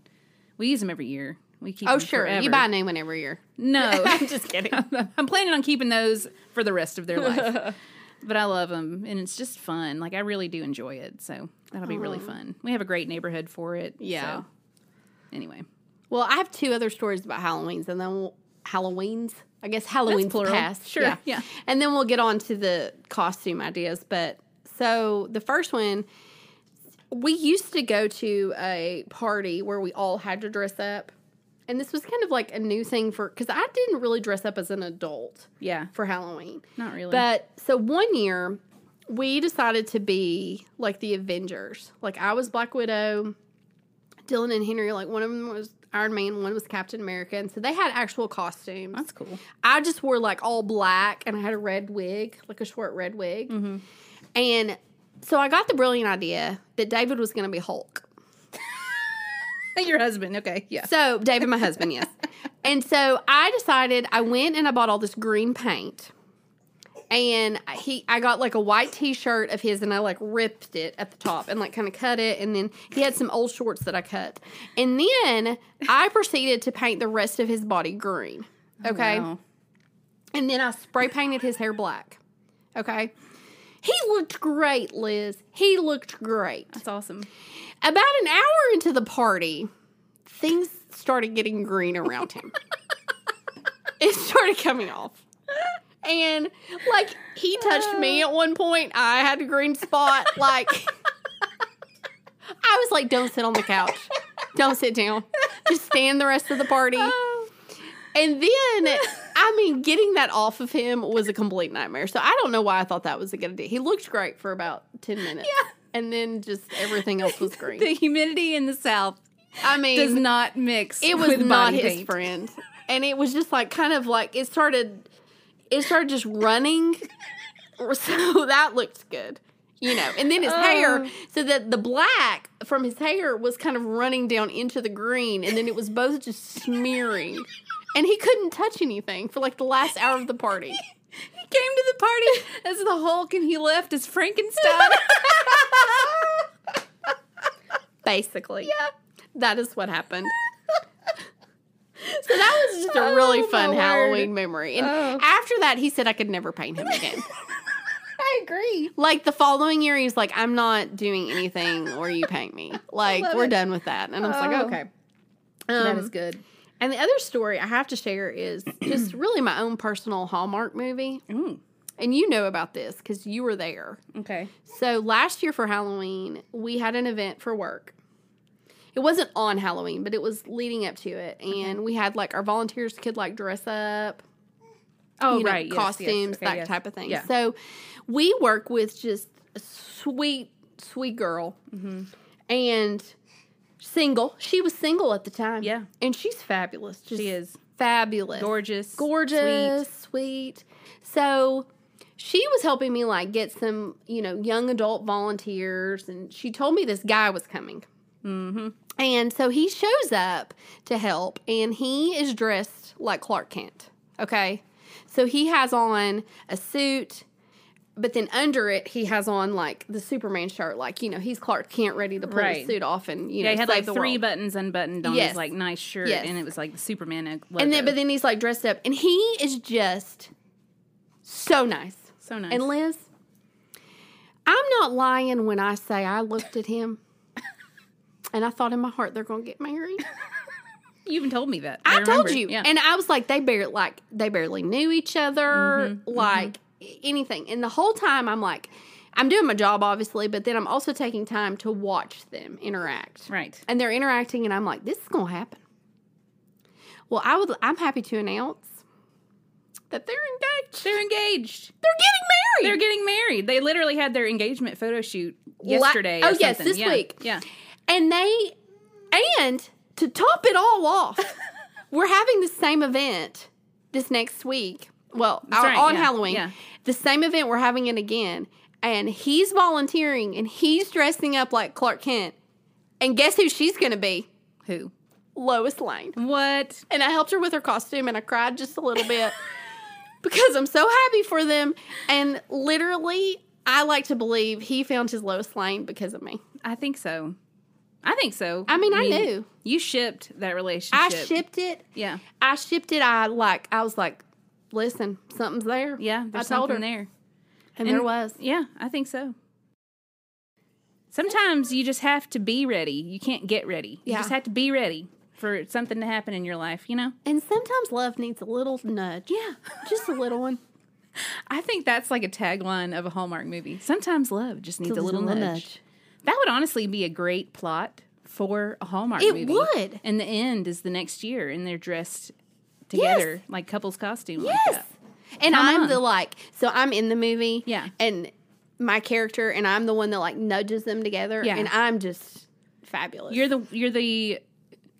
Speaker 1: we use them every year. We keep
Speaker 2: Oh,
Speaker 1: them
Speaker 2: sure.
Speaker 1: forever.
Speaker 2: You buy a new one every year.
Speaker 1: No,
Speaker 2: I'm just kidding.
Speaker 1: I'm planning on keeping those for the rest of their life. but I love them, and it's just fun. Like I really do enjoy it, so that'll be really fun. We have a great neighborhood for it.
Speaker 2: Yeah.
Speaker 1: So. Anyway,
Speaker 2: Well, I have two other stories about Halloween's, and then we'll, Halloween's. I guess Halloween's
Speaker 1: plural.
Speaker 2: past.
Speaker 1: Sure, yeah.
Speaker 2: And then we'll get on to the costume ideas. But so the first one, we used to go to a party where we all had to dress up, and this was kind of like a new thing for because I didn't really dress up as an adult
Speaker 1: yeah,
Speaker 2: for Halloween.
Speaker 1: not really.
Speaker 2: But so one year, we decided to be like the Avengers. Like I was Black Widow, Dylan and Henry. Like one of them was Iron Man, one was Captain America, and so they had actual costumes.
Speaker 1: that's cool.
Speaker 2: I just wore like all black, and I had a red wig, like a short red wig,
Speaker 1: Mm-hmm.
Speaker 2: and so I got the brilliant idea that David was going to be Hulk.
Speaker 1: Your husband, okay, yeah,
Speaker 2: So, David, my husband, yes. And so I decided I went and I bought all this green paint. And he I got like a white t-shirt of his and I like ripped it at the top and like kind of cut it and then he had some old shorts that I cut. And then I proceeded to paint the rest of his body green. Okay?
Speaker 1: Wow.
Speaker 2: And then I spray painted his hair black. Okay? He looked great, Liz. He looked great.
Speaker 1: that's awesome.
Speaker 2: About an hour into the party, things started getting green around him. it started coming off. And like he touched me at one point. I had a green spot. Like I was like, don't sit on the couch. Don't sit down. Just stand the rest of the party.
Speaker 1: Oh.
Speaker 2: And then I mean, getting that off of him was a complete nightmare. So I don't know why I thought that was a good idea. He looked great for about ten minutes.
Speaker 1: Yeah.
Speaker 2: And then just everything else was green.
Speaker 1: The humidity in the South
Speaker 2: I
Speaker 1: does
Speaker 2: mean,
Speaker 1: not mix.
Speaker 2: it was
Speaker 1: with
Speaker 2: not
Speaker 1: body
Speaker 2: his
Speaker 1: paint.
Speaker 2: friend, and it was just like kind of like it started. It started just running, so that looked good, you know. And then his
Speaker 1: Oh.
Speaker 2: hair, so that the black from his hair was kind of running down into the green, and then it was both just smearing, and he couldn't touch anything for like the last hour of the party.
Speaker 1: He came to the party as the Hulk, and he left as Frankenstein.
Speaker 2: Basically, yeah, that is what happened. So that was just a really
Speaker 1: Oh, my
Speaker 2: fun
Speaker 1: word.
Speaker 2: Halloween memory. And
Speaker 1: Oh.
Speaker 2: after that, he said I could never paint him again.
Speaker 1: I agree.
Speaker 2: like the following year, he's like, I'm not doing anything where you paint me. Like,
Speaker 1: love
Speaker 2: we're
Speaker 1: it.
Speaker 2: done with that. And I was
Speaker 1: Oh.
Speaker 2: like, okay.
Speaker 1: that
Speaker 2: Um,
Speaker 1: is good.
Speaker 2: And the other story I have to share is just really my own personal Hallmark movie.
Speaker 1: Mm,
Speaker 2: And you know about this because you were there.
Speaker 1: okay.
Speaker 2: So last year for Halloween, we had an event for work. It wasn't on Halloween, but it was leading up to it. And we had like our volunteers could like dress up
Speaker 1: Oh
Speaker 2: you know,
Speaker 1: right, yes, yes,
Speaker 2: costumes,
Speaker 1: okay,
Speaker 2: that
Speaker 1: yes.
Speaker 2: type of thing.
Speaker 1: Yeah.
Speaker 2: So we work
Speaker 1: Mm-hmm.
Speaker 2: with just a sweet, sweet girl, and single. She was single at the time.
Speaker 1: Yeah.
Speaker 2: And she's fabulous. Just
Speaker 1: She is.
Speaker 2: fabulous.
Speaker 1: Gorgeous.
Speaker 2: Gorgeous. Sweet. So she was helping me like get some, you know, young adult volunteers and she told me this guy was coming. Mm-hmm. And so he shows up to help and he is dressed like Clark Kent. Okay. So he has on a suit, but then under it he has on like the Superman shirt, like you know he's Clark Kent ready to pull
Speaker 1: Right.
Speaker 2: his suit off and you
Speaker 1: Yeah,
Speaker 2: know
Speaker 1: he had
Speaker 2: save
Speaker 1: like
Speaker 2: the
Speaker 1: three
Speaker 2: world.
Speaker 1: buttons unbuttoned on
Speaker 2: Yes.
Speaker 1: his like nice shirt,
Speaker 2: Yes.
Speaker 1: and it was like the Superman logo.
Speaker 2: and then but then he's like dressed up and he is just so nice.
Speaker 1: so nice.
Speaker 2: And Liz, I'm not lying when I say I looked at him. And I thought in my heart they're gonna get married.
Speaker 1: you even told me that.
Speaker 2: I, told
Speaker 1: remember.
Speaker 2: you,
Speaker 1: Yeah.
Speaker 2: and I was like, they barely like they barely knew each other,
Speaker 1: Mm-hmm,
Speaker 2: like anything. And the whole time, I'm like, I'm doing my job, obviously, but then I'm also taking time to watch them interact.
Speaker 1: right.
Speaker 2: And they're interacting, and I'm like, this is gonna happen. Well, I would. I'm happy to announce that they're engaged.
Speaker 1: They're engaged.
Speaker 2: They're getting
Speaker 1: They're
Speaker 2: married.
Speaker 1: getting married. They literally had their engagement photo shoot
Speaker 2: La-
Speaker 1: yesterday. or
Speaker 2: oh, yes,
Speaker 1: something.
Speaker 2: this
Speaker 1: Yeah.
Speaker 2: week.
Speaker 1: Yeah.
Speaker 2: and they, and to top it all off, we're having the same event this next week. Well, our-
Speaker 1: right,
Speaker 2: on
Speaker 1: yeah,
Speaker 2: Halloween,
Speaker 1: yeah.
Speaker 2: the same event we're having it again, and he's volunteering and he's dressing up like Clark Kent. And guess who she's going to be?
Speaker 1: Who?
Speaker 2: Lois Lane.
Speaker 1: What?
Speaker 2: And I helped her with her costume, and I cried just a little bit because I'm so happy for them. And literally, I like to believe he found his Lois Lane because of me.
Speaker 1: I think so. I think so.
Speaker 2: I mean, I knew.
Speaker 1: you shipped that relationship.
Speaker 2: I shipped it.
Speaker 1: Yeah.
Speaker 2: I shipped it. I like. I was like, listen, something's there.
Speaker 1: Yeah. There's
Speaker 2: I told
Speaker 1: something
Speaker 2: her,
Speaker 1: there.
Speaker 2: and,
Speaker 1: And-
Speaker 2: there was.
Speaker 1: Yeah, I think so. Sometimes you just have to be ready. You can't get ready. You
Speaker 2: Yeah.
Speaker 1: just have to be ready for something to happen in your life, you know?
Speaker 2: And sometimes love needs a little nudge.
Speaker 1: Yeah.
Speaker 2: just a little one.
Speaker 1: I think that's like a tagline of a Hallmark movie. Sometimes love just needs a little nudge.
Speaker 2: little nudge.
Speaker 1: That would honestly be a great plot for a Hallmark
Speaker 2: It
Speaker 1: movie.
Speaker 2: would.
Speaker 1: And the end is the next year and they're dressed together like couples costume. like
Speaker 2: Yes.
Speaker 1: that.
Speaker 2: And
Speaker 1: Come
Speaker 2: I'm
Speaker 1: on.
Speaker 2: the like. So I'm in the movie.
Speaker 1: Yeah.
Speaker 2: And my character and I'm the one that like nudges them together.
Speaker 1: Yeah.
Speaker 2: And I'm just fabulous.
Speaker 1: You're the you're the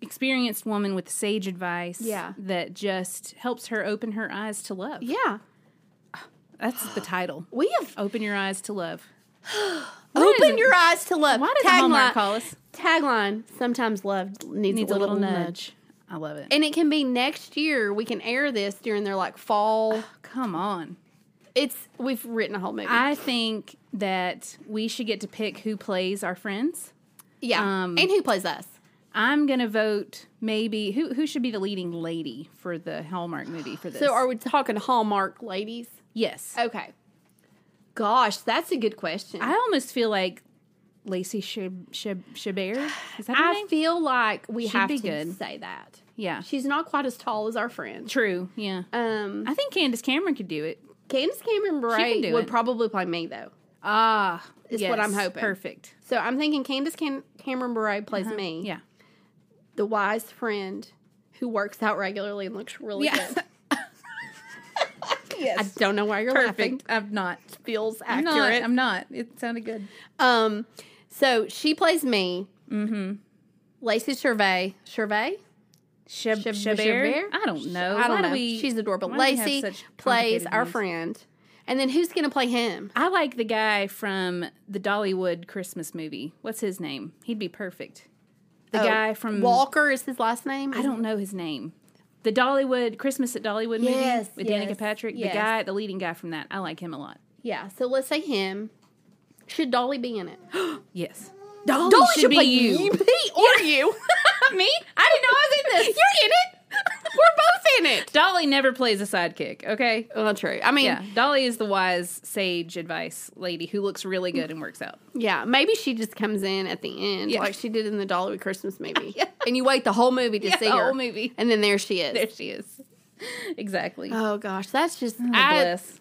Speaker 1: experienced woman with sage advice
Speaker 2: Yeah.
Speaker 1: that just helps her open her eyes to love.
Speaker 2: yeah.
Speaker 1: That's the title.
Speaker 2: We have
Speaker 1: Open your eyes to love.
Speaker 2: opened
Speaker 1: Oh, is-
Speaker 2: your eyes to love.
Speaker 1: Why does
Speaker 2: Tagline-
Speaker 1: Hallmark call us?
Speaker 2: Tagline: Sometimes love needs,
Speaker 1: Needs
Speaker 2: a little, nudge.
Speaker 1: I love it.
Speaker 2: And it can be next year. We can air this during their like fall.
Speaker 1: Come on.
Speaker 2: It's we've written a whole movie.
Speaker 1: I think that we should get to pick who plays our friends.
Speaker 2: yeah.
Speaker 1: um,
Speaker 2: and who plays us?
Speaker 1: I'm gonna vote maybe who who should be the leading lady for the Hallmark movie for this.
Speaker 2: So are we talking Hallmark ladies?
Speaker 1: yes.
Speaker 2: Okay. Gosh, that's a good question.
Speaker 1: I almost feel like Lacey Shab- Shab- Chabert. Is that her
Speaker 2: I
Speaker 1: name?
Speaker 2: feel like we
Speaker 1: She'd
Speaker 2: have
Speaker 1: be
Speaker 2: to
Speaker 1: good.
Speaker 2: say that.
Speaker 1: Yeah.
Speaker 2: She's not quite as tall as our friend.
Speaker 1: True. Yeah.
Speaker 2: Um,
Speaker 1: I think Candace Cameron could do it.
Speaker 2: Candace
Speaker 1: can
Speaker 2: Cameron Bure
Speaker 1: do
Speaker 2: would
Speaker 1: it.
Speaker 2: probably play me though.
Speaker 1: Ah,
Speaker 2: Is what I'm hoping.
Speaker 1: Perfect.
Speaker 2: So I'm thinking Candace Cam- Cameron Bure plays me,
Speaker 1: Uh-huh. Yeah.
Speaker 2: the wise friend who works out regularly and looks really
Speaker 1: Yeah.
Speaker 2: good. I don't know why you're laughing.
Speaker 1: Perfect. I'm not.
Speaker 2: Feels
Speaker 1: I'm not.
Speaker 2: accurate.
Speaker 1: I'm not. It sounded good.
Speaker 2: um, so she plays me. Mm-hmm. Lacey Gervais. Gervais.
Speaker 1: Shab-
Speaker 2: Shab-
Speaker 1: Chabert?
Speaker 2: Chabert?
Speaker 1: I don't know.
Speaker 2: I
Speaker 1: Oh, Why
Speaker 2: don't
Speaker 1: do
Speaker 2: know.
Speaker 1: we-
Speaker 2: She's adorable.
Speaker 1: why do we have
Speaker 2: Lacey
Speaker 1: such
Speaker 2: plays
Speaker 1: complicated
Speaker 2: our
Speaker 1: names?
Speaker 2: friend, and then who's gonna play him?
Speaker 1: I like the guy from the Dollywood Christmas movie. What's his name? He'd be perfect. The
Speaker 2: Oh,
Speaker 1: guy from
Speaker 2: Walker is his last name.
Speaker 1: I don't know his name. The Dollywood Christmas at Dollywood movie
Speaker 2: Yes,
Speaker 1: with
Speaker 2: yes,
Speaker 1: Danica Patrick.
Speaker 2: yes.
Speaker 1: The guy, the leading guy from that. I like him a lot.
Speaker 2: Yeah. So let's say him. Should Dolly be in it?
Speaker 1: Yes.
Speaker 2: Dolly,
Speaker 1: should be you.
Speaker 2: Me or you?
Speaker 1: Me? I didn't know I was in this.
Speaker 2: You're in it. We're both in it.
Speaker 1: Dolly never plays a sidekick, okay?
Speaker 2: Well, true. I mean,
Speaker 1: Yeah.
Speaker 2: yeah.
Speaker 1: Dolly is the wise sage advice lady who looks really good and works out.
Speaker 2: Maybe she just comes in at the end,
Speaker 1: Yeah.
Speaker 2: like she did in the Dollywood Christmas movie, and you wait the whole movie to
Speaker 1: Yeah,
Speaker 2: see
Speaker 1: the
Speaker 2: her.
Speaker 1: whole movie.
Speaker 2: and then there she is.
Speaker 1: There she is. Exactly.
Speaker 2: Oh gosh, that's just
Speaker 1: I,
Speaker 2: I,
Speaker 1: bless.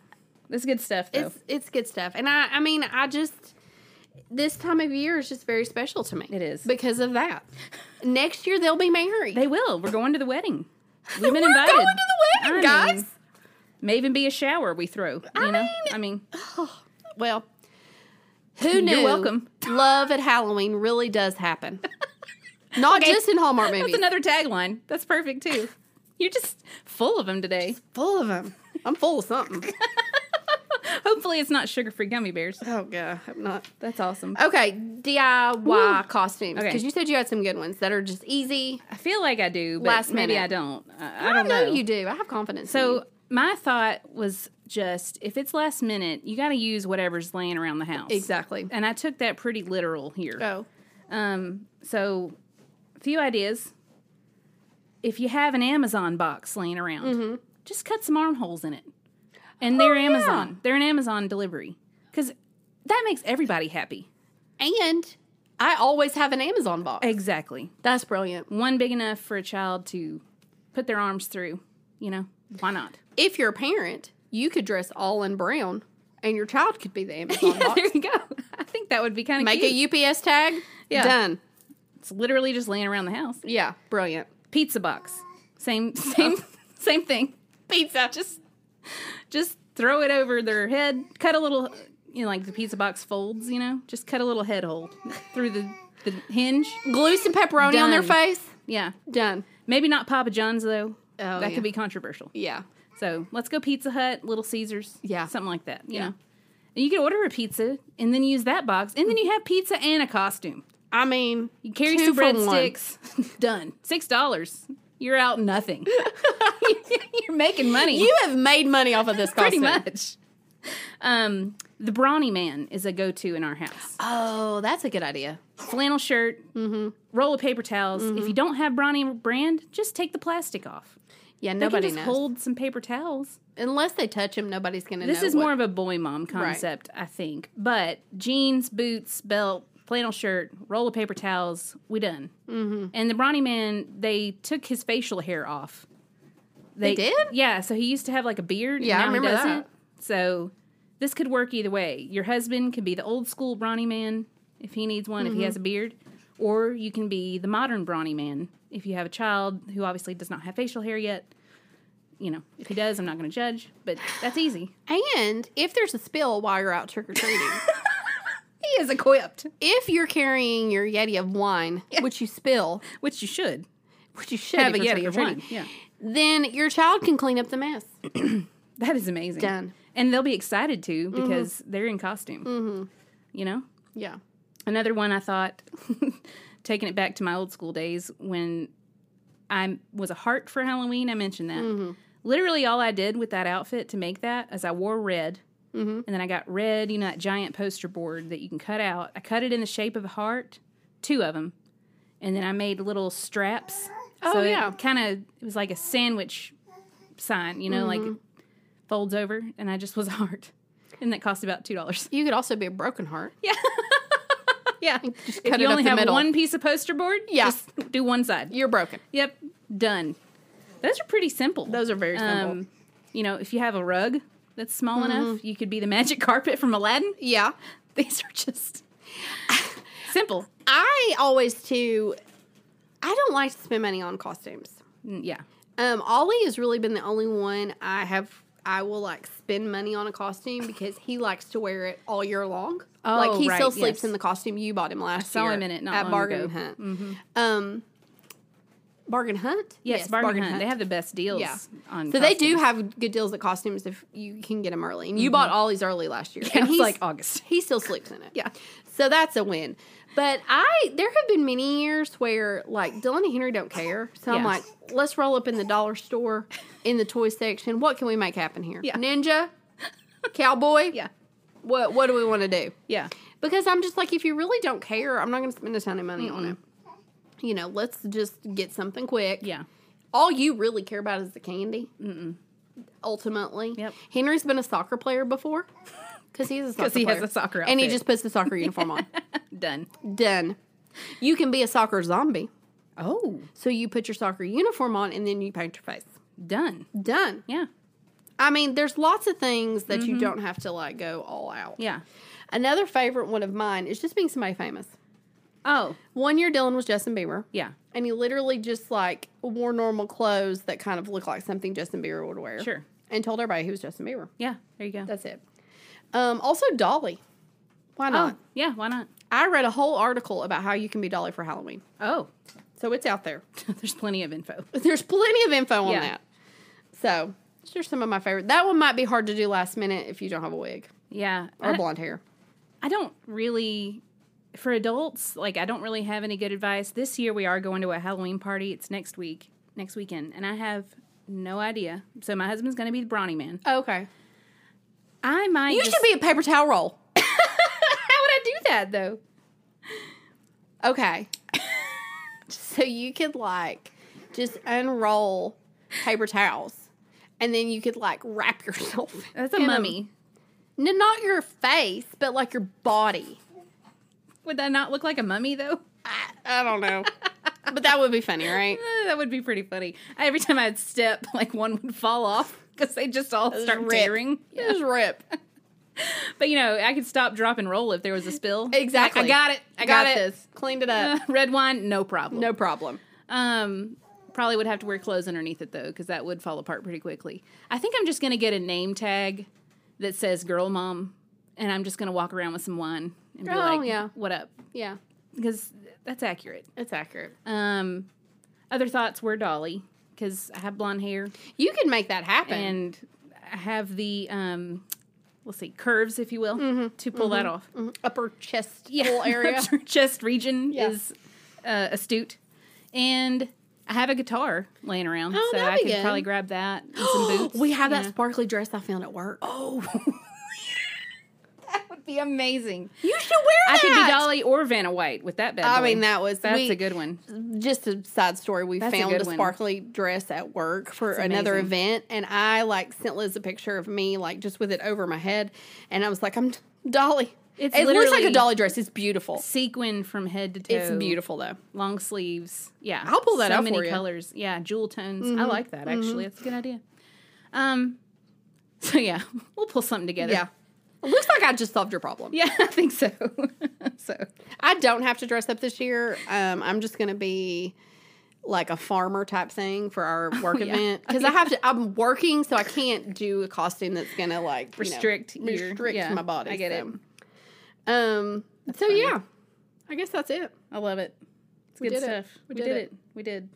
Speaker 1: That's good stuff, though.
Speaker 2: it's it's good stuff. And I I mean I just this time of year is just very special to me.
Speaker 1: It is.
Speaker 2: because of that. Next year they'll be married.
Speaker 1: They will. We're going to the wedding. We've been
Speaker 2: We're
Speaker 1: invited.
Speaker 2: going to the wedding,
Speaker 1: I mean,
Speaker 2: guys.
Speaker 1: may even be a shower we throw. You know, I mean,
Speaker 2: well, who knew?
Speaker 1: welcome.
Speaker 2: Love at Halloween really does happen. Not
Speaker 1: Okay.
Speaker 2: just in Hallmark movies.
Speaker 1: That's another tagline. That's perfect too. You're just full of them today.
Speaker 2: full of them. I'm full of something.
Speaker 1: Hopefully, it's not sugar-free gummy bears.
Speaker 2: oh god, I'm not.
Speaker 1: That's awesome.
Speaker 2: Okay, DIY costumes
Speaker 1: Okay.
Speaker 2: because you said you had some good ones that are just easy.
Speaker 1: I feel like I do, but
Speaker 2: Last
Speaker 1: maybe
Speaker 2: minute.
Speaker 1: I don't. I, I don't
Speaker 2: know. you do. I have confidence. in you.
Speaker 1: So my thought was just if it's last minute, you got to use whatever's laying around the house.
Speaker 2: exactly.
Speaker 1: And I took that pretty literal here.
Speaker 2: Go.
Speaker 1: Um, so a few ideas. If you have an Amazon box laying around, just cut some armholes in it. And they're Amazon. They're an Amazon delivery. Because that makes everybody happy.
Speaker 2: And I always have an Amazon box.
Speaker 1: Exactly.
Speaker 2: That's brilliant.
Speaker 1: One big enough for a child to put their arms through. You know, why not?
Speaker 2: If you're a parent, you could dress all in brown, and your child could be the Amazon box.
Speaker 1: there you go. I think that would be kind of
Speaker 2: Make
Speaker 1: cute.
Speaker 2: a UPS tag.
Speaker 1: Yeah.
Speaker 2: Done.
Speaker 1: It's literally just laying around the house.
Speaker 2: Yeah. Brilliant.
Speaker 1: Pizza box. Same same same thing. Pizza. Just just throw it over their head. Cut a little you know, like the pizza box folds, you know? Just cut a little head hole through the, the hinge.
Speaker 2: Glue some pepperoni on their
Speaker 1: Done.
Speaker 2: face.
Speaker 1: Yeah.
Speaker 2: Done.
Speaker 1: Maybe not Papa John's though.
Speaker 2: Oh,
Speaker 1: that
Speaker 2: yeah.
Speaker 1: could be controversial.
Speaker 2: Yeah.
Speaker 1: So let's go Pizza Hut, Little Caesars.
Speaker 2: Yeah.
Speaker 1: Something like that. You
Speaker 2: Yeah.
Speaker 1: know. And you can order a pizza and then use that box. And then you have pizza and a costume.
Speaker 2: I mean,
Speaker 1: You carry
Speaker 2: Two
Speaker 1: some
Speaker 2: for one.
Speaker 1: breadsticks. Done. Six dollars. You're out nothing. You're making money.
Speaker 2: you have made money off of this
Speaker 1: pretty
Speaker 2: costume.
Speaker 1: much. Um, the brawny man is a go-to in our house.
Speaker 2: Oh, Mm-hmm. that's a good idea.
Speaker 1: Flannel shirt, roll of paper towels.
Speaker 2: Mm-hmm.
Speaker 1: If you don't have brawny brand, just take the plastic off.
Speaker 2: Yeah,
Speaker 1: They
Speaker 2: nobody
Speaker 1: can
Speaker 2: knows.
Speaker 1: just hold some paper towels.
Speaker 2: Unless they touch him, nobody's gonna.
Speaker 1: This
Speaker 2: know
Speaker 1: is
Speaker 2: what-
Speaker 1: more of a boy mom concept, I think. But jeans, boots, belt, flannel shirt, roll of paper towels, we done. Mm-hmm. And the brawny man, they took his facial hair off.
Speaker 2: They did?
Speaker 1: Yeah, so he used to have like a beard.
Speaker 2: Yeah, I
Speaker 1: and now
Speaker 2: remember
Speaker 1: he doesn't.
Speaker 2: that.
Speaker 1: So this could work either way. Your husband could be the old school brawny man if he needs one,
Speaker 2: Mm-hmm.
Speaker 1: if he has a beard. Or you can be the modern brawny man if you have a child who obviously does not have facial hair yet. You know, if he does, I'm not going to judge, but that's easy.
Speaker 2: And if there's a spill while you're out trick or treating,
Speaker 1: He is equipped,
Speaker 2: if you're carrying your Yeti of wine, which you spill,
Speaker 1: which you should
Speaker 2: which you should
Speaker 1: have a
Speaker 2: if you're
Speaker 1: Yeti of
Speaker 2: trick-or-treating,
Speaker 1: wine. Yeah,
Speaker 2: then your child can clean up the mess.
Speaker 1: that is amazing.
Speaker 2: Done.
Speaker 1: And they'll be excited too because they're in costume. Mm-hmm. You know,
Speaker 2: Yeah.
Speaker 1: another one I thought, taking it back to my old school days when I was a heart for Halloween. I mentioned that.
Speaker 2: Mm-hmm.
Speaker 1: Literally, all I did with that outfit to make that is I wore red.
Speaker 2: Mm-hmm.
Speaker 1: And then I got red, you know, that giant poster board that you can cut out. I cut it in the shape of a heart, two of them. And then I made little straps.
Speaker 2: Oh, yeah.
Speaker 1: Kind of, it was like a sandwich sign, you know,
Speaker 2: Mm-hmm.
Speaker 1: like it folds over. And I just was a heart. And that cost about $2.
Speaker 2: You could also be a broken heart.
Speaker 1: Yeah.
Speaker 2: Just
Speaker 1: if
Speaker 2: cut
Speaker 1: you
Speaker 2: it up
Speaker 1: only
Speaker 2: the
Speaker 1: have
Speaker 2: middle.
Speaker 1: one piece of poster board,
Speaker 2: Yeah.
Speaker 1: just do one side.
Speaker 2: You're broken.
Speaker 1: Yep, done. Those are pretty simple. Um,
Speaker 2: Those are very simple. Mm-hmm.
Speaker 1: you know, if you have a rug that's small enough, you could be the magic carpet from Aladdin.
Speaker 2: Yeah.
Speaker 1: These are just simple.
Speaker 2: I always too. I don't like to spend money on costumes.
Speaker 1: Mm, Yeah.
Speaker 2: Um, Ollie has really been the only one I have. I will like spend money on a costume because he likes to wear it all year long.
Speaker 1: Oh,
Speaker 2: like he still
Speaker 1: right,
Speaker 2: sleeps
Speaker 1: yes.
Speaker 2: in the costume you bought him last
Speaker 1: saw
Speaker 2: year.
Speaker 1: him in it not
Speaker 2: at
Speaker 1: long
Speaker 2: Bargain
Speaker 1: ago. Mm-hmm.
Speaker 2: Hunt. Um, Bargain Hunt.
Speaker 1: Yes, bargain, hunt. They have the best deals.
Speaker 2: yeah.
Speaker 1: On
Speaker 2: so they do
Speaker 1: costumes.
Speaker 2: have good deals at costumes if you can get them early. And you bought Ollie's early last year.
Speaker 1: Yeah,
Speaker 2: and
Speaker 1: it's like August.
Speaker 2: He still sleeps in it. Yeah. So that's a win. But I there have been many years where like Dylan and Henry don't care. So I'm
Speaker 1: Yeah.
Speaker 2: like, let's roll up in the dollar store in the toy section. What can we make happen here?
Speaker 1: Yeah.
Speaker 2: Ninja? Cowboy?
Speaker 1: Yeah.
Speaker 2: What what do we want to do?
Speaker 1: Yeah.
Speaker 2: Because I'm just like, if you really don't care, I'm not gonna spend a ton of money on it. You know, let's just get something quick
Speaker 1: Yeah.
Speaker 2: all you really care about is the candy. Mm-mm. Ultimately,
Speaker 1: Yep.
Speaker 2: Henry's been a soccer player before because he's a soccer
Speaker 1: he has
Speaker 2: player.
Speaker 1: a soccer
Speaker 2: and he
Speaker 1: outfit.
Speaker 2: just puts the soccer uniform on.
Speaker 1: Done.
Speaker 2: Done. You can be a soccer zombie,
Speaker 1: Oh,
Speaker 2: so you put your soccer uniform on and then you paint your face.
Speaker 1: done.
Speaker 2: Done.
Speaker 1: Yeah.
Speaker 2: I mean, there's lots of things that you don't have to like go all out.
Speaker 1: Mm-hmm. Yeah.
Speaker 2: Another favorite one of mine is just being somebody famous.
Speaker 1: Oh,
Speaker 2: One year, Dylan was Justin Bieber.
Speaker 1: yeah.
Speaker 2: and he literally just like wore normal clothes that kind of looked like something Justin Bieber would wear.
Speaker 1: Sure.
Speaker 2: And told everybody he was Justin Bieber.
Speaker 1: Yeah. There you go.
Speaker 2: That's it. Um, also, Dolly. Why
Speaker 1: oh,
Speaker 2: not?
Speaker 1: yeah. Why not?
Speaker 2: I read a whole article about how you can be Dolly for Halloween.
Speaker 1: Oh,
Speaker 2: So it's out there.
Speaker 1: There's plenty of info.
Speaker 2: There's plenty of info on
Speaker 1: Yeah.
Speaker 2: that. So those are some of my favorite. That one might be hard to do last minute if you don't have a wig
Speaker 1: Yeah. I
Speaker 2: or
Speaker 1: don't-
Speaker 2: blonde hair.
Speaker 1: I don't really for adults, like I don't really have any good advice. This year we are going to a Halloween party. It's next week, next weekend, and I have no idea. So my husband's going to be the brawny man.
Speaker 2: okay.
Speaker 1: I might.
Speaker 2: You
Speaker 1: Oh, just-
Speaker 2: should be a paper towel roll.
Speaker 1: How would I do that though?
Speaker 2: Okay. so you could like just unroll paper towels and then you could like wrap yourself.
Speaker 1: That's a
Speaker 2: in 'em.
Speaker 1: mummy.
Speaker 2: No, not your face, but like your body.
Speaker 1: Would that not look like a mummy though?
Speaker 2: I, I don't know. but that would be funny, right?
Speaker 1: Eh, That would be pretty funny. I, every time I'd step, like one would fall off because they just all start
Speaker 2: rip.
Speaker 1: tearing. Yeah.
Speaker 2: Just rip.
Speaker 1: But you know, I could stop, drop, and roll if there was a spill.
Speaker 2: Exactly.
Speaker 1: Like, I got it. I got,
Speaker 2: Got it. Uh.
Speaker 1: this.
Speaker 2: Cleaned it up.
Speaker 1: Red wine, no problem.
Speaker 2: No problem.
Speaker 1: Um, probably would have to wear clothes underneath it though, because that would fall apart pretty quickly. I think I'm just gonna get a name tag that says "Girl Mom," and I'm just gonna walk around with some wine and be
Speaker 2: Oh,
Speaker 1: like,
Speaker 2: yeah.
Speaker 1: what up?"
Speaker 2: Yeah,
Speaker 1: Because that's accurate.
Speaker 2: it's accurate.
Speaker 1: Um, other thoughts were Dolly, because I have blonde hair
Speaker 2: You can make that happen.
Speaker 1: and I have the um, let's see, curves, if you will,
Speaker 2: Mm-hmm.
Speaker 1: to pull that off.
Speaker 2: upper chest whole area.
Speaker 1: upper chest region
Speaker 2: Yeah.
Speaker 1: is uh, astute, and I have a guitar laying around,
Speaker 2: Oh,
Speaker 1: so
Speaker 2: that'd
Speaker 1: I
Speaker 2: be
Speaker 1: could
Speaker 2: good.
Speaker 1: probably grab that and some boots.
Speaker 2: we have that sparkly dress I found at work.
Speaker 1: oh, that would be amazing.
Speaker 2: you should wear
Speaker 1: I could be
Speaker 2: that.
Speaker 1: Dolly or Vanna White with that bad.
Speaker 2: I
Speaker 1: boy.
Speaker 2: mean, that was-
Speaker 1: that's
Speaker 2: we-
Speaker 1: a good one.
Speaker 2: just a side story. We
Speaker 1: That's a
Speaker 2: found
Speaker 1: good
Speaker 2: a,
Speaker 1: one.
Speaker 2: sparkly dress at work for
Speaker 1: That's
Speaker 2: another
Speaker 1: amazing.
Speaker 2: event, and I like sent Liz a picture of me like just with it over my head, and I was like, "I'm Dolly."
Speaker 1: It's
Speaker 2: it looks like a
Speaker 1: literally-
Speaker 2: Dolly dress. It's beautiful.
Speaker 1: Sequin from head to toe.
Speaker 2: It's beautiful though.
Speaker 1: Long sleeves. Yeah,
Speaker 2: I'll pull that
Speaker 1: so
Speaker 2: out
Speaker 1: many
Speaker 2: for Mm-hmm. you.
Speaker 1: colors. Yeah, jewel tones. I like that actually. That's a good idea. Um, so yeah, we'll pull something together.
Speaker 2: Yeah. It looks like I just solved your problem.
Speaker 1: yeah, I think so. so
Speaker 2: I don't have to dress up this year. Um, I'm just going to be like a farmer type thing for our work
Speaker 1: yeah.
Speaker 2: event because I have to. I'm working, so I can't do a costume that's going to like you know,
Speaker 1: Restrict your-
Speaker 2: restrict
Speaker 1: yeah,
Speaker 2: my body.
Speaker 1: I get
Speaker 2: so. it. Um. so yeah, I guess that's it.
Speaker 1: I love it. It's good
Speaker 2: did it.
Speaker 1: stuff.
Speaker 2: We
Speaker 1: We,
Speaker 2: did
Speaker 1: did,
Speaker 2: it.
Speaker 1: it. We did.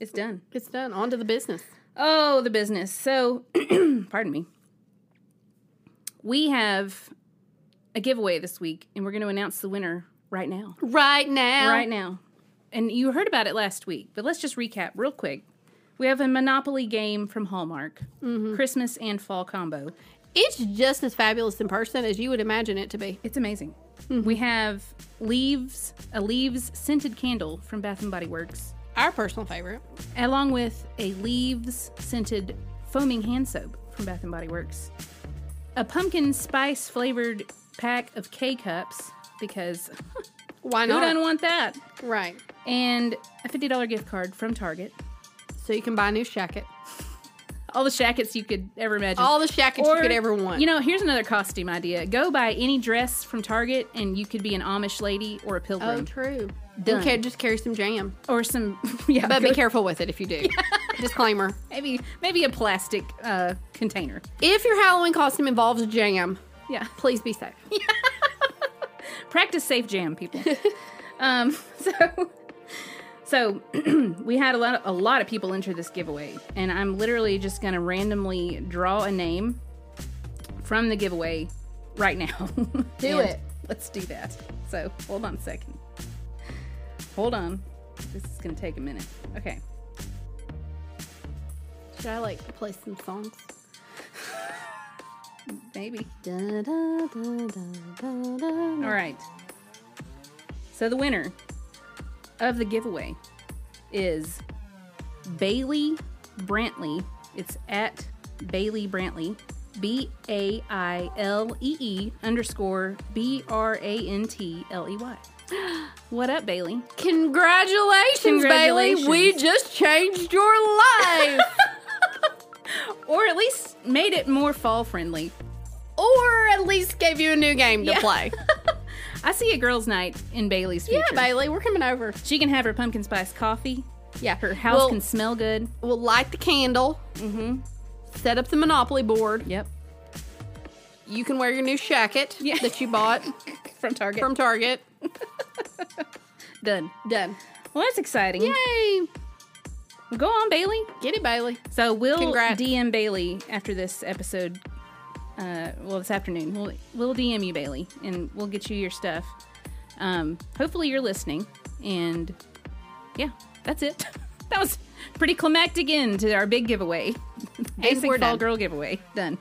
Speaker 1: It's done.
Speaker 2: It's done. On to the business.
Speaker 1: Oh, the business. So, pardon me. We have a giveaway this week, and we're going to announce the winner right now.
Speaker 2: Right now.
Speaker 1: Right now. And you heard about it last week, but let's just recap real quick. We have a Monopoly game from Hallmark,
Speaker 2: Mm-hmm.
Speaker 1: Christmas and fall combo.
Speaker 2: It's just as fabulous in person as you would imagine it to be.
Speaker 1: It's amazing.
Speaker 2: Mm-hmm.
Speaker 1: We have leaves, a leaves scented candle from Bath and Body Works.
Speaker 2: Our personal favorite.
Speaker 1: along with a leaves scented foaming hand soap from Bath and Body Works, a pumpkin spice flavored pack of K cups because
Speaker 2: Why
Speaker 1: who doesn't
Speaker 2: not?
Speaker 1: want that?
Speaker 2: Right.
Speaker 1: And a fifty dollar gift card from Target.
Speaker 2: So you can buy a new jacket.
Speaker 1: All the shackets you could ever imagine.
Speaker 2: All the jackets you
Speaker 1: Or,
Speaker 2: could ever want.
Speaker 1: You know, here's another costume idea. Go buy any dress from Target and you could be an Amish lady or a
Speaker 2: Oh,
Speaker 1: pilgrim.
Speaker 2: true.
Speaker 1: Done.
Speaker 2: Okay, just carry some jam.
Speaker 1: or some yeah,
Speaker 2: Oh. But
Speaker 1: go-
Speaker 2: be careful with it if you do. Disclaimer.
Speaker 1: maybe maybe a plastic uh, container.
Speaker 2: If your Halloween costume involves jam,
Speaker 1: Yeah.
Speaker 2: please be safe.
Speaker 1: practice safe jam people um so so we had a lot of, a lot of people enter this giveaway and i'm literally just gonna randomly draw a name from the giveaway right now
Speaker 2: Do
Speaker 1: And
Speaker 2: it.
Speaker 1: let's do that so hold on a second hold on this is gonna take a minute okay
Speaker 2: Should I like play some songs?
Speaker 1: maybe all right so the winner of the giveaway is Bailey Brantley. It's at Bailey Brantley. B A I L E E underscore B R A N T L E Y. What up, Bailey?
Speaker 2: Congratulations, Bailey! We
Speaker 1: Congratulations.
Speaker 2: just changed your life,
Speaker 1: Or at least made it more fall friendly.
Speaker 2: or at least gave you a new game to
Speaker 1: Yeah.
Speaker 2: play.
Speaker 1: I see a girls' night in Bailey's future.
Speaker 2: yeah, Bailey, we're coming over.
Speaker 1: She can have her pumpkin spice coffee.
Speaker 2: Yeah,
Speaker 1: Her house
Speaker 2: we'll,
Speaker 1: can smell good.
Speaker 2: We'll light the candle. Mm-hmm. Set up the Monopoly board.
Speaker 1: Yep.
Speaker 2: You can wear your new jacket
Speaker 1: Yeah.
Speaker 2: that you bought
Speaker 1: From Target.
Speaker 2: from Target.
Speaker 1: Done.
Speaker 2: Done.
Speaker 1: Well, that's exciting.
Speaker 2: Yay!
Speaker 1: Go on, Bailey.
Speaker 2: Get it, Bailey.
Speaker 1: So we'll
Speaker 2: Congrats.
Speaker 1: DM Bailey after this episode. Uh, well, this afternoon we'll we'll DM you Bailey, and we'll get you your stuff. Um, hopefully you're listening, and yeah, that's it. that was pretty climactic end to our big giveaway, basic
Speaker 2: we're
Speaker 1: fall
Speaker 2: done.
Speaker 1: girl giveaway. Done.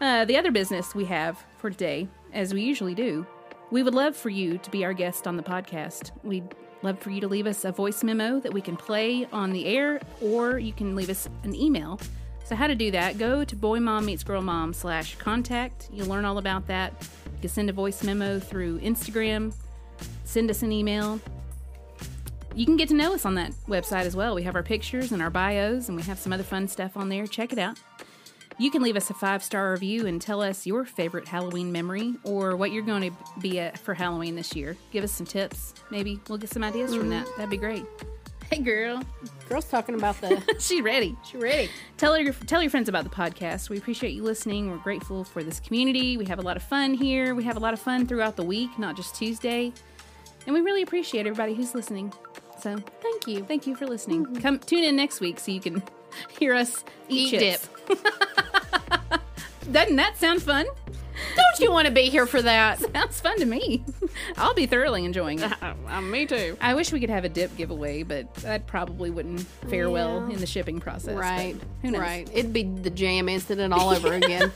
Speaker 1: Uh, the other business we have for today, as we usually do, we would love for you to be our guest on the podcast. We'd love for you to leave us a voice memo that we can play on the air, or you can leave us an email. So, how to do that? Go to boy mom meets girl mom slash contact. You'll learn all about that. You can send a voice memo through Instagram, send us an email. You can get to know us on that website as well. We have our pictures and our bios, and we have some other fun stuff on there. Check it out. You can leave us a five star review and tell us your favorite Halloween memory or what you're going to be at for Halloween this year. Give us some tips. Maybe we'll get some ideas from that. That'd be great. Mm-hmm. Hey, girl,
Speaker 2: Girl's talking about the.
Speaker 1: she ready?
Speaker 2: she ready?
Speaker 1: Tell your tell your friends about the podcast. We appreciate you listening. We're grateful for this community. We have a lot of fun here. We have a lot of fun throughout the week, not just Tuesday. And we really appreciate everybody who's listening. So thank you, thank you for listening. Come tune in next week so you can hear us eat,
Speaker 2: Mm-hmm. Eat
Speaker 1: chips. Doesn't that sound fun?
Speaker 2: Don't you want to be here for that?
Speaker 1: Sounds fun to me. I'll be thoroughly enjoying it.
Speaker 2: Uh, me too.
Speaker 1: I wish we could have a dip giveaway, but that probably wouldn't fare well in the shipping process. but
Speaker 2: Right.
Speaker 1: Who knows?
Speaker 2: Right. It'd be the jam incident all over again.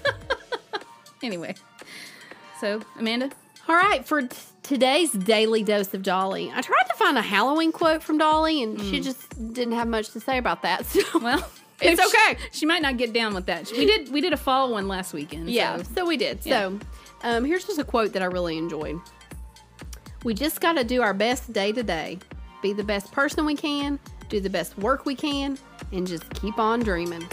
Speaker 1: Anyway. So, Amanda,
Speaker 2: All right, for t- today's daily dose of Dolly, I tried to find a Halloween quote from Dolly, and she just didn't have much to say about that. So,
Speaker 1: Well,
Speaker 2: It's
Speaker 1: she-
Speaker 2: okay.
Speaker 1: She might not get down with that. We did we did a fall one last weekend.
Speaker 2: yeah, so,
Speaker 1: so-
Speaker 2: we did. So, um, here's just a quote that I really enjoyed. We just got to do our best day to day, be the best person we can, do the best work we can, and just keep on dreaming.